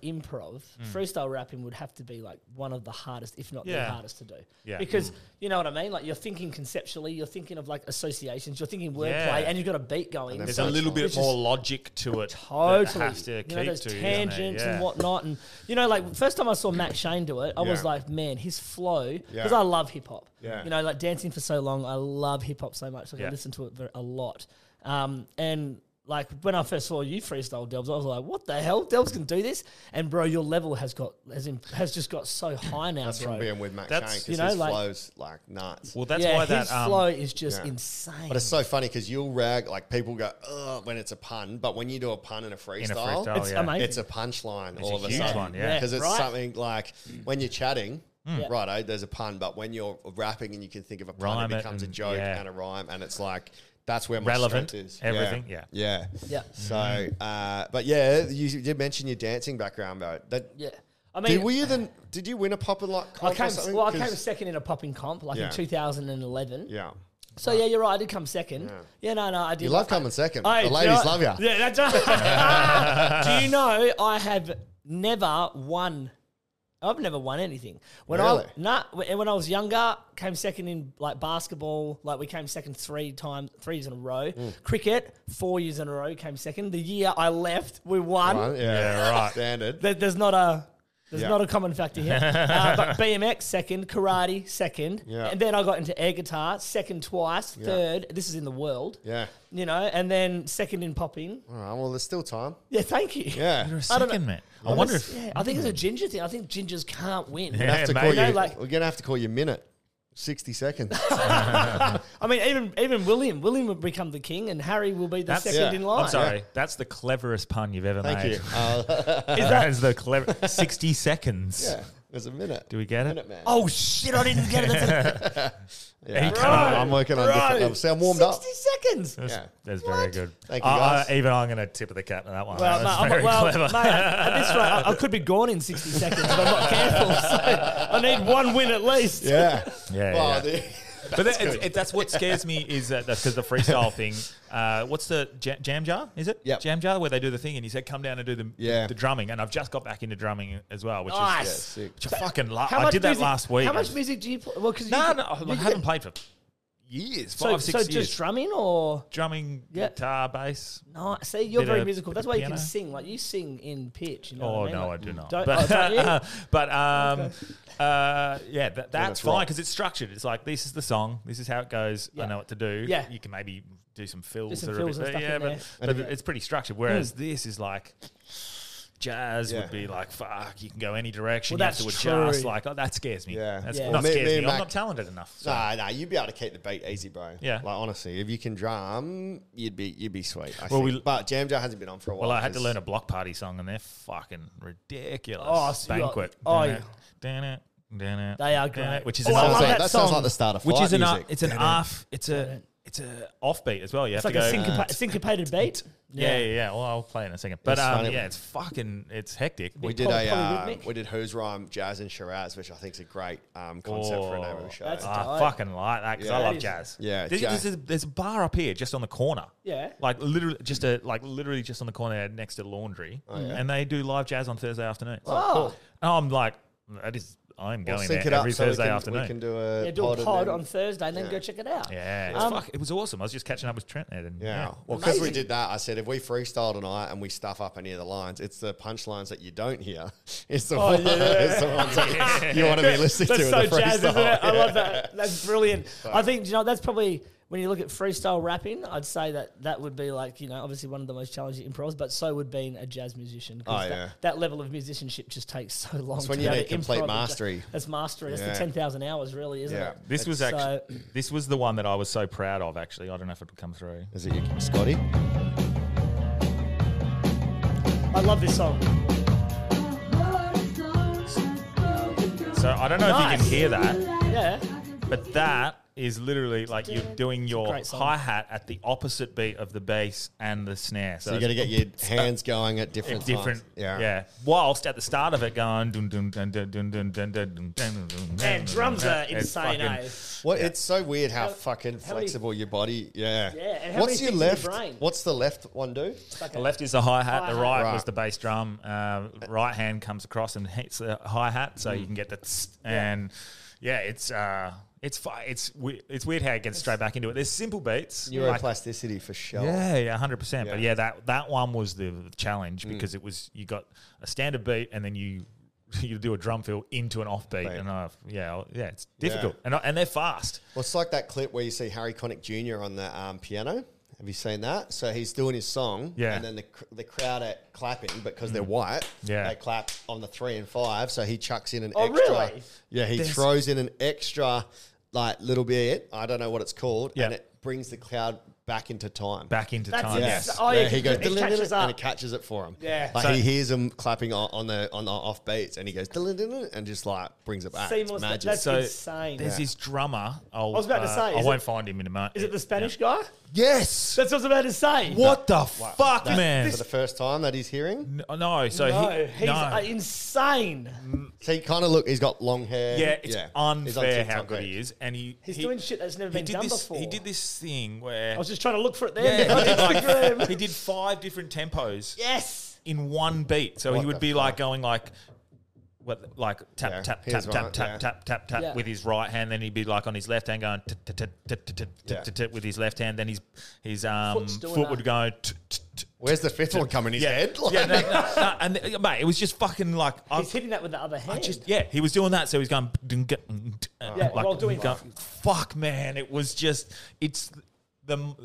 K: Mm.
C: improv, freestyle rapping would have to be like one of the hardest, if not the
K: Yeah.
C: hardest to do.
K: Yeah.
C: Because
K: Mm.
C: you know what I mean? Like you're thinking conceptually, you're thinking of like associations, you're thinking wordplay,
K: Yeah.
C: and you've got a beat going.
K: There's a little bit
C: It's
K: more
C: just-
K: logic to it.
C: Totally,
K: That has to
C: you
K: keep
C: know, there's
K: to doesn't it?
C: tangents
K: Yeah.
C: and whatnot, and you know, like first time I saw Matt Shane do it, I was
K: Yeah.
C: like, man, his flow, because
K: Yeah.
C: I love hip hop.
K: Yeah.
C: you know, like dancing for so long, I love hip hop so much. Like I
K: Yeah.
C: listen to it ver- a lot, um, and Like when I first saw you freestyle Delbs, I was like, "What the hell? Delbs can do this!" And bro, your level has got has, in, has just got so high now.
A: That's
C: bro.
A: from being with Matt Kane because his flow's like nuts.
C: Well, that's Yeah, why that, his um, flow is just insane.
A: But it's so funny because you'll rag like people go Ugh, when it's a pun, but when you do a pun in a freestyle,
B: freestyle, It's yeah. amazing.
A: a punchline
B: It's
A: all
B: a
A: of a
B: huge
A: sudden.
B: one, yeah.
A: because it's
B: Right.
A: something like when you're chatting.
B: Mm. Yeah.
A: Right, there's a pun, but when you're rapping and you can think of a pun,
B: Rhyme
A: it
B: it
A: becomes a
B: and-
A: joke
B: yeah.
A: and a rhyme, and it's like that's where my
B: Relevant,
A: strength is.
B: everything, Mm-hmm.
A: yeah,
C: Yeah.
A: So, uh, but yeah, you you did mention your dancing background, though. That
C: yeah,
A: I
C: I
A: mean,
C: mean-
A: did, were you then? Did you win a pop and like?
C: I
A: comp or
C: came
A: something?
C: well. I came
A: 'Cause-
C: second in a popping comp, like
A: Yeah.
C: in 2011.
A: Yeah.
C: So yeah, you're right. I did come second. Yeah, no, no, I did.
A: You love coming second. The ladies
C: you know-
A: love ya.
C: Yeah, that's Do you know I have never won? I've never won anything. When
A: Really?
C: I nah, when when I was younger, came second in like basketball. Like we came second three times, three years in a row.
A: Mm.
C: Cricket, four years in a row, came second. The year I left, we won.
A: Right, yeah. Yeah, right. Standard.
C: There- there's not a there's
A: Yeah.
C: not a common factor here. Uh, but BMX second, karate second,
A: Yeah.
C: and then I got into air guitar second twice,
A: Yeah.
C: third. This is in the world,
A: Yeah.
C: you know, and then second in popping.
A: All right. Well, there's still time.
C: Yeah, thank you.
A: Yeah.
C: You're a I don't know. second,
B: mate.
C: I wonder if- yeah, I think it's a ginger thing. I think gingers can't win.
A: We're gonna have to
C: You
A: call
C: know,
A: you-
C: like-
A: we're gonna have to call you minute, sixty seconds.
C: I mean, even even William, William will become the king, and Harry will be the
B: That's-
C: second in line.
B: I'm sorry. That's the cleverest pun you've ever
A: Thank
B: made.
A: you. Uh,
B: that is the clever. 60 seconds.
A: yeah. There's a minute.
B: Do we get it?
A: Minute man.
C: Oh shit! I didn't get it. That's a-
A: Yeah.
B: Bro,
A: I'm working on different
B: bro.
A: levels. See, I'm warmed up.
C: 60 seconds.
B: That's,
A: Yeah.
B: that's very good.
A: Thank you,
B: I- I-
A: guys.
B: even I'm going to tip of the cap to that one.
C: Well,
B: that
C: mate,
B: was
C: I'm-
B: very
C: well,
B: clever.
C: mate, at this rate, I, I could be gone in 60 seconds if I'm not careful. So I need one win at least.
B: yeah,
A: Well,
B: yeah.
A: the-
B: but
A: that's
B: that, it's,
A: good.
B: it, that's what scares me is that because the freestyle thing. Uh, what's the jam, jam jar? Is it
A: Yep.
B: jam jar where they do the thing and you said come down and do the
A: Yeah.
B: the drumming and I've just got back into drumming as well, which
C: Nice.
B: is
C: Yeah, sick.
B: which I fucking love.
C: How
B: I
C: much
B: did that
C: music-
B: last week.
C: How much music do you play? Well, because
B: No, no, I haven't played for years,
C: So,
B: five, six
C: so
B: years.
C: just drumming or
B: drumming, guitar, bass.
C: no? See, you're
B: Bit
C: very
B: of-
C: musical.
B: bit
C: That's
B: of
C: why you can
B: piano.
C: sing. Like you sing in pitch. You know
B: Oh
C: what I mean?
B: no, I
C: Like,
B: do not.
C: Don't,
B: but
C: oh, don't you?
B: but um, uh, yeah, that, that's
A: it's rock.
B: fine because it's structured. It's like this is the song, this is how it goes. I
C: Yeah.
B: know what to do.
C: Yeah.
B: you can maybe do some fills,
C: some
B: or
C: fills
B: a
C: and Hmm.
B: bit,
C: stuff
B: yeah,
C: in
B: but,
C: there.
B: but it's pretty structured. Whereas this is like. Jazz
A: Yeah.
B: would be like fuck. You can go any direction. you
C: Well,
B: have to
C: that's
B: adjust.
C: true.
B: Like oh, that scares me.
A: Yeah.
B: that's
C: Yeah.
A: Well,
B: not
A: me-
B: scares
A: me
B: me.
A: and
B: I'm
A: Mac-
B: not talented enough. So.
A: Nah, nah, you'd be able to keep the beat easy, bro.
B: Yeah.
A: Like honestly, if you can drum, you'd be you'd be sweet. I
B: Well,
A: think.
B: we-
A: but Jam Jar hasn't been on for a while.
B: Well, I had to
A: 'cause-
B: learn a block party song, and they're fucking ridiculous.
C: Oh, so you-
B: banquet.
C: oh,
B: Dun
C: yeah.
B: it, dun it, dun it,
C: They are
B: dun it,
C: great.
B: Which is
C: Oh,
B: an
C: I
B: off-
C: love that
A: that sounds
C: song.
A: like the start of
B: which
A: fight
B: is an uh,
A: music.
B: it's an
A: Dun it.
B: off it's a it's a offbeat as well. You
C: It's
B: have
C: like
B: to
C: a
B: go. uh,
C: syncopa- syncopated beat.
B: yeah, yeah, yeah. Well, I'll play in a second. But
A: It's
B: um,
A: funny.
B: yeah, it's fucking it's hectic.
A: We did a uh, we did Who's Rhyme Jazz and Shiraz, which I think is a great um, concept for a name of a show.
C: Oh, That's
B: I
C: tight.
B: ah, fucking like that because
A: Yeah.
B: I
A: That
B: love
A: is-
B: jazz.
A: Yeah,
B: there's,
A: jazz.
B: There's, a, there's a bar up here just on the corner.
C: Yeah.
B: like literally just a like literally just on the corner next to laundry,
A: Oh, yeah.
B: and they do live jazz on Thursday afternoons.
C: Oh, cool.
B: And I'm like, that is I'm
A: We'll
B: going
A: sync it
B: there
A: up
B: every
A: so we
B: Thursday
A: can- we
B: afternoon.
A: can do a
C: Yeah, do a
A: and
C: pod
A: then-
C: on Thursday and then go check it out.
B: yeah, it was,
C: Um,
B: fuck, it was awesome. I was just catching up with Trent and
A: Yeah. Well, because we
C: Amazing.
A: did that, I said if we freestyle tonight and we stuff up any of the lines, it's the punchlines that you don't hear. It's the,
C: Oh,
A: one,
C: yeah.
A: it's the ones that you want to be listening
C: that's
A: to.
C: so
A: in the freestyle.
C: jazz, isn't it? I
A: Yeah.
C: love that. That's brilliant. I think you know that's probably when you look at freestyle rapping, I'd say that that would be like you know obviously one of the most challenging improvs, but so would being a jazz musician. 'cause
A: Oh,
C: that,
A: yeah.
C: that level of musicianship just takes so long.
A: That's
C: to
A: when
C: be
A: you
C: able
A: need
C: to
A: complete
C: improv and ju-
A: mastery.
C: That's mastery. That's
A: Yeah.
C: the ten thousand hours, really, isn't
A: Yeah.
C: it?
B: This was
C: So-
B: actually this was the one that I was so proud of. Actually, I don't know if it would come through.
A: Is it you, Scotty?
C: I love this song.
B: So I don't know if you
C: Nice.
B: can hear that.
C: Yeah.
B: But that is literally like you're doing your
C: great song.
B: hi hat at the opposite beat of the bass and the snare. So,
A: So you got to get your hands going at different
B: it's different.
A: times.
B: Yeah. yeah. Whilst at the start of it going dun dun dun dun dun dun dun dun dun dun dun.
C: Man, drums are insane, eh?
A: Well, it's so weird how,
C: How-
A: fucking
C: how many-
A: flexible your body. Yeah.
C: Yeah, and how
A: What's your
C: many things in your
A: left?
C: brain?
A: What's the left one do?
B: The left is the hi hat, the
C: Hi-hat.
B: right, was
A: Right.
B: the bass drum. Uh, right hand comes across and hits the hi hat, so
A: Mm.
B: you can get the tss, and yeah, it's uh, it's fu- it's we- it's weird how it gets straight back into it. There's simple beats, like-
A: Neuroplasticity for sure.
B: Yeah, yeah, hundred percent.
A: Yeah.
B: But
A: Mm.
B: yeah, that that one was the challenge because it was you got a standard beat and then you you do a drum fill into an offbeat,
A: Beat.
B: and I, yeah, I- yeah, it's
A: Yeah.
B: difficult, and I, and they're fast.
A: Well, it's like that clip where you see Harry Connick Jr. on the um, piano. Have you seen that? So he's doing his song,
B: Yeah.
A: and then the, cr- the crowd are clapping because they're white.
B: Yeah.
A: they clap on the three and five. So he chucks in an
C: Oh,
A: extra.
C: really?
A: Yeah, he
C: There's-
A: throws in an extra, like little bit. I don't know what it's called, and
B: Yeah.
A: it brings the crowd back into time.
B: Back into
C: That's time. it.
A: Yes.
C: Oh, yeah,
A: he
C: it
A: goes
C: catches
A: "Dun-dun-dun-dun,"
C: up.
A: and it catches it for him.
C: Yeah.
A: like
C: So-
A: he hears them clapping on, on the on the off beats, and he goes "Dun-dun-dun-dun," and just like brings it back. It's
C: Seamless.
A: magic.
C: That's So insane.
B: There's
A: Yeah.
B: this drummer. I'll,
C: I was about to
B: uh,
C: say,
B: I
C: is
B: won't
C: it-
B: find him in a moment.
C: Is it the Spanish guy?
A: Yes.
C: That's what I was about to say.
B: What the fuck,
A: That-
B: man?
A: For the first time that he's hearing.
B: No, no so
C: no,
B: he,
C: he's
B: no.
C: uh, insane.
A: So he kind of look. He's got long hair.
B: yeah, it's
A: He's on
B: unfair how
A: TikTok,
B: good
A: right?
B: he is, and he
C: He's
B: he-
C: doing shit that's never
B: he
C: been
B: did
C: done
B: this,
C: before.
B: He did this thing where
C: I was just trying to look for it
B: Yeah,
C: there.
B: he, did
C: on Instagram.
B: like, he did five different tempos.
C: Yes.
B: In one beat. So
C: What
B: he
C: the
B: would be like going like what like tap
A: Yeah,
B: tap tap
A: his
B: tap
A: right,
B: tap
A: yeah.
B: tap tap tap
A: Yeah.
B: with his right hand, then he'd be like on his left hand going tut, tut, tut, tut, tut, tut,
A: Yeah.
B: tut, tut with his left hand, then his his um
A: Foot's doing
B: foot
A: that.
B: would go
A: Where's the fifth one coming? His
B: yeah,
A: head.
B: Yeah, no, no, no, and uh, mate, it was just fucking like
C: He's
B: I've,
C: hitting that with the other hand.
B: yeah, he was doing that, so he's going "Dun, gu- mm, t- uh,"
C: Yeah, while doing
B: going,
C: that.
B: fuck man, it was just it's the, oh,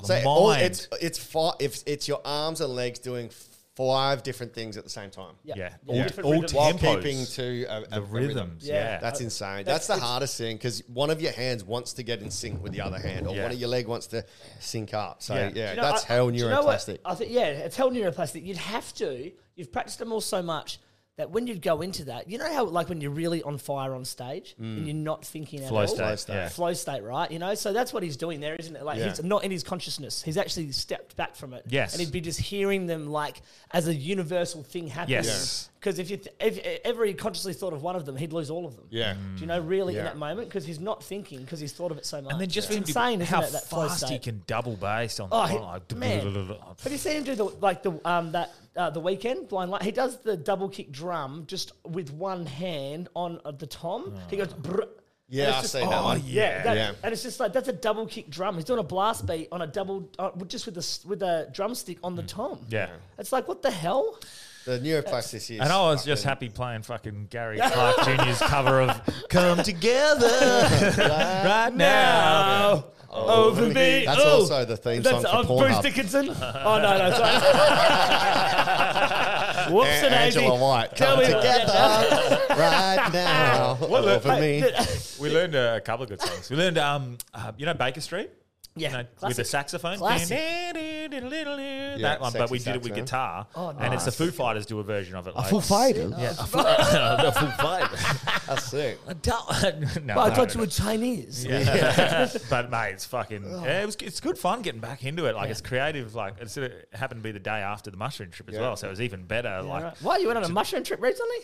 B: the
A: So
B: mind.
A: all, it's it's fi- if it's your arms and legs doing five different things at the same time.
B: Yeah. Yeah. All- Yeah. all
A: while
B: tempos.
A: keeping to a, a-
B: The
A: a rhythm.
B: rhythms, Yeah. yeah.
A: that's
B: Uh,
A: insane.
B: that's-
A: That's, the
B: it's-
A: hardest thing because one of your hands wants to get in sync with the other hand, or
B: Yeah.
A: one of your leg wants to sync up. So
B: Yeah.
A: yeah,
B: Do you
C: You know,
A: that's
C: I-
A: hell
C: do you know what?
A: neuroplastic.
C: I think yeah, it's hell neuroplastic. You'd have to. You've practiced them all so much that when you go into that, you know how like when you're really on fire on stage
B: Mm.
C: and you're not thinking at
B: Flow
C: all,
B: state, Flow state. yeah.
C: flow state, right? You know, so that's what he's doing there, isn't it? Like
B: Yeah.
C: he's not in his consciousness. He's actually stepped back from it.
B: Yes.
C: and he'd be just hearing them like as a universal thing happening.
B: Yes.
C: because if you th- if ever he consciously thought of one of them, he'd lose all of them.
B: Yeah.
C: do you know really in
B: Yeah.
C: that moment because he's not thinking because he's thought of it so much.
B: and then just
C: it's
B: for him to-
C: insane, isn't
B: how
C: it? That flow
B: fast he
C: state.
B: can double bass on
C: Oh,
B: the
C: he-
B: like, duh, duh,
C: man.
B: duh, duh, duh.
C: Have you seen him do the like the um that uh, the weekend blind light? He does the double kick drum just with one hand on uh, the tom. He goes. Brr,
A: Yeah,
C: And it's
A: I've
C: just-
A: seen that
C: oh,
A: one.
C: Yeah, that-
A: Yeah.
C: and it's just like that's a double kick drum. He's doing a blast beat on a double, uh, with- just with a s- with a drumstick on the tom.
B: Yeah.
C: it's like what the hell?
A: The neuroplasticity.
B: And I was just happy playing fucking Gary Clark Jr.'s cover of "Come Together" right now.
C: Over me.
A: That's
C: Oh,
A: also the theme song
C: that's-
A: for
C: oh, Bruce
A: Pornhub.
C: Dickinson. Oh no, no, sorry. Whoops,
A: A-
C: and
A: Angela White, come together right now.
B: What
A: Over me.
B: we learned uh, a couple of good songs. We learned, um, uh, you know, Baker Street.
C: Yeah,
B: You know, with the
C: classic.
B: saxophone.
C: Classic.
B: that one, but we did it with
C: saxophone.
B: guitar,
C: Oh,
B: and it's the
C: nice.
B: Foo Fighters do a version of it.
C: Foo Fighters?
B: yeah,
C: Oh,
B: a Foo- the Foo Fighters.
A: That's sick.
B: no,
C: But I
B: no, no.
C: thought you were Chinese.
B: Yeah. but mate, it's fucking.
C: Oh.
B: Yeah, it was, it's good fun getting back into it. Like it's creative. Like it's, it happened to be the day after the mushroom trip as
C: Yeah.
B: well, so it was even better.
C: Why
B: like
C: you went on a mushroom trip recently?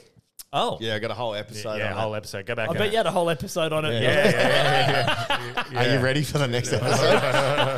B: oh
A: yeah, I got a whole episode.
B: Yeah,
A: on
B: whole
A: it.
B: episode. Go back.
C: I
B: and-
C: bet you had a whole episode on it.
B: Yeah, yeah, yeah, yeah, yeah.
A: e- Are
B: Yeah.
A: you ready for the next episode?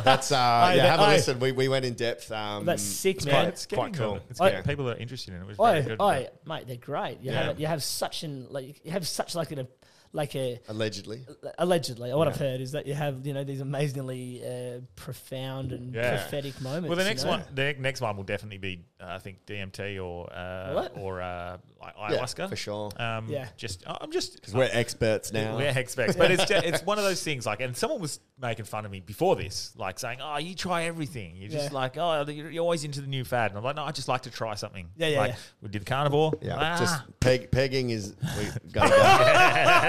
A: That's uh,
B: Aye,
A: yeah.
B: that-
A: Have a
B: aye.
A: listen. We, we went in depth. Um,
C: That's sick,
A: it's
C: man.
A: Quite,
C: It's
A: it's quite
B: getting
A: cool.
B: good. It's
A: Yeah.
B: getting- people are interested in it. It was
C: Oh,
B: very good.
C: oh, mate, they're great. You
B: Yeah.
C: have you have such an like you have such like an like a
A: Allegedly.
C: allegedly what I've
A: Yeah.
C: heard is that you have you know these amazingly uh, profound and
B: Yeah.
C: prophetic moments.
B: Well, the
C: you
B: next
C: know?
B: one, the ne- next one will definitely be, uh, I think, DMT or uh,
C: What?
B: or uh, like
A: Yeah,
B: ayahuasca
A: for sure.
B: Um,
A: Yeah.
B: just I- I'm just
A: 'Cause we're experts now.
B: We're experts, but it's just, it's one of those things. Like, and someone was making fun of me before this, like saying, "Oh, you try everything. You're just
C: Yeah.
B: like, oh, you're you're always into the new fad." And I'm like, "No, I just like to try something."
C: Yeah, yeah,
B: Like,
C: yeah.
B: we did the carnivore.
A: Yeah,
B: Ah.
A: just peg, pegging is we gotta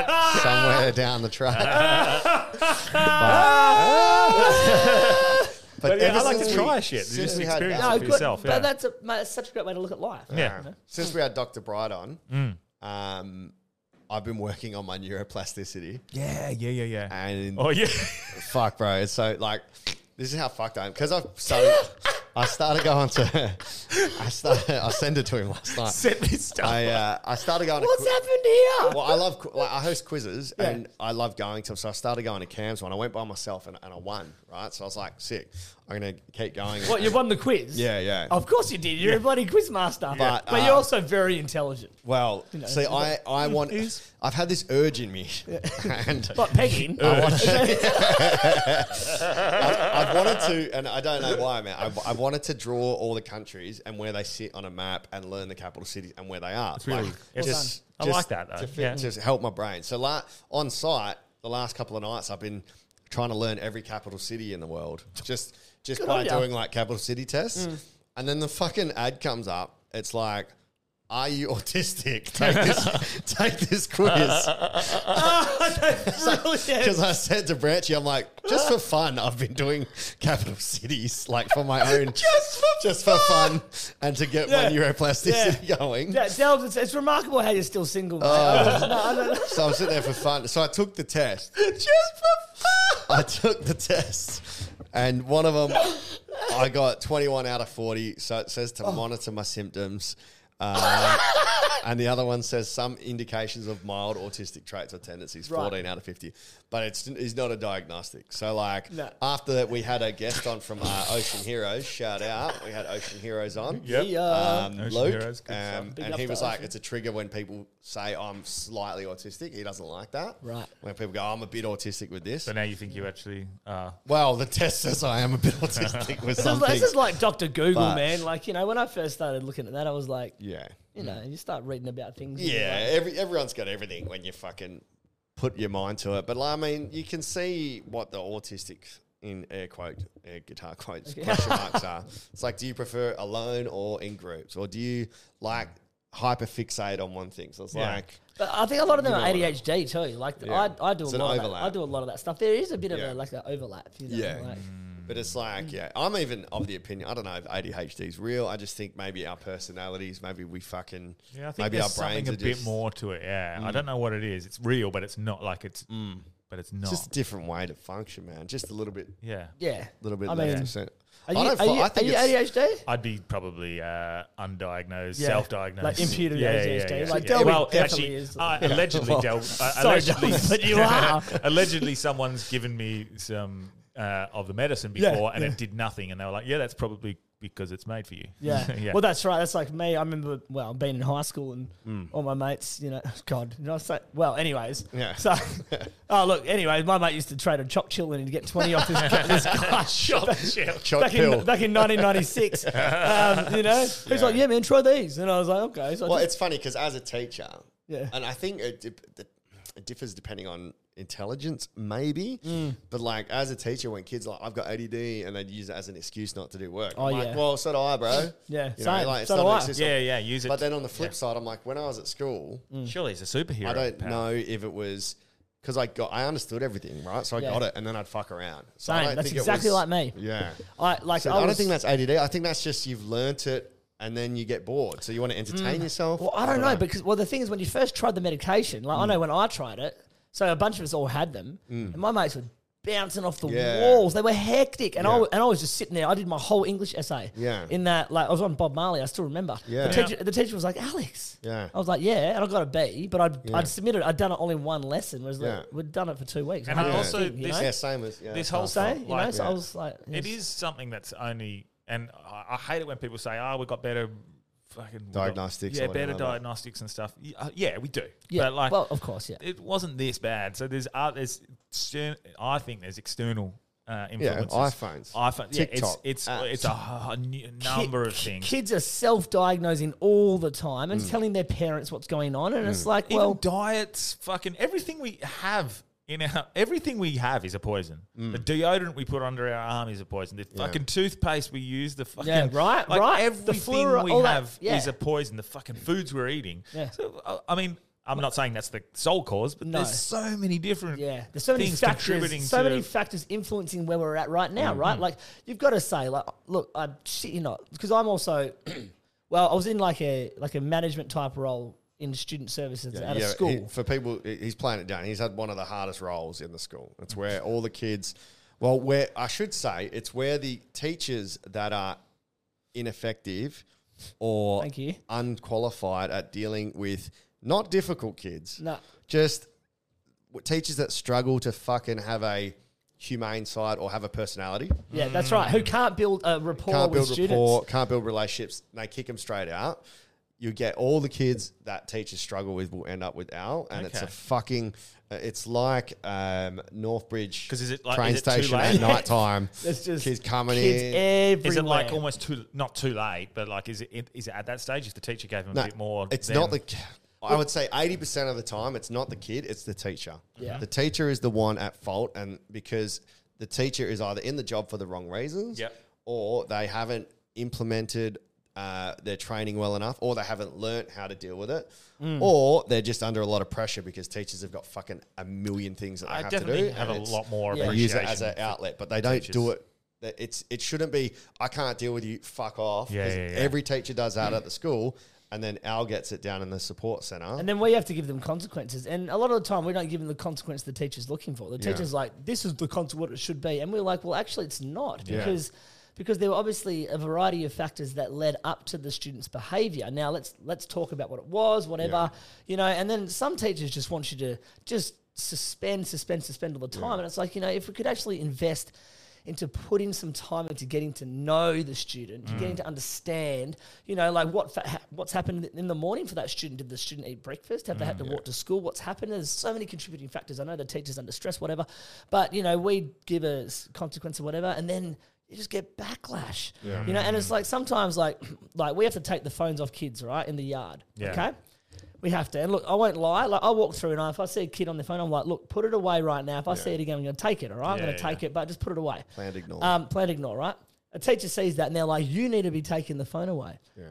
A: go somewhere down the track.
B: Ah. But, yeah, I
A: ever
B: like to
A: since
B: try
A: we-
B: shit.
A: since
B: Just
A: we had
B: experience
A: that-
B: it for yourself. Yeah.
C: But that's, a, mate, that's such a great way to look at life.
B: Yeah.
C: you know?
A: Since we had Dr. Bright on,
B: Mm.
A: um, I've been working on my neuroplasticity.
B: Yeah, yeah, yeah, yeah.
A: And
B: Oh, yeah.
A: fuck, bro. It's so like this is how fucked I am because I've started. I started going to. I started. I sent it to him last night.
B: Sent me stuff.
A: I, uh, I started going.
C: What's
A: to qui-
C: happened here?
A: Well, I love. qu- Like, I host quizzes
C: Yeah.
A: and I love going to. 'em. So I started going to Cam's one. I went by myself and, and I won. Right. So I was like, sick. I'm gonna keep going.
C: What you won the quiz?
A: Yeah, yeah.
C: Of course you did. You're a bloody quiz master.
A: But,
C: but you're
A: uh,
C: also very intelligent.
A: Well,
C: You know,
A: see, I, I want.
C: is-
A: I've had this urge in me, and
C: Like pegging.
B: Uh,
A: I want- I've, I've wanted to, and I don't know why, man. I've, I've wanted to draw all the countries and where they sit on a map and learn the capital cities and where they are.
B: It's really- it's- Well done. I like that, though.
A: To, fit-
B: Yeah.
A: to help my brain. So, la- on site, the last couple of nights, I've been trying to learn every capital city in the world just just
O: Good
A: by
O: on ya.
A: doing like capital city tests.
O: Mm.
A: And then the fucking ad comes up. It's like, "Are you autistic? Take this, take this quiz." Because I said to Branchy, I'm like, just for fun, I've been doing capital cities, like for my own, just for, fun. and to get my neuroplasticity going.
C: Yeah, Delves, it's, it's remarkable how you're still single. mate.
A: Oh.
C: No, I don't-
A: so I'm sitting there for fun. So I took the test.
C: Just
A: I took the test, and one of them, I got 21 out of 40. So it says to monitor my symptoms. Um, and the other one says some indications of mild autistic traits or tendencies,
O: Right.
A: 14 out of 50. But it's, it's not a diagnostic. So, like,
O: No.
A: after that, we had a guest on from uh, Ocean Heroes. Shout out. We had Ocean Heroes on.
O: Yep. Yeah.
C: Uh,
A: Um,
O: Ocean
A: Luke.
O: Heroes, good stuff.
A: um,
O: Big
A: and
O: up
A: he
O: to
A: was like,
O: Ocean.
A: it's a trigger when people say I'm slightly autistic. He doesn't like that.
C: Right.
A: When people go, I'm a bit autistic with this. So
B: now you think you actually are.
A: Well, the test says I am a bit autistic with
C: This is,
A: something.
C: like, this is like Dr. Google,
A: But-
C: man. Like, you know, when I first started looking at that, I was like,
A: Yeah.
C: you know, you start reading about things. and you're
A: Yeah,
C: like-
A: every, everyone's got everything when you fucking put your mind to it. But like, I mean, you can see what the autistic in air quote air guitar quotes
O: Okay.
A: question marks are. It's like, do you prefer alone or in groups, or do you like hyper fixate on one thing? So it's
C: Yeah.
A: like,
C: But I think a lot of them
A: You
C: are
A: know what I-
C: ADHD too. Like the,
A: Yeah.
C: I, I do
A: It's
C: a
A: an
C: lot. Of that,
A: overlap.
C: I do a lot of that stuff. There is a bit
A: Yeah.
C: of a like an overlap. You know,
A: yeah. Mm.
C: Like,
A: But it's
B: Mm.
A: like, yeah, I'm even of the opinion. I don't know if ADHD is real. I just think maybe our personalities, maybe we fucking,
B: Yeah, I think
A: maybe our
B: there's
A: brains
B: something
A: are
B: a bit
A: just-
B: more to it. Yeah, I
A: Mm.
B: don't know what it is. It's real, but it's not like it's. But it's not.
A: It's just a different way to function, man. Just a little bit.
B: Yeah.
C: Yeah.
A: A little bit
C: I
A: less
C: mean-
A: percent.
C: Are
A: I
C: you-
A: don't
C: are
A: fu-
C: you-
A: I think
C: are you
A: it's-
C: ADHD?
B: I'd be probably uh, undiagnosed,
C: Yeah.
B: self-diagnosed,
C: Like imputed ADHD. Like, Delby
B: well,
C: definitely
B: actually,
C: is.
B: I allegedly,
C: Well,
B: Del- uh,
C: sorry,
B: allegedly,
C: Delby, but you are.
B: allegedly, someone's given me some uh, of the medicine
C: Yeah,
B: before, and
C: yeah.
B: it did nothing, and they were like, "Yeah, that's probably because it's made for you."
C: Yeah.
B: yeah.
C: Well, that's right. That's like me. I remember, well, being in high school and
B: Mm.
C: all my mates, you know, God, you know, so, well, anyways.
B: Yeah.
C: So, oh, look, anyway, my mate used to trade a chop chill and he'd get 20 off this, guy- this guy.
O: Choc chill. Choc
C: Back in,
O: pill.
C: back in 1996. um, you know, he's
A: Yeah.
C: like, yeah, man, try these. And I was like, okay. So I
A: well,
C: took-
A: it's funny because as a teacher,
C: Yeah.
A: and I think it, dip- the- it differs depending on intelligence, maybe.
B: Mm.
A: But like as a teacher, when kids are like I've got ADD and they'd use it as an excuse not to do work.
B: Oh,
A: I'm like,
B: yeah.
A: Well, so do I, bro.
B: Yeah,
A: You
B: same.
A: like, it's
B: So
A: not
B: do
A: an
B: I.
A: excuse.
B: Yeah, yeah, use it.
A: But then on the flip side, I'm like, when I was at school,
C: Mm.
B: surely it's a superhero.
A: I don't
B: power.
A: know if it was. Because I got, I understood everything, right? So I
C: Yeah.
A: got it, and then I'd fuck around. So I
C: Same.
A: don't
C: That's
A: think it
C: exactly
A: was-
C: like me.
A: Yeah.
C: I like.
A: So
C: I,
A: I, don't
C: was-
A: think that's ADD. I think that's just you've learnt it and then you get bored. So you want to entertain
C: Mm.
A: yourself.
C: Well, I don't know because well, the thing is when you first tried the medication, like I know when I tried it, so a bunch of us all had them,
A: Mm.
C: and my mates were bouncing off the
A: Yeah.
C: walls. They were hectic, and I
A: Yeah.
C: wa- and I was just sitting there. I did my whole English essay.
A: Yeah.
C: In that, like I was on Bob Marley. I still remember.
A: Yeah.
C: The teacher, the teacher was like, "Alex."
A: Yeah.
C: I was like, "Yeah," and I got a B, but I'd,
A: Yeah.
C: I'd submitted. I'd done it all in one lesson. Whereas like,
A: Yeah.
C: we'd done it for two weeks.
B: And I
C: Like,
B: also
C: you
B: this,
C: know?
B: this whole
C: Same,
B: thing.
C: you know, so I was like,
B: it is something that's only, and I, I hate it when people say, "Oh, we got better." Fucking we got-"
A: Diagnostics or
B: yeah, better
A: whatever like that.
B: diagnostics and stuff. Y- uh, Yeah, we do.
C: Yeah,
B: but like,
C: well, of course, yeah.
B: It wasn't this bad. So there's, uh, there's, extern- I think there's external uh, influences.
A: iPhones,
B: iPhone, yeah,
A: TikTok,
B: it's it's,
A: apps.
B: it's a, h- h- n- number of things.
C: Kids are self-diagnosing all the time and
B: Mm.
C: telling their parents what's going on, and it's
B: Mm.
C: like,
B: Even
C: well,
B: diets, fucking everything we have in our everything we have is a poison. The deodorant we put under our arm is a poison. The
C: Mm. Yeah.
B: fucking toothpaste we use, the fucking
C: Yeah, right,
B: like
C: right. The
B: Everything
C: fluoride,
B: we
C: all that,
B: have
C: yeah.
B: is a poison. The fucking foods we're eating.
C: Yeah.
B: So I- I mean, I'm not saying that's the sole cause, but
C: No.
B: there's so many different
C: yeah. There's so many
B: things contributing
C: factors, so
B: to
C: many factors influencing where we're at right now, right?
B: Mhm.
C: Like you've got to say, like, look, I'm shit, you know, because I'm also, well, I was in like a like a management type role in student services at a
A: Yeah,
C: school.
A: he- for people, he- he's playing it down. He's had one of the hardest roles in the school. It's where all the kids, well, where I should say, it's where the teachers that are ineffective or
C: Thank you.
A: unqualified at dealing with not difficult kids,
C: No.
A: just w- teachers that struggle to fucking have a humane side or have a personality.
C: yeah, that's right. Who can't build a rapport
A: can't
C: with
A: build
C: students?
A: rapport, can't build relationships. They kick them straight out. You get all the kids that teachers struggle with will end up with out, and it's a
B: Okay.
A: fucking. uh, It's like um, Northbridge
B: 'Cause is it like-
A: train
B: is it too
A: station
B: late?
A: at night time.
B: It's just
A: kids coming in.
B: Is it like almost too not too late, but like is it is it at that stage if the teacher gave them
A: No,
B: a bit more?
A: It's
B: then-
A: not the. I would say 80% of the time, it's not the kid, it's the teacher.
P: Yeah.
A: The teacher is the one at fault, and because the teacher is either in the job for the wrong reasons,
B: Yep.
A: or they haven't implemented uh, their training well enough, or they haven't learnt how to deal with it,
B: Mm.
A: or they're just under a lot of pressure because teachers have got fucking a million things that they
B: I
A: have
B: definitely
A: to do.
B: have
A: and
B: a
A: it's-
B: lot more
A: They use it as
B: appreciation
A: an
B: for
A: outlet, but they don't do
B: teachers.
A: it. that It's it shouldn't be. I can't deal with you. Fuck off.
B: Yeah,
A: 'Cause
B: yeah, yeah.
A: Every teacher does that at the school, and then Al gets it down in the support center.
C: And then we have to give them consequences. And a lot of the time, we don't give them the consequence the teacher's looking for. The
A: Yeah.
C: teacher's like, this is the consequence, what it should be. And we're like, well, actually, it's not.
P: Yeah.
C: Because because there were obviously a variety of factors that led up to the student's behavior. Now, let's let's talk about what it was, whatever, you know. And then some teachers just want you to just suspend, suspend, suspend all the time.
P: Yeah.
C: And it's like, you know, if we could actually invest into putting some time into getting to know the student, to
P: Mm.
C: getting to understand, you know, like what fa- ha- what's happened in the morning for that student. Did the student eat breakfast? Have they had
P: Mm.
C: to walk to school? What's happened? There's so many contributing factors. I know the teacher's under stress, whatever, but you know, we give a s- consequence or whatever, and then you just get backlash.
P: Yeah.
C: You know, and it's like sometimes like like we have to take the phones off kids, right, in the yard.
P: Yeah.
C: Okay. We have to. And look, I won't lie. Like I walk through and I, if I see a kid on their phone, I'm like, look, put it away right now. If I see it again, I'm going to take it. All right, I'm
P: Yeah,
C: going to
P: yeah.
C: take it, but just put it away.
A: Planned ignore.
C: Um, planned ignore. Right. A teacher sees that and they're like, you need to be taking the phone away.
A: yeah. Mm.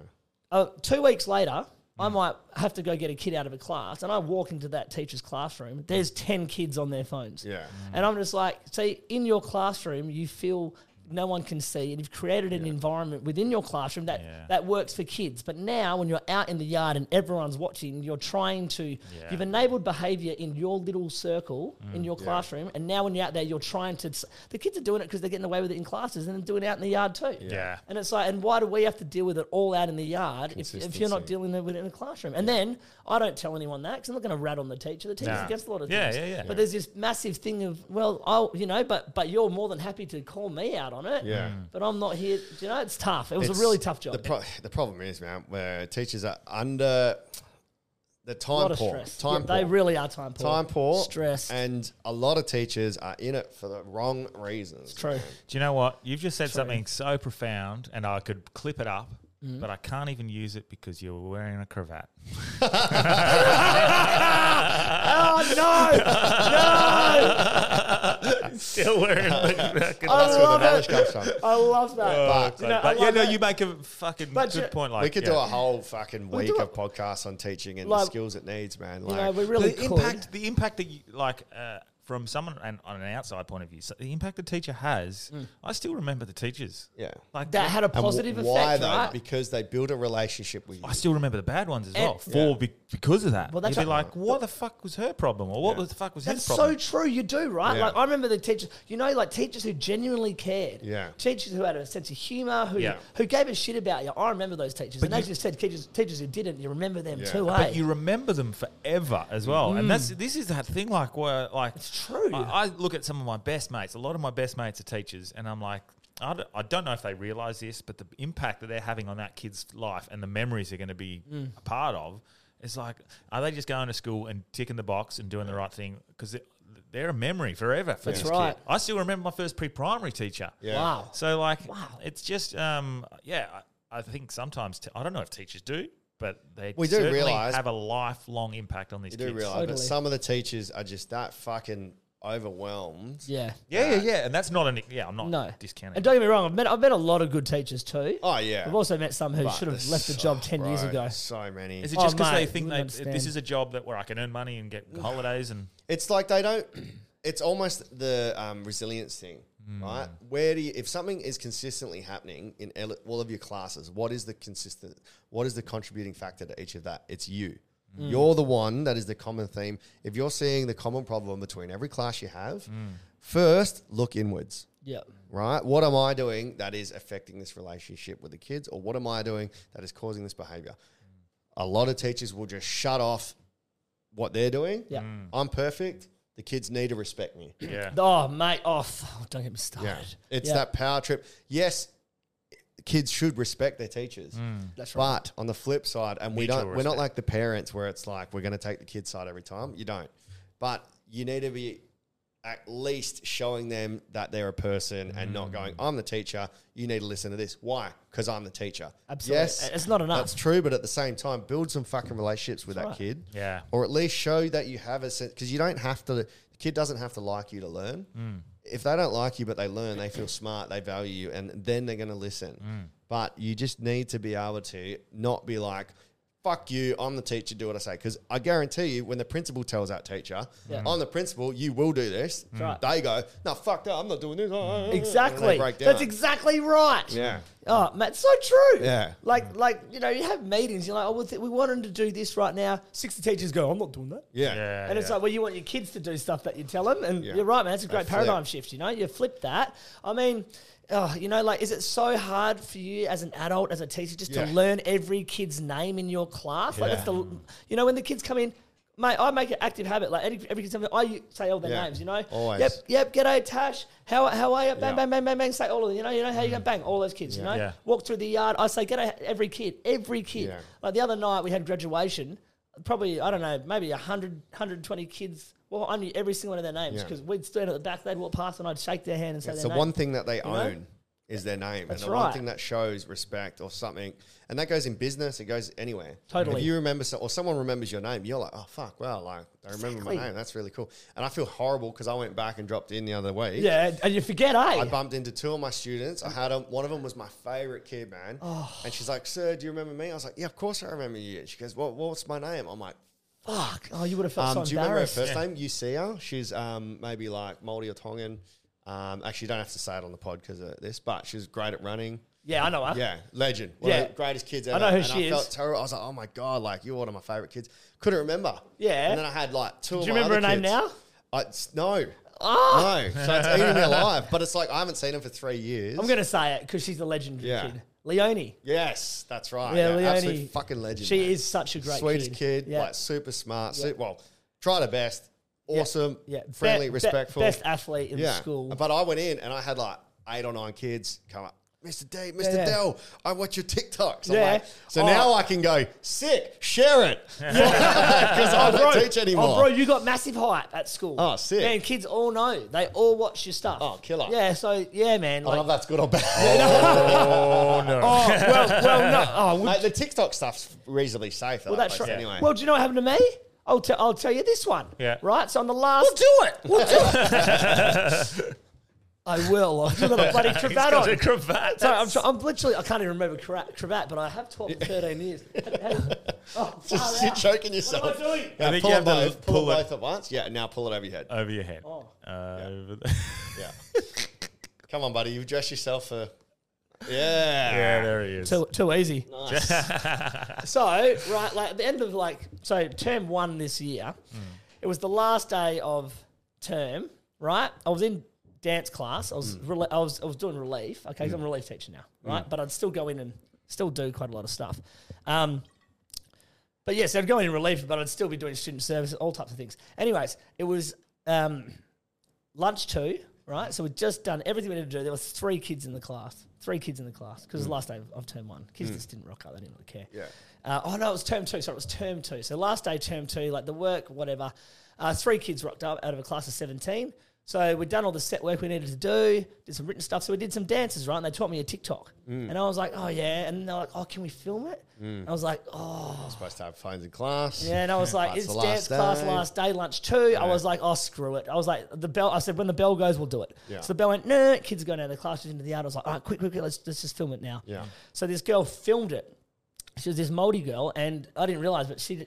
C: Uh, two weeks later, I might have to go get a kid out of a class, and I walk into that teacher's classroom. There's ten kids on their phones.
A: Yeah.
C: And I'm just like, see, in your classroom, you feel no one can see, and you've created an environment within your classroom that, that works for kids. But now, when you're out in the yard and everyone's watching, you're trying to,
P: Yeah.
C: you've enabled behavior in your little circle in
P: Mm.
C: your
P: Yeah.
C: classroom. And now, when you're out there, you're trying to, s- the kids are doing it because they're getting away with it in classes and they're doing it out in the yard too.
P: Yeah.
C: And it's like, and why do we have to deal with it all out in the yard if, if you're not
P: Consistency.
C: dealing with it in a classroom? And then I don't tell anyone that because I'm not going to rat on the teacher. The teacher's
P: Nah.
C: against a lot of
P: Yeah,
C: things.
P: yeah, yeah.
C: But there's this massive thing of, well, I'll, you know, but but you're more than happy to call me out on it.
A: Yeah. Mm.
C: But I'm not here. You know, it's tough. It was
A: It's-
C: a really tough job.
A: The, pro- the problem is, man, where teachers are under the time
C: Lot of
A: poor.
C: stress.
A: Time
C: Yeah, they
A: poor.
C: really are time poor.
A: Time poor.
C: Stress.
A: And a lot of teachers are in it for the wrong reasons. It's
C: true.
B: Do you know what? You've just said
A: True.
B: something so profound, and I could clip it up,
C: Mm-hmm.
A: Mhm.
B: but I can't even use it because you're wearing a cravat.
P: Oh, no! No!
B: Still wearing the fucking-
P: I
A: That's where the
P: love
A: knowledge
P: it.
A: comes from.
C: I love that.
A: But-
C: Oh, You know, I
B: but yeah,
C: love
B: no,
C: that.
B: you make a fucking
C: But
B: good
C: you-
B: point. Like
A: we could
B: yeah.
A: do a whole fucking
B: We'll
A: week
B: do
A: of podcasts on teaching and the
B: Like-
A: skills it needs, man.
B: You
A: Like,
B: know, we
C: really
B: the impact the impact that you like uh, from someone and on an outside point of view so the impact the teacher has i still remember the teachers
A: yeah
B: like
C: Mm. That had a
A: And wh-
C: positive
A: Why
C: effect,
A: though?
C: right?
A: Because they build a relationship with you.
B: i still remember the bad ones as
C: And-
B: well for be- because of that well
C: Well, that's
B: that's you'd be
C: right.
B: like what the fuck was her problem or what the fuck was
C: That's
B: his problem
C: so true. You do, right?
B: Yeah.
C: Like I remember the teachers, you know, like teachers who genuinely cared.
B: Yeah.
C: Teachers who had a sense of humor, who
B: Yeah.
C: who gave a shit about you. I remember those teachers.
B: But
C: and as
B: you-
C: you said, teachers teachers who didn't, you remember them too, eh?
B: But you remember them forever as well,
C: Mm.
B: and that's this is that thing like where like
C: it's true.
B: I, I look at some of my best mates. A lot of my best mates are teachers, and I'm like. I don't, I don't know if they realize this, but the impact that they're having on that kid's life and the memories they're going to be
P: Mm.
B: a part of is like, are they just going to school and ticking the box and doing the right thing? Because they're a memory forever for
C: That's
B: this
C: right.
B: kid. I still remember my first pre-primary teacher.
C: Yeah. Wow.
B: So like, it's just, um, yeah, I, I think sometimes t- I don't know if teachers do, but they
A: We do
B: certainly
A: realise-
B: have a lifelong impact on these
A: You
B: kids.
A: do realize that some of the teachers are just that fucking overwhelmed.
C: Yeah.
B: yeah, yeah, yeah, and that's not an yeah. I'm not
C: No.
B: discounting.
C: And don't get me wrong, I've met I've met a lot of good teachers too.
A: Oh yeah.
C: I've also met some who
A: But
C: should have
A: there's
C: left the
A: so-
C: job ten years
A: bro,
C: ago.
A: So many.
B: Is it just because
C: Oh,
B: they
C: mate,
B: think
C: you
B: they
C: wouldn't
B: if
C: understand.
B: this is a job that where I can earn money and get holidays and
A: It's like they don't. It's almost the um, resilience thing, right? Where do you, if something is consistently happening in ele- all of your classes, what is the consistent? What is the contributing factor to each of that? It's you.
P: Mm.
A: You're the one that is the common theme. If you're seeing the common problem between every class you have, first look inwards.
C: Yep.
A: Right? What am I doing that is affecting this relationship with the kids, or what am I doing that is causing this behavior? A lot of teachers will just shut off what they're doing.
C: Yeah. Mm.
A: I'm perfect. The kids need to respect me.
B: Yeah.
C: Oh mate, off. don't get me started.
A: Yeah. It's
C: Yeah.
A: that power trip. Yes, kids should respect their teachers.
B: Mm.
C: That's right.
A: But on the flip side, and we
B: Mutual
A: don't we're not
B: respect.
A: like the parents where it's like we're going to take the kids side every time. You don't. But you need to be at least showing them that they're a person and not going, I'm the teacher, you need to listen to this. Why? Because I'm the teacher.
C: Absolutely. It's not enough.
A: That's true, but at the same time, build some fucking relationships with
C: That's
A: that
C: right.
A: kid.
K: Yeah.
A: Or at least show that you have a sense, because you don't have to, the kid doesn't have to like you to learn.
K: Mm.
A: If they don't like you, but they learn, they feel smart, they value you, and then they're going to listen.
K: Mm.
A: But you just need to be able to not be like, fuck you, I'm the teacher, do what I say. Because I guarantee you, when the principal tells that teacher,
C: Yeah.
A: I'm the principal, you will do this.
C: That's right.
A: They go, no, fuck that, I'm not doing this. And mm, they
C: Exactly.
A: break
C: That's
A: down.
C: exactly right.
A: Yeah.
C: Oh, man, it's so true.
A: Yeah.
C: Like, like you know, you have meetings. You're like, oh, we, th- we want them to do this right now. Sixty teachers go, I'm not doing that.
A: Yeah.
C: and it's like, well, you want your kids to do stuff that you tell them, and
A: Yeah.
C: you're right, man. That's a
A: They
C: great
A: flip.
C: paradigm shift. You know, you flip that. I mean, oh, you know, like, is it so hard for you as an adult, as a teacher, just
Q: Yeah.
C: to learn every kid's name in your class? Like, that's the,
Q: Yeah.
C: you know, when the kids come in. Mate, I make an active habit. Like every, every kid's I u- say all their
Q: Yeah.
C: names. "Oh, You know,
Q: Always.
C: Yep, yep. G'day, Tash. How how are you? Bang,
Q: Yeah. Mm.
C: bang, bang, bang, bang. Say all of them. You know, you know how you go bang all those kids. You
Q: Yeah.
C: know,
Q: Yeah.
C: walk through the yard. I say g'day every kid, every kid.
Q: Yeah.
C: Like the other night we had graduation. Probably I don't know, maybe 100, 120 kids. Well, I knew every single one of their names
A: Yeah.
C: because we'd stand at the back. They'd walk past and I'd shake their hand and say
A: It's the
C: their name.
A: one thing that they
C: You know?
A: own is their name.
C: That's
A: and the one
C: right.
A: thing that shows respect or something. And that goes in business, it goes anywhere.
C: Totally.
A: If you remember, so, or someone remembers your name, you're like, oh, fuck, wow, like, I remember
C: Exactly.
A: my name. That's really cool. And I feel horrible because I went back and dropped in the other week.
C: Yeah, and you forget, eh?
A: I bumped into two of my students. I had 'em- one of them was my favorite kid, man.
C: Oh.
A: And she's like, sir, do you remember me? I was like, yeah, of course I remember you. And she goes, well, what's my name? I'm like,
C: Fuck. Oh, you would have felt
A: um,
C: so
A: do you remember her
C: embarrassed.
A: first name? You see her. She's um, maybe like Māori or Tongan. Um, actually, you don't have to say it on the pod because of this, but she's great at running.
C: Yeah, I know her.
A: Yeah, legend. One yeah.
C: Yeah.
A: of the greatest kids
C: I
A: ever.
C: know who
A: and
C: she
A: I
C: is.
A: felt terrible. I was like, oh my God, like you're one of my favorite kids. Couldn't remember.
C: Yeah.
A: And then I had like two
C: Do
A: of
C: you
A: my
C: remember
A: other
C: her name
A: kids.
C: now?
A: I, it's- no.
C: Oh.
A: No. So it's eating me alive. But it's like I haven't seen him for three years.
C: I'm going to say it because she's a legendary
A: Yeah.
C: kid. Leonie.
A: Yes, that's right.
C: Yeah,
A: Yeah,
C: Leonie,
A: absolute fucking legend.
C: she
A: man.
C: is such a great
A: sweetest kid.
C: kid. Yeah.
A: Like super smart.
C: Yeah.
A: su- well, try the best.
C: Yeah.
A: Awesome.
C: Yeah.
A: Friendly,
C: Be- be-
A: respectful.
C: best athlete in the school.
A: But I went in and I had like eight or nine kids come up. Mr. D, Mr.
C: Yeah.
A: Dell, I watch your TikToks. I'm
C: Yeah.
A: like, so
C: Oh.
A: now I can go sick, share it because I
C: Oh,
A: don't
C: bro.
A: teach anymore.
C: Oh, bro, you got massive hype at school.
A: Oh, sick.
C: Man, kids all know. They all watch your stuff. Oh,
A: killer.
C: Yeah, so, yeah,
A: I
C: man.
A: don't know if that's good or bad.
C: Oh, no. Oh, well, well, no. Oh,
A: Mate, the TikTok stuff's reasonably safe.
C: Well, that's right.
A: Anyway,
C: Well, do you know what happened to me? I'll, te- I'll tell you this one.
A: Yeah.
C: Right? So, on the last. We'll do it. We'll do it. I will. I'll put a bloody
Q: He's
C: cravat
Q: got
C: on.
Q: a cravat.
C: Sorry, I'm, tr- I'm literally, I can't even remember cra- cravat, but I have taught for 13 years. oh,
A: Just
C: far
A: you're
C: out.
A: choking yourself.
C: What am I doing?
A: Now,
K: I think
A: pull
K: you have
A: them
K: to
A: both, pull
K: pull
A: them
K: it.
A: both at once. Yeah, now pull it over your head.
K: Over your head.
C: Oh.
K: Uh, over the-
A: Yeah. Come on, buddy. You've dressed yourself for. Yeah.
K: Yeah, there he is.
C: Too, too easy.
A: Nice.
C: so, right, like at the end of like, so term one this year, it was the last day of term, right? I was in dance class. I was, rela- I was, I was doing relief. Okay, 'cause I'm a relief teacher now, right?
Q: Mm.
C: But I'd still go in and still do quite a lot of stuff. Um, but yes, I'd go in relief, but I'd still be doing student service, all types of things. Anyways, it was um, lunch two, right? So we'd just done everything we needed to do. There was three kids in the class, three kids in the class because it was the last day of, of term one. Kids
Q: Mm.
C: just didn't rock up; they didn't really care.
Q: Yeah.
C: Uh, oh no, it was term two. Sorry, it was term two. So last day, term two, like the work, whatever. Uh, three kids rocked up out of a class of seventeen. So we'd done all the set work we needed to do, did some written stuff. So we did some dances, right? And they taught me a TikTok,
A: Mm.
C: and I was like, oh yeah. And they're like, oh, can we film it?
A: Mm.
C: And I was like, oh.
A: I'm supposed to have phones in class.
C: Yeah, and I was like,
A: That's
C: it's
A: the
C: dance class,
A: day.
C: last day, lunch two. I was like, oh, screw it. I was like, the bell, I said, when the bell goes, we'll do it.
Q: Yeah.
C: So the bell went, no, kids are going out of the classrooms into the yard. I was like, all right, quick, quick, quick, let's, let's just film it now.
Q: Yeah.
C: So this girl filmed it. She was this Māori girl, and I didn't realize, but she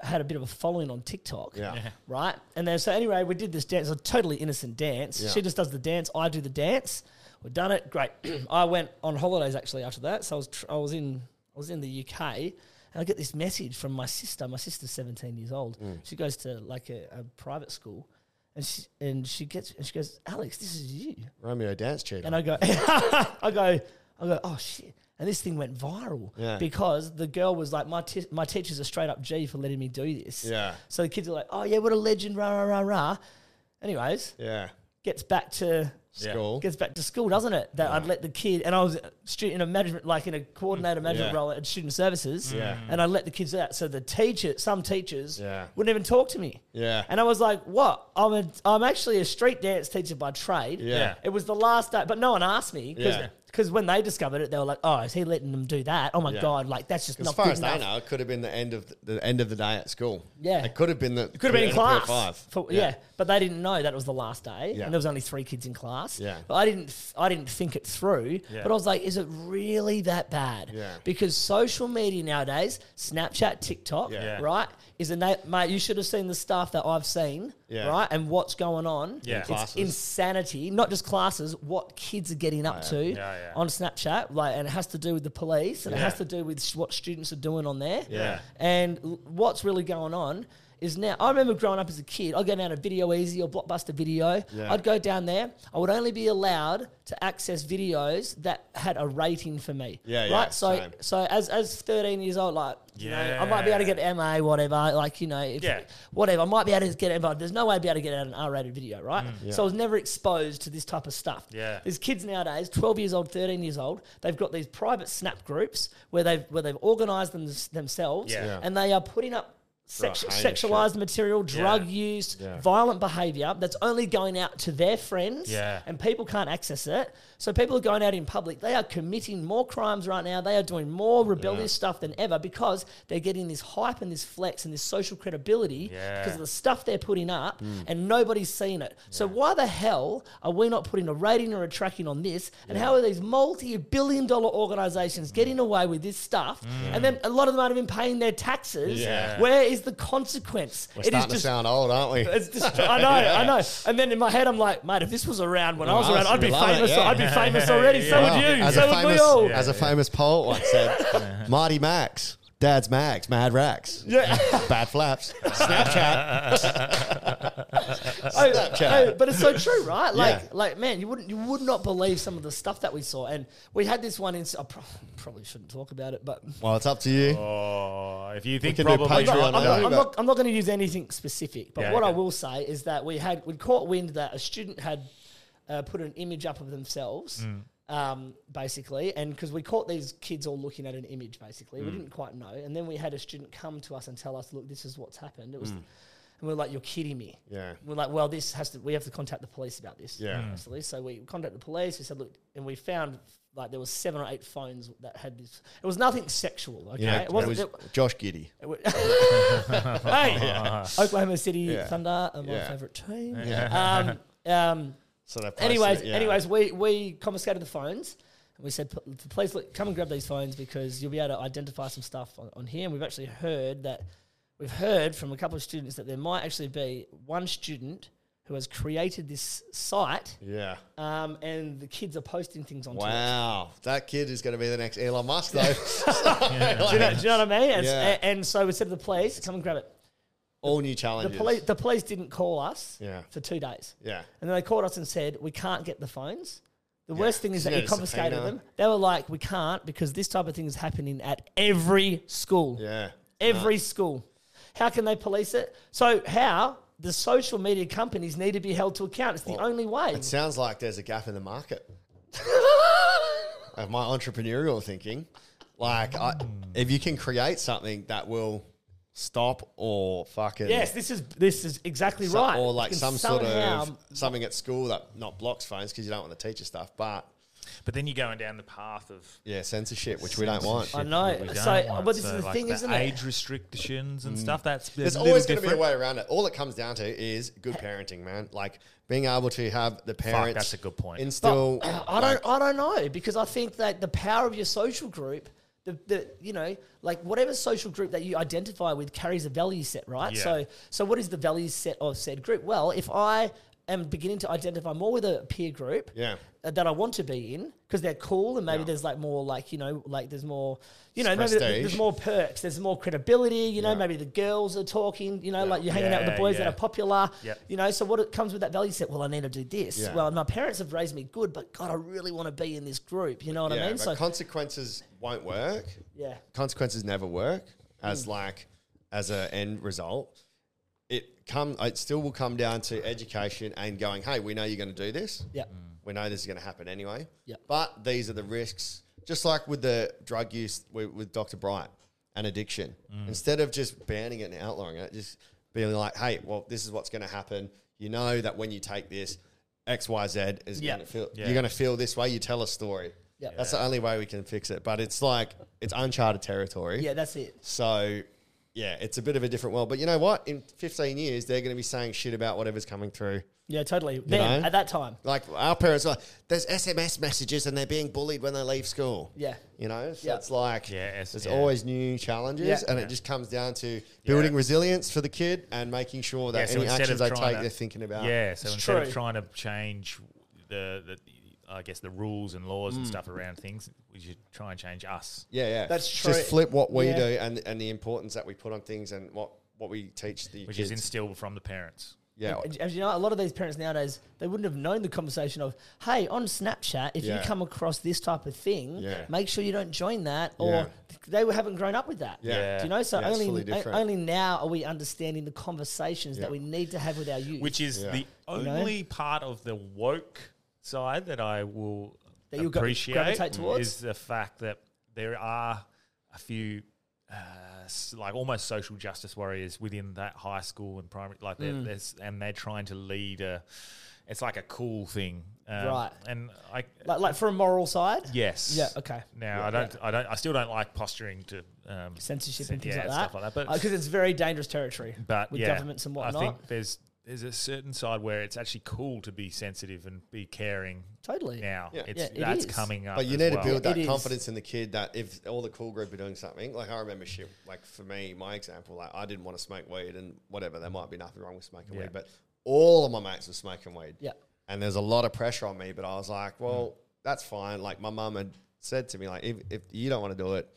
C: had a bit of a following on TikTok.
Q: Yeah. Yeah.
C: Right? And then, so anyway, we did this dance, a totally innocent dance.
Q: Yeah.
C: She just does the dance, I do the dance. We've done it. Great. I went on holidays actually after that. So I was, tr- I was in I was in the UK and I get this message from my sister. My sister's 17 years old.
Q: Mm.
C: She goes to like a, a private school and she, and she gets, and she goes, Alex, this is you.
A: Romeo dance cheater.
C: And I go, I go, I go, oh shit. And this thing went viral
A: Yeah.
C: because the girl was like, my, t- my teacher's a straight up G for letting me do this.
A: Yeah.
C: So the kids are like, oh yeah, what a legend, rah, rah, rah, rah. Anyways,
A: Yeah.
C: gets back to
A: Yeah. School.
C: Gets back to school, doesn't it? That I'd let the kid and I was a student in a management, like in a coordinator management
A: Yeah.
C: role at student services, Mm.
A: Yeah.
C: and I let the kids out. So the teacher, some teachers,
A: Yeah.
C: wouldn't even talk to me.
A: Yeah.
C: And I was like, "What? I'm a, I'm actually a street dance teacher by trade.
A: Yeah. Yeah.
C: It was the last day, but no one asked me
A: Yeah.
C: because when they discovered it, they were like, "Oh, is he letting them do that? Oh my
A: Yeah.
C: god! Like that's just
A: As
C: not
A: far
C: good
A: as
C: enough."
A: they know, it could have been the end of the, the end of the day at school.
C: Yeah.
A: it could have been the
C: It could have been in
A: the period
C: class.
A: Five.
C: For, yeah. but they didn't know that was the last day,
A: Yeah.
C: and there was only three kids in class.
A: Yeah.
C: but I didn't, th- I didn't think it through.
A: Yeah.
C: But I was like, is it really that bad?
A: Yeah.
C: Because social media nowadays, Snapchat, TikTok,
A: Yeah. Yeah.
C: right, is a na- mate. You should have seen the stuff that I've seen,
A: Yeah.
C: right, and what's going on.
A: Yeah.
C: it's
A: Classes.
C: insanity. Not just classes, what kids are getting up
A: Yeah.
C: to
A: Yeah, yeah.
C: on Snapchat, like, and it has to do with the police, and it
A: Yeah.
C: has to do with sh- what students are doing on there.
A: Yeah.
C: And l- what's really going on is now, I remember growing up as a kid, I'd go down to Video Easy or Blockbuster Video.
A: Yeah.
C: I'd go down there. I would only be allowed to access videos that had a rating for me.
A: Yeah,
C: right?
A: yeah,
C: so,
A: same.
C: so as, as 13 years old, like, you know, I might be able to get MA, whatever, like, you know, if,
K: Yeah.
C: whatever. I might be able to get it, but there's no way I'd be able to get out an R rated video, right?
K: Mm. Yeah.
C: So I was never exposed to this type of stuff.
K: Yeah.
C: There's kids nowadays, 12 years old, 13 years old, they've got these private snap groups where they've, where they've organized them, themselves
K: Yeah. Yeah.
C: and they are putting up sexu-
K: Right, heinous
C: sexualized
K: shit.
C: material, drug
K: Yeah.
C: use,
K: Yeah.
C: violent behavior that's only going out to their friends
K: Yeah.
C: and people can't access it. So people are going out in public. They are committing more crimes right now. They are doing more rebellious
K: Yeah.
C: stuff than ever because they're getting this hype and this flex and this social credibility
K: Yeah.
C: because of the stuff they're putting up
A: Hmm.
K: Mm.
C: and nobody's seeing it. So why the hell are we not putting a rating or a tracking on this? And
K: Yeah.
C: how are these multi-billion dollar organizations
A: Hmm.
C: getting away with this stuff? And then a lot of them aren't even paying their taxes.
A: Yeah.
C: Where is the consequence?
A: We're
C: It is
A: starting to
C: just-
A: sound old, aren't we?
C: it's just, I know, I know. And then in my head, I'm like, mate, if this was around when I
A: Well,
C: was around,
A: honestly,
C: I'd be
A: we Oh, love it,
C: famous.
A: yeah.
C: I'd be famous already. So
A: Well,
C: would you.
A: As
C: So
A: a
C: would
A: famous,
C: we all.
A: As a famous poet once said, Marty Max, Dad's Max, Mad Rax.
C: Yeah.
A: Bad flaps. Snapchat.
C: Oh,
A: Snapchat.
C: oh, but it's so true, right? Like,
A: Yeah.
C: like man, you wouldn't, you would not believe some of the stuff that we saw. And we had this one in. I pro- probably shouldn't talk about it, but
A: Well, it's up to you.
K: Oh, if you think
A: can do
K: probably
C: I'm not,
A: Patreon
C: I'm not-
A: later.
C: I'm not- I'm not going to use anything specific, but
K: Yeah,
C: what I
K: okay.
C: will say is that we had we caught wind that a student had uh, put an image up of themselves,
K: Mm.
C: um, basically, and because we caught these kids all looking at an image, basically, we
K: Mm.
C: didn't quite know, and then we had a student come to us and tell us, "Look, this is what's happened." It was,
K: Mm.
C: and we are like, "You're kidding me."
A: Yeah.
C: We're like, well, this has to. We have to contact the police about this.
A: Yeah. Mm.
C: Basically, so we contacted the police. We said, look, and we found like there was seven or eight phones that had this. It was nothing sexual. Okay.
A: Yeah,
C: it wasn't.
A: it was Josh Giddy.
C: it wa- hey,
A: Yeah.
C: Oklahoma City
A: Yeah.
C: Thunder are my
A: Yeah.
C: favorite team.
A: Yeah.
C: Um, um,
A: So they posted
C: anyways,
A: it, yeah.
C: anyways, we we confiscated the phones. And we said, "P- please look, come and grab these phones because you'll be able to identify some stuff on, on here. And we've actually heard that we've heard from a couple of students that there might actually be one student who has created this site.
A: Yeah.
C: Um, and the kids are posting things onto it.
A: Wow. That kid is going to be the next Elon Musk, though.
C: do, you know, do you know what I mean? And, s-
A: Yeah.
C: a- and so we said to the police, come and grab it.
A: All new
C: The,
A: challenges.
C: police, the police didn't call us
A: Yeah.
C: for two days.
A: Yeah.
C: And then they called us and said, we can't get the phones. The
A: Yeah.
C: worst thing is
A: Isn't
C: that
A: it
C: you
A: a
C: confiscated
A: subpoena?
C: them. They were like, we can't because this type of thing is happening at every school.
A: Yeah.
C: Every school. How can they police it? So how the social media companies need to be held to account. It's the only way.
A: It sounds like there's a gap in the market of my entrepreneurial thinking. Like, I, if you can create something that will stop or fucking
C: Yes, this is this is exactly
A: so-
C: right.
A: or like
C: You can
A: some sort
C: somehow-
A: of something at school that not blocks phones because you don't want the teacher stuff, but
K: But then you're going down the path of
A: yeah, censorship, which we don't want.
K: I know. We don't So, want. but this is So, the like, thing, the isn't it? Mm. age
A: restrictions
K: and stuff, that's- that's
A: there's
K: a
A: always
K: little
A: going to be a way
K: different.
A: around it. All it comes down to is good parenting, man. Like being able to have the parents.
K: that's a good point.
A: Instill.
C: I don't, I don't know because I think that the power of your social group, the, the you know, like whatever social group that you identify with carries a value set, right?
K: Yeah.
C: So, so what is the value set of said group? Well, if I am beginning to identify more with a peer group,
A: Yeah.
C: uh, That I want to be in because they're cool and maybe there's like more like you know like there's more you know
A: It's
C: maybe th-
A: prestige.
C: there's more perks there's more credibility you know
A: Yeah.
C: maybe the girls are talking you know like you're hanging out with
A: Yeah,
C: the boys
A: yeah.
C: that are popular
A: Yep.
C: you know so what it comes with that value set well I need to do this
A: Yeah.
C: well my parents have raised me good but God I really want to be in this group you know what
A: yeah,
C: I mean
A: but consequences won't work.
C: Yeah.
A: consequences never work as
C: Mm.
A: like as an end result. it come it still will come down to education and going, hey, we know you're going to do this.
C: Yeah.
A: We know this is going to happen anyway.
C: Yeah.
A: But these are the risks. Just like with the drug use with, with Dr. Bryant and addiction,
R: Mm.
A: instead of just banning it and outlawing it, just being like, hey, well, this is what's going to happen. You know that when you take this, X, Y, Z is
R: Yeah.
A: going to feel.
R: Yeah.
A: You're going to feel this way. You tell a story.
C: Yeah.
A: That's the only way we can fix it. But it's like it's uncharted territory.
C: Yeah, that's it.
A: So yeah, it's a bit of a different world. But you know what? In 15 years, they're going to be saying shit about whatever's coming through.
C: Yeah, totally.
A: You
C: Then,
A: know?
C: at that time.
A: Like our parents are, there's SMS messages and they're being bullied when they leave school.
C: Yeah.
A: You know, so
C: Yeah.
A: it's like there's
C: yeah.
A: always new challenges,
C: Yeah.
A: and
C: Yeah.
A: it just comes down to building resilience for the kid and making sure that any actions they
B: trying
A: take,
B: to-
A: they're thinking about.
B: Yeah, so
A: It's
B: instead
A: true.
B: of trying to change the, the, I guess the rules and laws and
A: Mm.
B: stuff around things, we should try and change us.
A: Yeah, yeah. Just flip what we do and, and the importance that we put on things and what, what we teach the
B: which
A: kids.
B: is instilled from the parents.
A: yeah.
C: And, and you know, a lot of these parents nowadays, they wouldn't have known the conversation of, hey, on Snapchat, if
A: Yeah.
C: you come across this type of thing,
A: Yeah.
C: make sure you don't join that, or
A: Yeah.
C: they haven't grown up with that.
B: Yeah.
C: Do you know? So
B: Yeah, it's fully
C: only o-
B: different.
C: only now are we understanding the conversations
B: Yeah.
C: that we need to have with our youth,
B: Which is the
C: You know?
B: only part of the woke side that I will
C: That you'll gra-
B: appreciate
C: gravitate towards?
B: is the fact that there are a few uh, s- like almost social justice warriors within that high school and primary like they're,
C: Mm.
B: they're s- and they're trying to lead a it's like a cool thing um,
C: Right.
B: and I
C: like, like for a moral side.
B: Yes.
C: Yeah. Okay.
B: Now
C: Yeah.
B: I don't. I don't. I still don't like posturing to um,
C: censorship
B: cen-
C: and things
B: yeah,
C: like that.
B: stuff like that. But
C: because it's very dangerous territory.
B: but
C: with
B: yeah,
C: governments and whatnot.
B: I think there's there's a certain side where it's actually cool to be sensitive and be caring.
C: Totally.
B: Now
C: Yeah.
B: it's
C: Yeah, it
B: that's
C: is.
B: coming up.
A: But you
B: as
A: need
B: well.
A: to build that confidence in the kid that if all the cool group are doing something, like I remember shit, like for me, my example, like I didn't want to smoke weed and whatever, there might be nothing wrong with smoking
R: Yeah.
A: weed, but all of my mates were smoking weed.
C: Yeah.
A: And there's a lot of pressure on me, but I was like, well, that's fine. Like my mum had said to me, like, if, if you don't want to do it,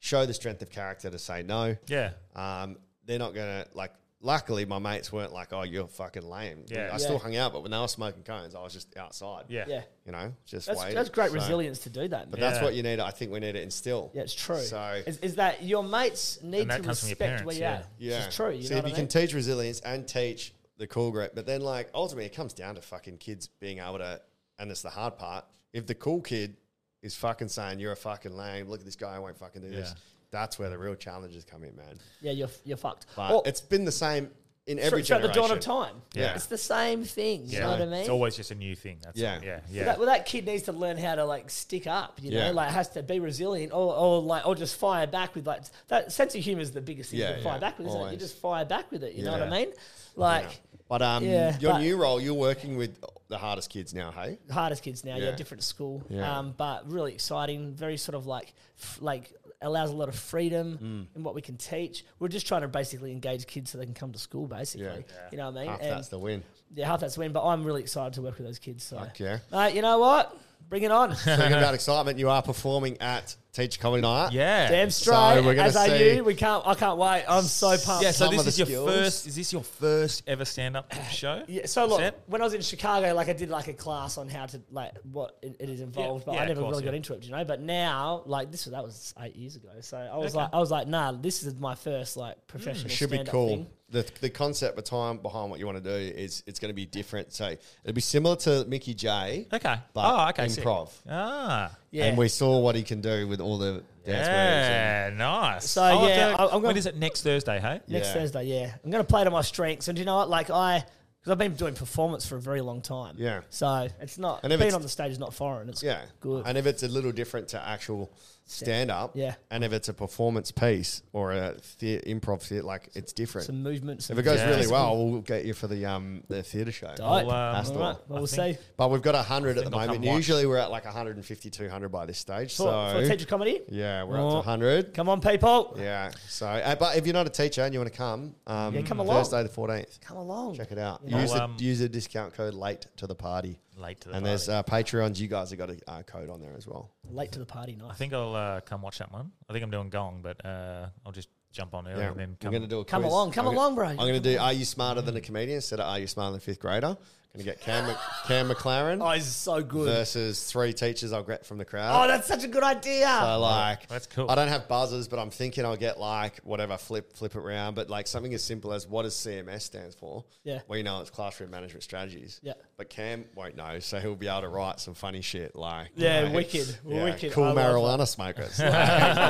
A: show the strength of character to say no.
B: Yeah.
A: Um, they're not going to, like, luckily my mates weren't like, oh, you're fucking lame.
B: Yeah.
A: I still
B: Yeah.
A: hung out, but when they were smoking cones, I was just outside.
B: Yeah. Yeah.
A: You know, just
C: That's-
A: waiting.
C: that's great resilience to do that,
A: But
C: man.
A: that's
C: Yeah.
A: what you need. I think we need to instill.
C: Yeah, it's true.
A: So
C: is, is that your mates need
B: And that
C: to
B: comes from your
C: respect
B: parents,
C: where you're
B: yeah.
C: at?
A: yeah,
C: It's true. You
A: See
C: know
A: if
C: what
A: you
C: I
A: can
C: mean?
A: teach resilience and teach the cool group, but then like ultimately it comes down to fucking kids being able to, and it's the hard part. If the cool kid is fucking saying you're a fucking lame, look at this guy, I won't fucking do this.
C: Yeah.
A: That's where the real challenges come in, man.
C: yeah, you're you're fucked.
A: But it's been the same in every
C: throughout the dawn of
A: generation.
C: time.
A: Yeah.
C: it's the same thing. You
B: Yeah.
C: know what I mean?
B: It's always just a new thing. That's
A: Yeah.
B: yeah. Yeah.
C: Well,
B: Yeah.
C: that, well, that kid needs to learn how to like stick up, you
B: Yeah.
C: know, like has to be resilient, or, or like or just fire back with like that sense of humor is the biggest thing
A: Yeah,
C: you can fire
A: yeah,
C: back with. Isn't it? You
A: always.
C: just fire back with it. You know what I
A: Yeah.
C: mean? Like,
A: But um,
C: Yeah,
A: your
C: but-
A: new role, you're working with the hardest kids now, hey?
C: hardest kids now. Yeah,
A: Yeah.
C: different school,
A: Yeah.
C: um, but really exciting. Very sort of like f- like allows a lot of freedom
A: Mm.
C: in what we can teach. We're just trying to basically engage kids so they can come to school. Basically,
A: Yeah.
C: you know what I mean?
A: Half
C: And
A: that's the win.
C: Yeah, half that's the win. But I'm really excited to work with those kids. So,
A: Fuck yeah.
C: Mate, you know what? Bring it on.
A: Speaking about excitement, you are performing at Teach Comedy Night.
B: Yeah.
C: Damn
A: So
C: straight.
A: we're gonna
C: as are
A: see-
C: you. We can't. I can't wait. I'm so pumped.
B: yeah, so this is your first. Is this your first ever stand-up show?
C: Yeah, so look,
B: Set?
C: when I was in Chicago, like I did like a class on how to like what it, it is involved, but
B: yeah,
C: I
B: of
C: never
B: course,
C: really got
B: yeah.
C: into it, you know. But now, like this, was that was eight years ago. So I was
B: Okay. Hmm.
C: like, I was like, nah, this is my first like professional.
A: It should be
C: stand-up
A: cool.
C: Thing.
A: The, the concept behind behind what you want to do is it's going to be different. So it'll be similar to Mickey J.
B: Okay.
A: But
B: oh, okay. sick.
A: improv.
B: Ah.
A: And we saw what he can do with all the dance
B: Yeah,
A: moves. and-
B: nice. Oh,
C: So,
B: I'll have
C: yeah,
B: to-
C: I- I'm gonna-
B: when is it next Thursday? Hey,
C: Next Thursday, yeah, I'm gonna play to my strengths, and do you know what? Like I, because I've been doing performance for a very long time.
A: Yeah.
C: So it's not
A: And if
C: being
A: it's-
C: on the stage is not foreign. It's
A: Yeah.
C: good.
A: And if it's a little different to actual stand up,
C: Yeah.
A: And if it's a performance piece or a the- improv theatre, like it's different.
C: Some movements
A: If
C: and
A: it goes
C: Yeah.
A: really
C: physical.
A: well, we'll get you for the um the theatre show.
C: Dope. I'll,
B: uh,
C: um,
A: Astor.
C: alright, well, I we'll think- see.
A: But we've got hundred at the
B: think I'll
A: moment.
B: come watch.
A: Usually we're at like 150, 200 by this stage.
C: For-
A: so
C: for teacher comedy?
A: Yeah, we're
C: Oh.
A: up to hundred.
C: Come on, people.
A: Yeah. So, uh, but if you're not a teacher and you want to come, um,
C: Yeah, come along.
A: Thursday the 14th.
C: Come along.
A: Check it out.
C: You know?
A: Use,
C: Well,
A: the,
C: um,
A: use the discount code late to the party.
B: Late to the
A: and there's uh, Patreons. You guys have got a uh, code on there as well.
C: Late to the party, nice.
B: I think I'll uh, come watch that one. I think I'm doing Gong, but uh, I'll just jump on early
A: Yeah,
B: and then
A: I'm
B: come.
A: going to do a
C: Come
A: quiz.
C: along, come
A: I'm gonna-
C: along, bro.
A: I'm going to do Are You Smarter Than a Comedian instead of Are You Smarter Than a Fifth Grader? Going to get Cam, Mc- Cam McLaren.
C: Oh, he's so good.
A: Versus three teachers I'll get from the crowd.
C: Oh, that's such a good idea.
A: So like,
B: That's cool.
A: I don't have buzzers, but I'm thinking I'll get like whatever, flip flip it around. But like something as simple as what does CMS stands for?
C: Yeah.
A: we know it's classroom management strategies.
C: Yeah.
A: but Cam won't know, so he'll be able to write some funny shit like
C: Yeah,
A: you know,
C: wicked, wicked. I
A: cool
C: love
A: marijuana
C: that.
A: smokers, like,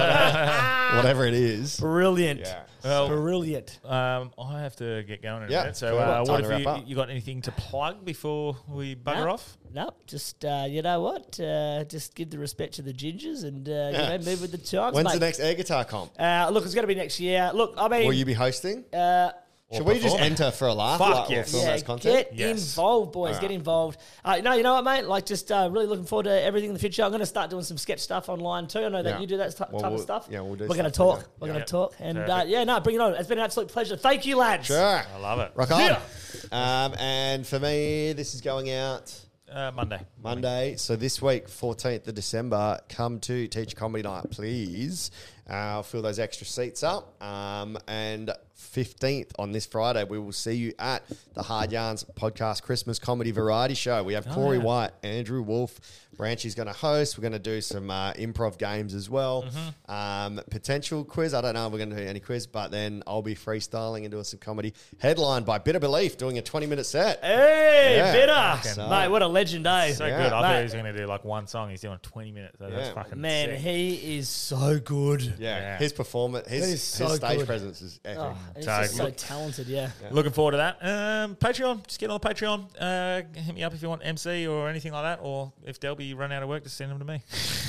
A: whatever, whatever it is.
C: Brilliant.
A: Yeah.
C: Brilliant.
B: Um, I have to get going in
A: Yeah,
B: a minute. So,
A: cool.
B: uh,
A: Time
B: what
A: to
B: have
A: wrap
B: you, you got anything to plug before we bugger
C: Nope.
B: off?
C: Nope. Just uh, you know what? Uh, just give the respect to the gingers and uh,
A: Yeah.
C: you know move with the times.
A: When's
C: mate.
A: the next air guitar comp?
C: Uh, look, it's going to be next year. Look, I mean,
A: Will you be hosting?
C: Uh,
A: Should we just enter for a laugh?
B: Fuck
A: like, or
B: yes.
A: film
B: Yeah,
A: as content?
C: Get involved, boys.
A: Alright.
C: Get involved. Uh, no, you know what, mate? Like, just uh, really looking forward to everything in the future. I'm going to start doing some sketch stuff online too. I know that
A: Yeah.
C: you do that t-
A: Well,
C: type
A: we'll-
C: of stuff.
A: yeah, we'll do
C: We're going to
A: stuff
C: talk.
A: together.
C: We're
A: Yeah.
C: going to talk. And uh,
A: Perfect.
C: yeah, no, bring it on. It's been an absolute pleasure. Thank you, lads.
A: Sure. I
B: love it.
A: Rock on.
C: Yeah.
A: Um, and for me, this is going out
B: uh, Monday.
A: Monday. So this week, 14th of December, come to Teacher Comedy Night, please. Uh, I'll fill those extra seats up. Um, and 15th on this Friday, we will see you at the Hard Yarns Podcast Christmas Comedy Variety Show. We have
B: Oh,
A: Corey
B: yeah.
A: White, Andrew Wolf, Branchy's going to host. We're going to do some uh, improv games as well.
B: Mm-hmm.
A: Um, potential quiz. I don't know if we're going to do any quiz, but then I'll be freestyling and doing some comedy. Headlined by Bitter Belief, doing a 20 minute set.
C: Hey,
A: Yeah.
C: bitter.
A: So-
C: mate, what a legend, eh?
B: So good. I thought he
C: Mate,
B: was going to do like one song. He's doing 20 minutes. So That's
A: Yeah.
B: fucking
C: Man,
B: sick.
C: he is so good.
A: Yeah, his performance, his,
C: That is so
A: his stage
C: good.
A: presence is epic.
C: Oh, and he's just so talented, yeah.
B: Looking forward to that. Um, Patreon, just get on the Patreon. Uh, hit me up if you want MC or anything like that, or if Delby run out of work, just send them to me.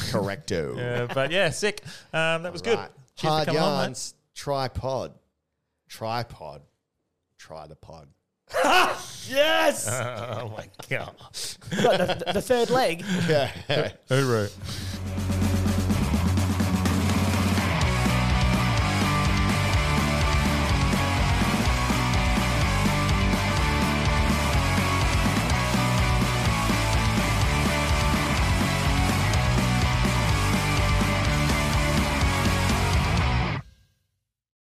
A: Correcto.
B: Uh, but yeah, sick. Um, that was good.
A: Right.
B: Cheers for
A: Hard
B: coming on, mate.
A: yarns, tripod, tripod, try the pod.
C: Yes!
B: oh my god!
C: What, the, the third leg.
A: Yeah.
B: Hooroo.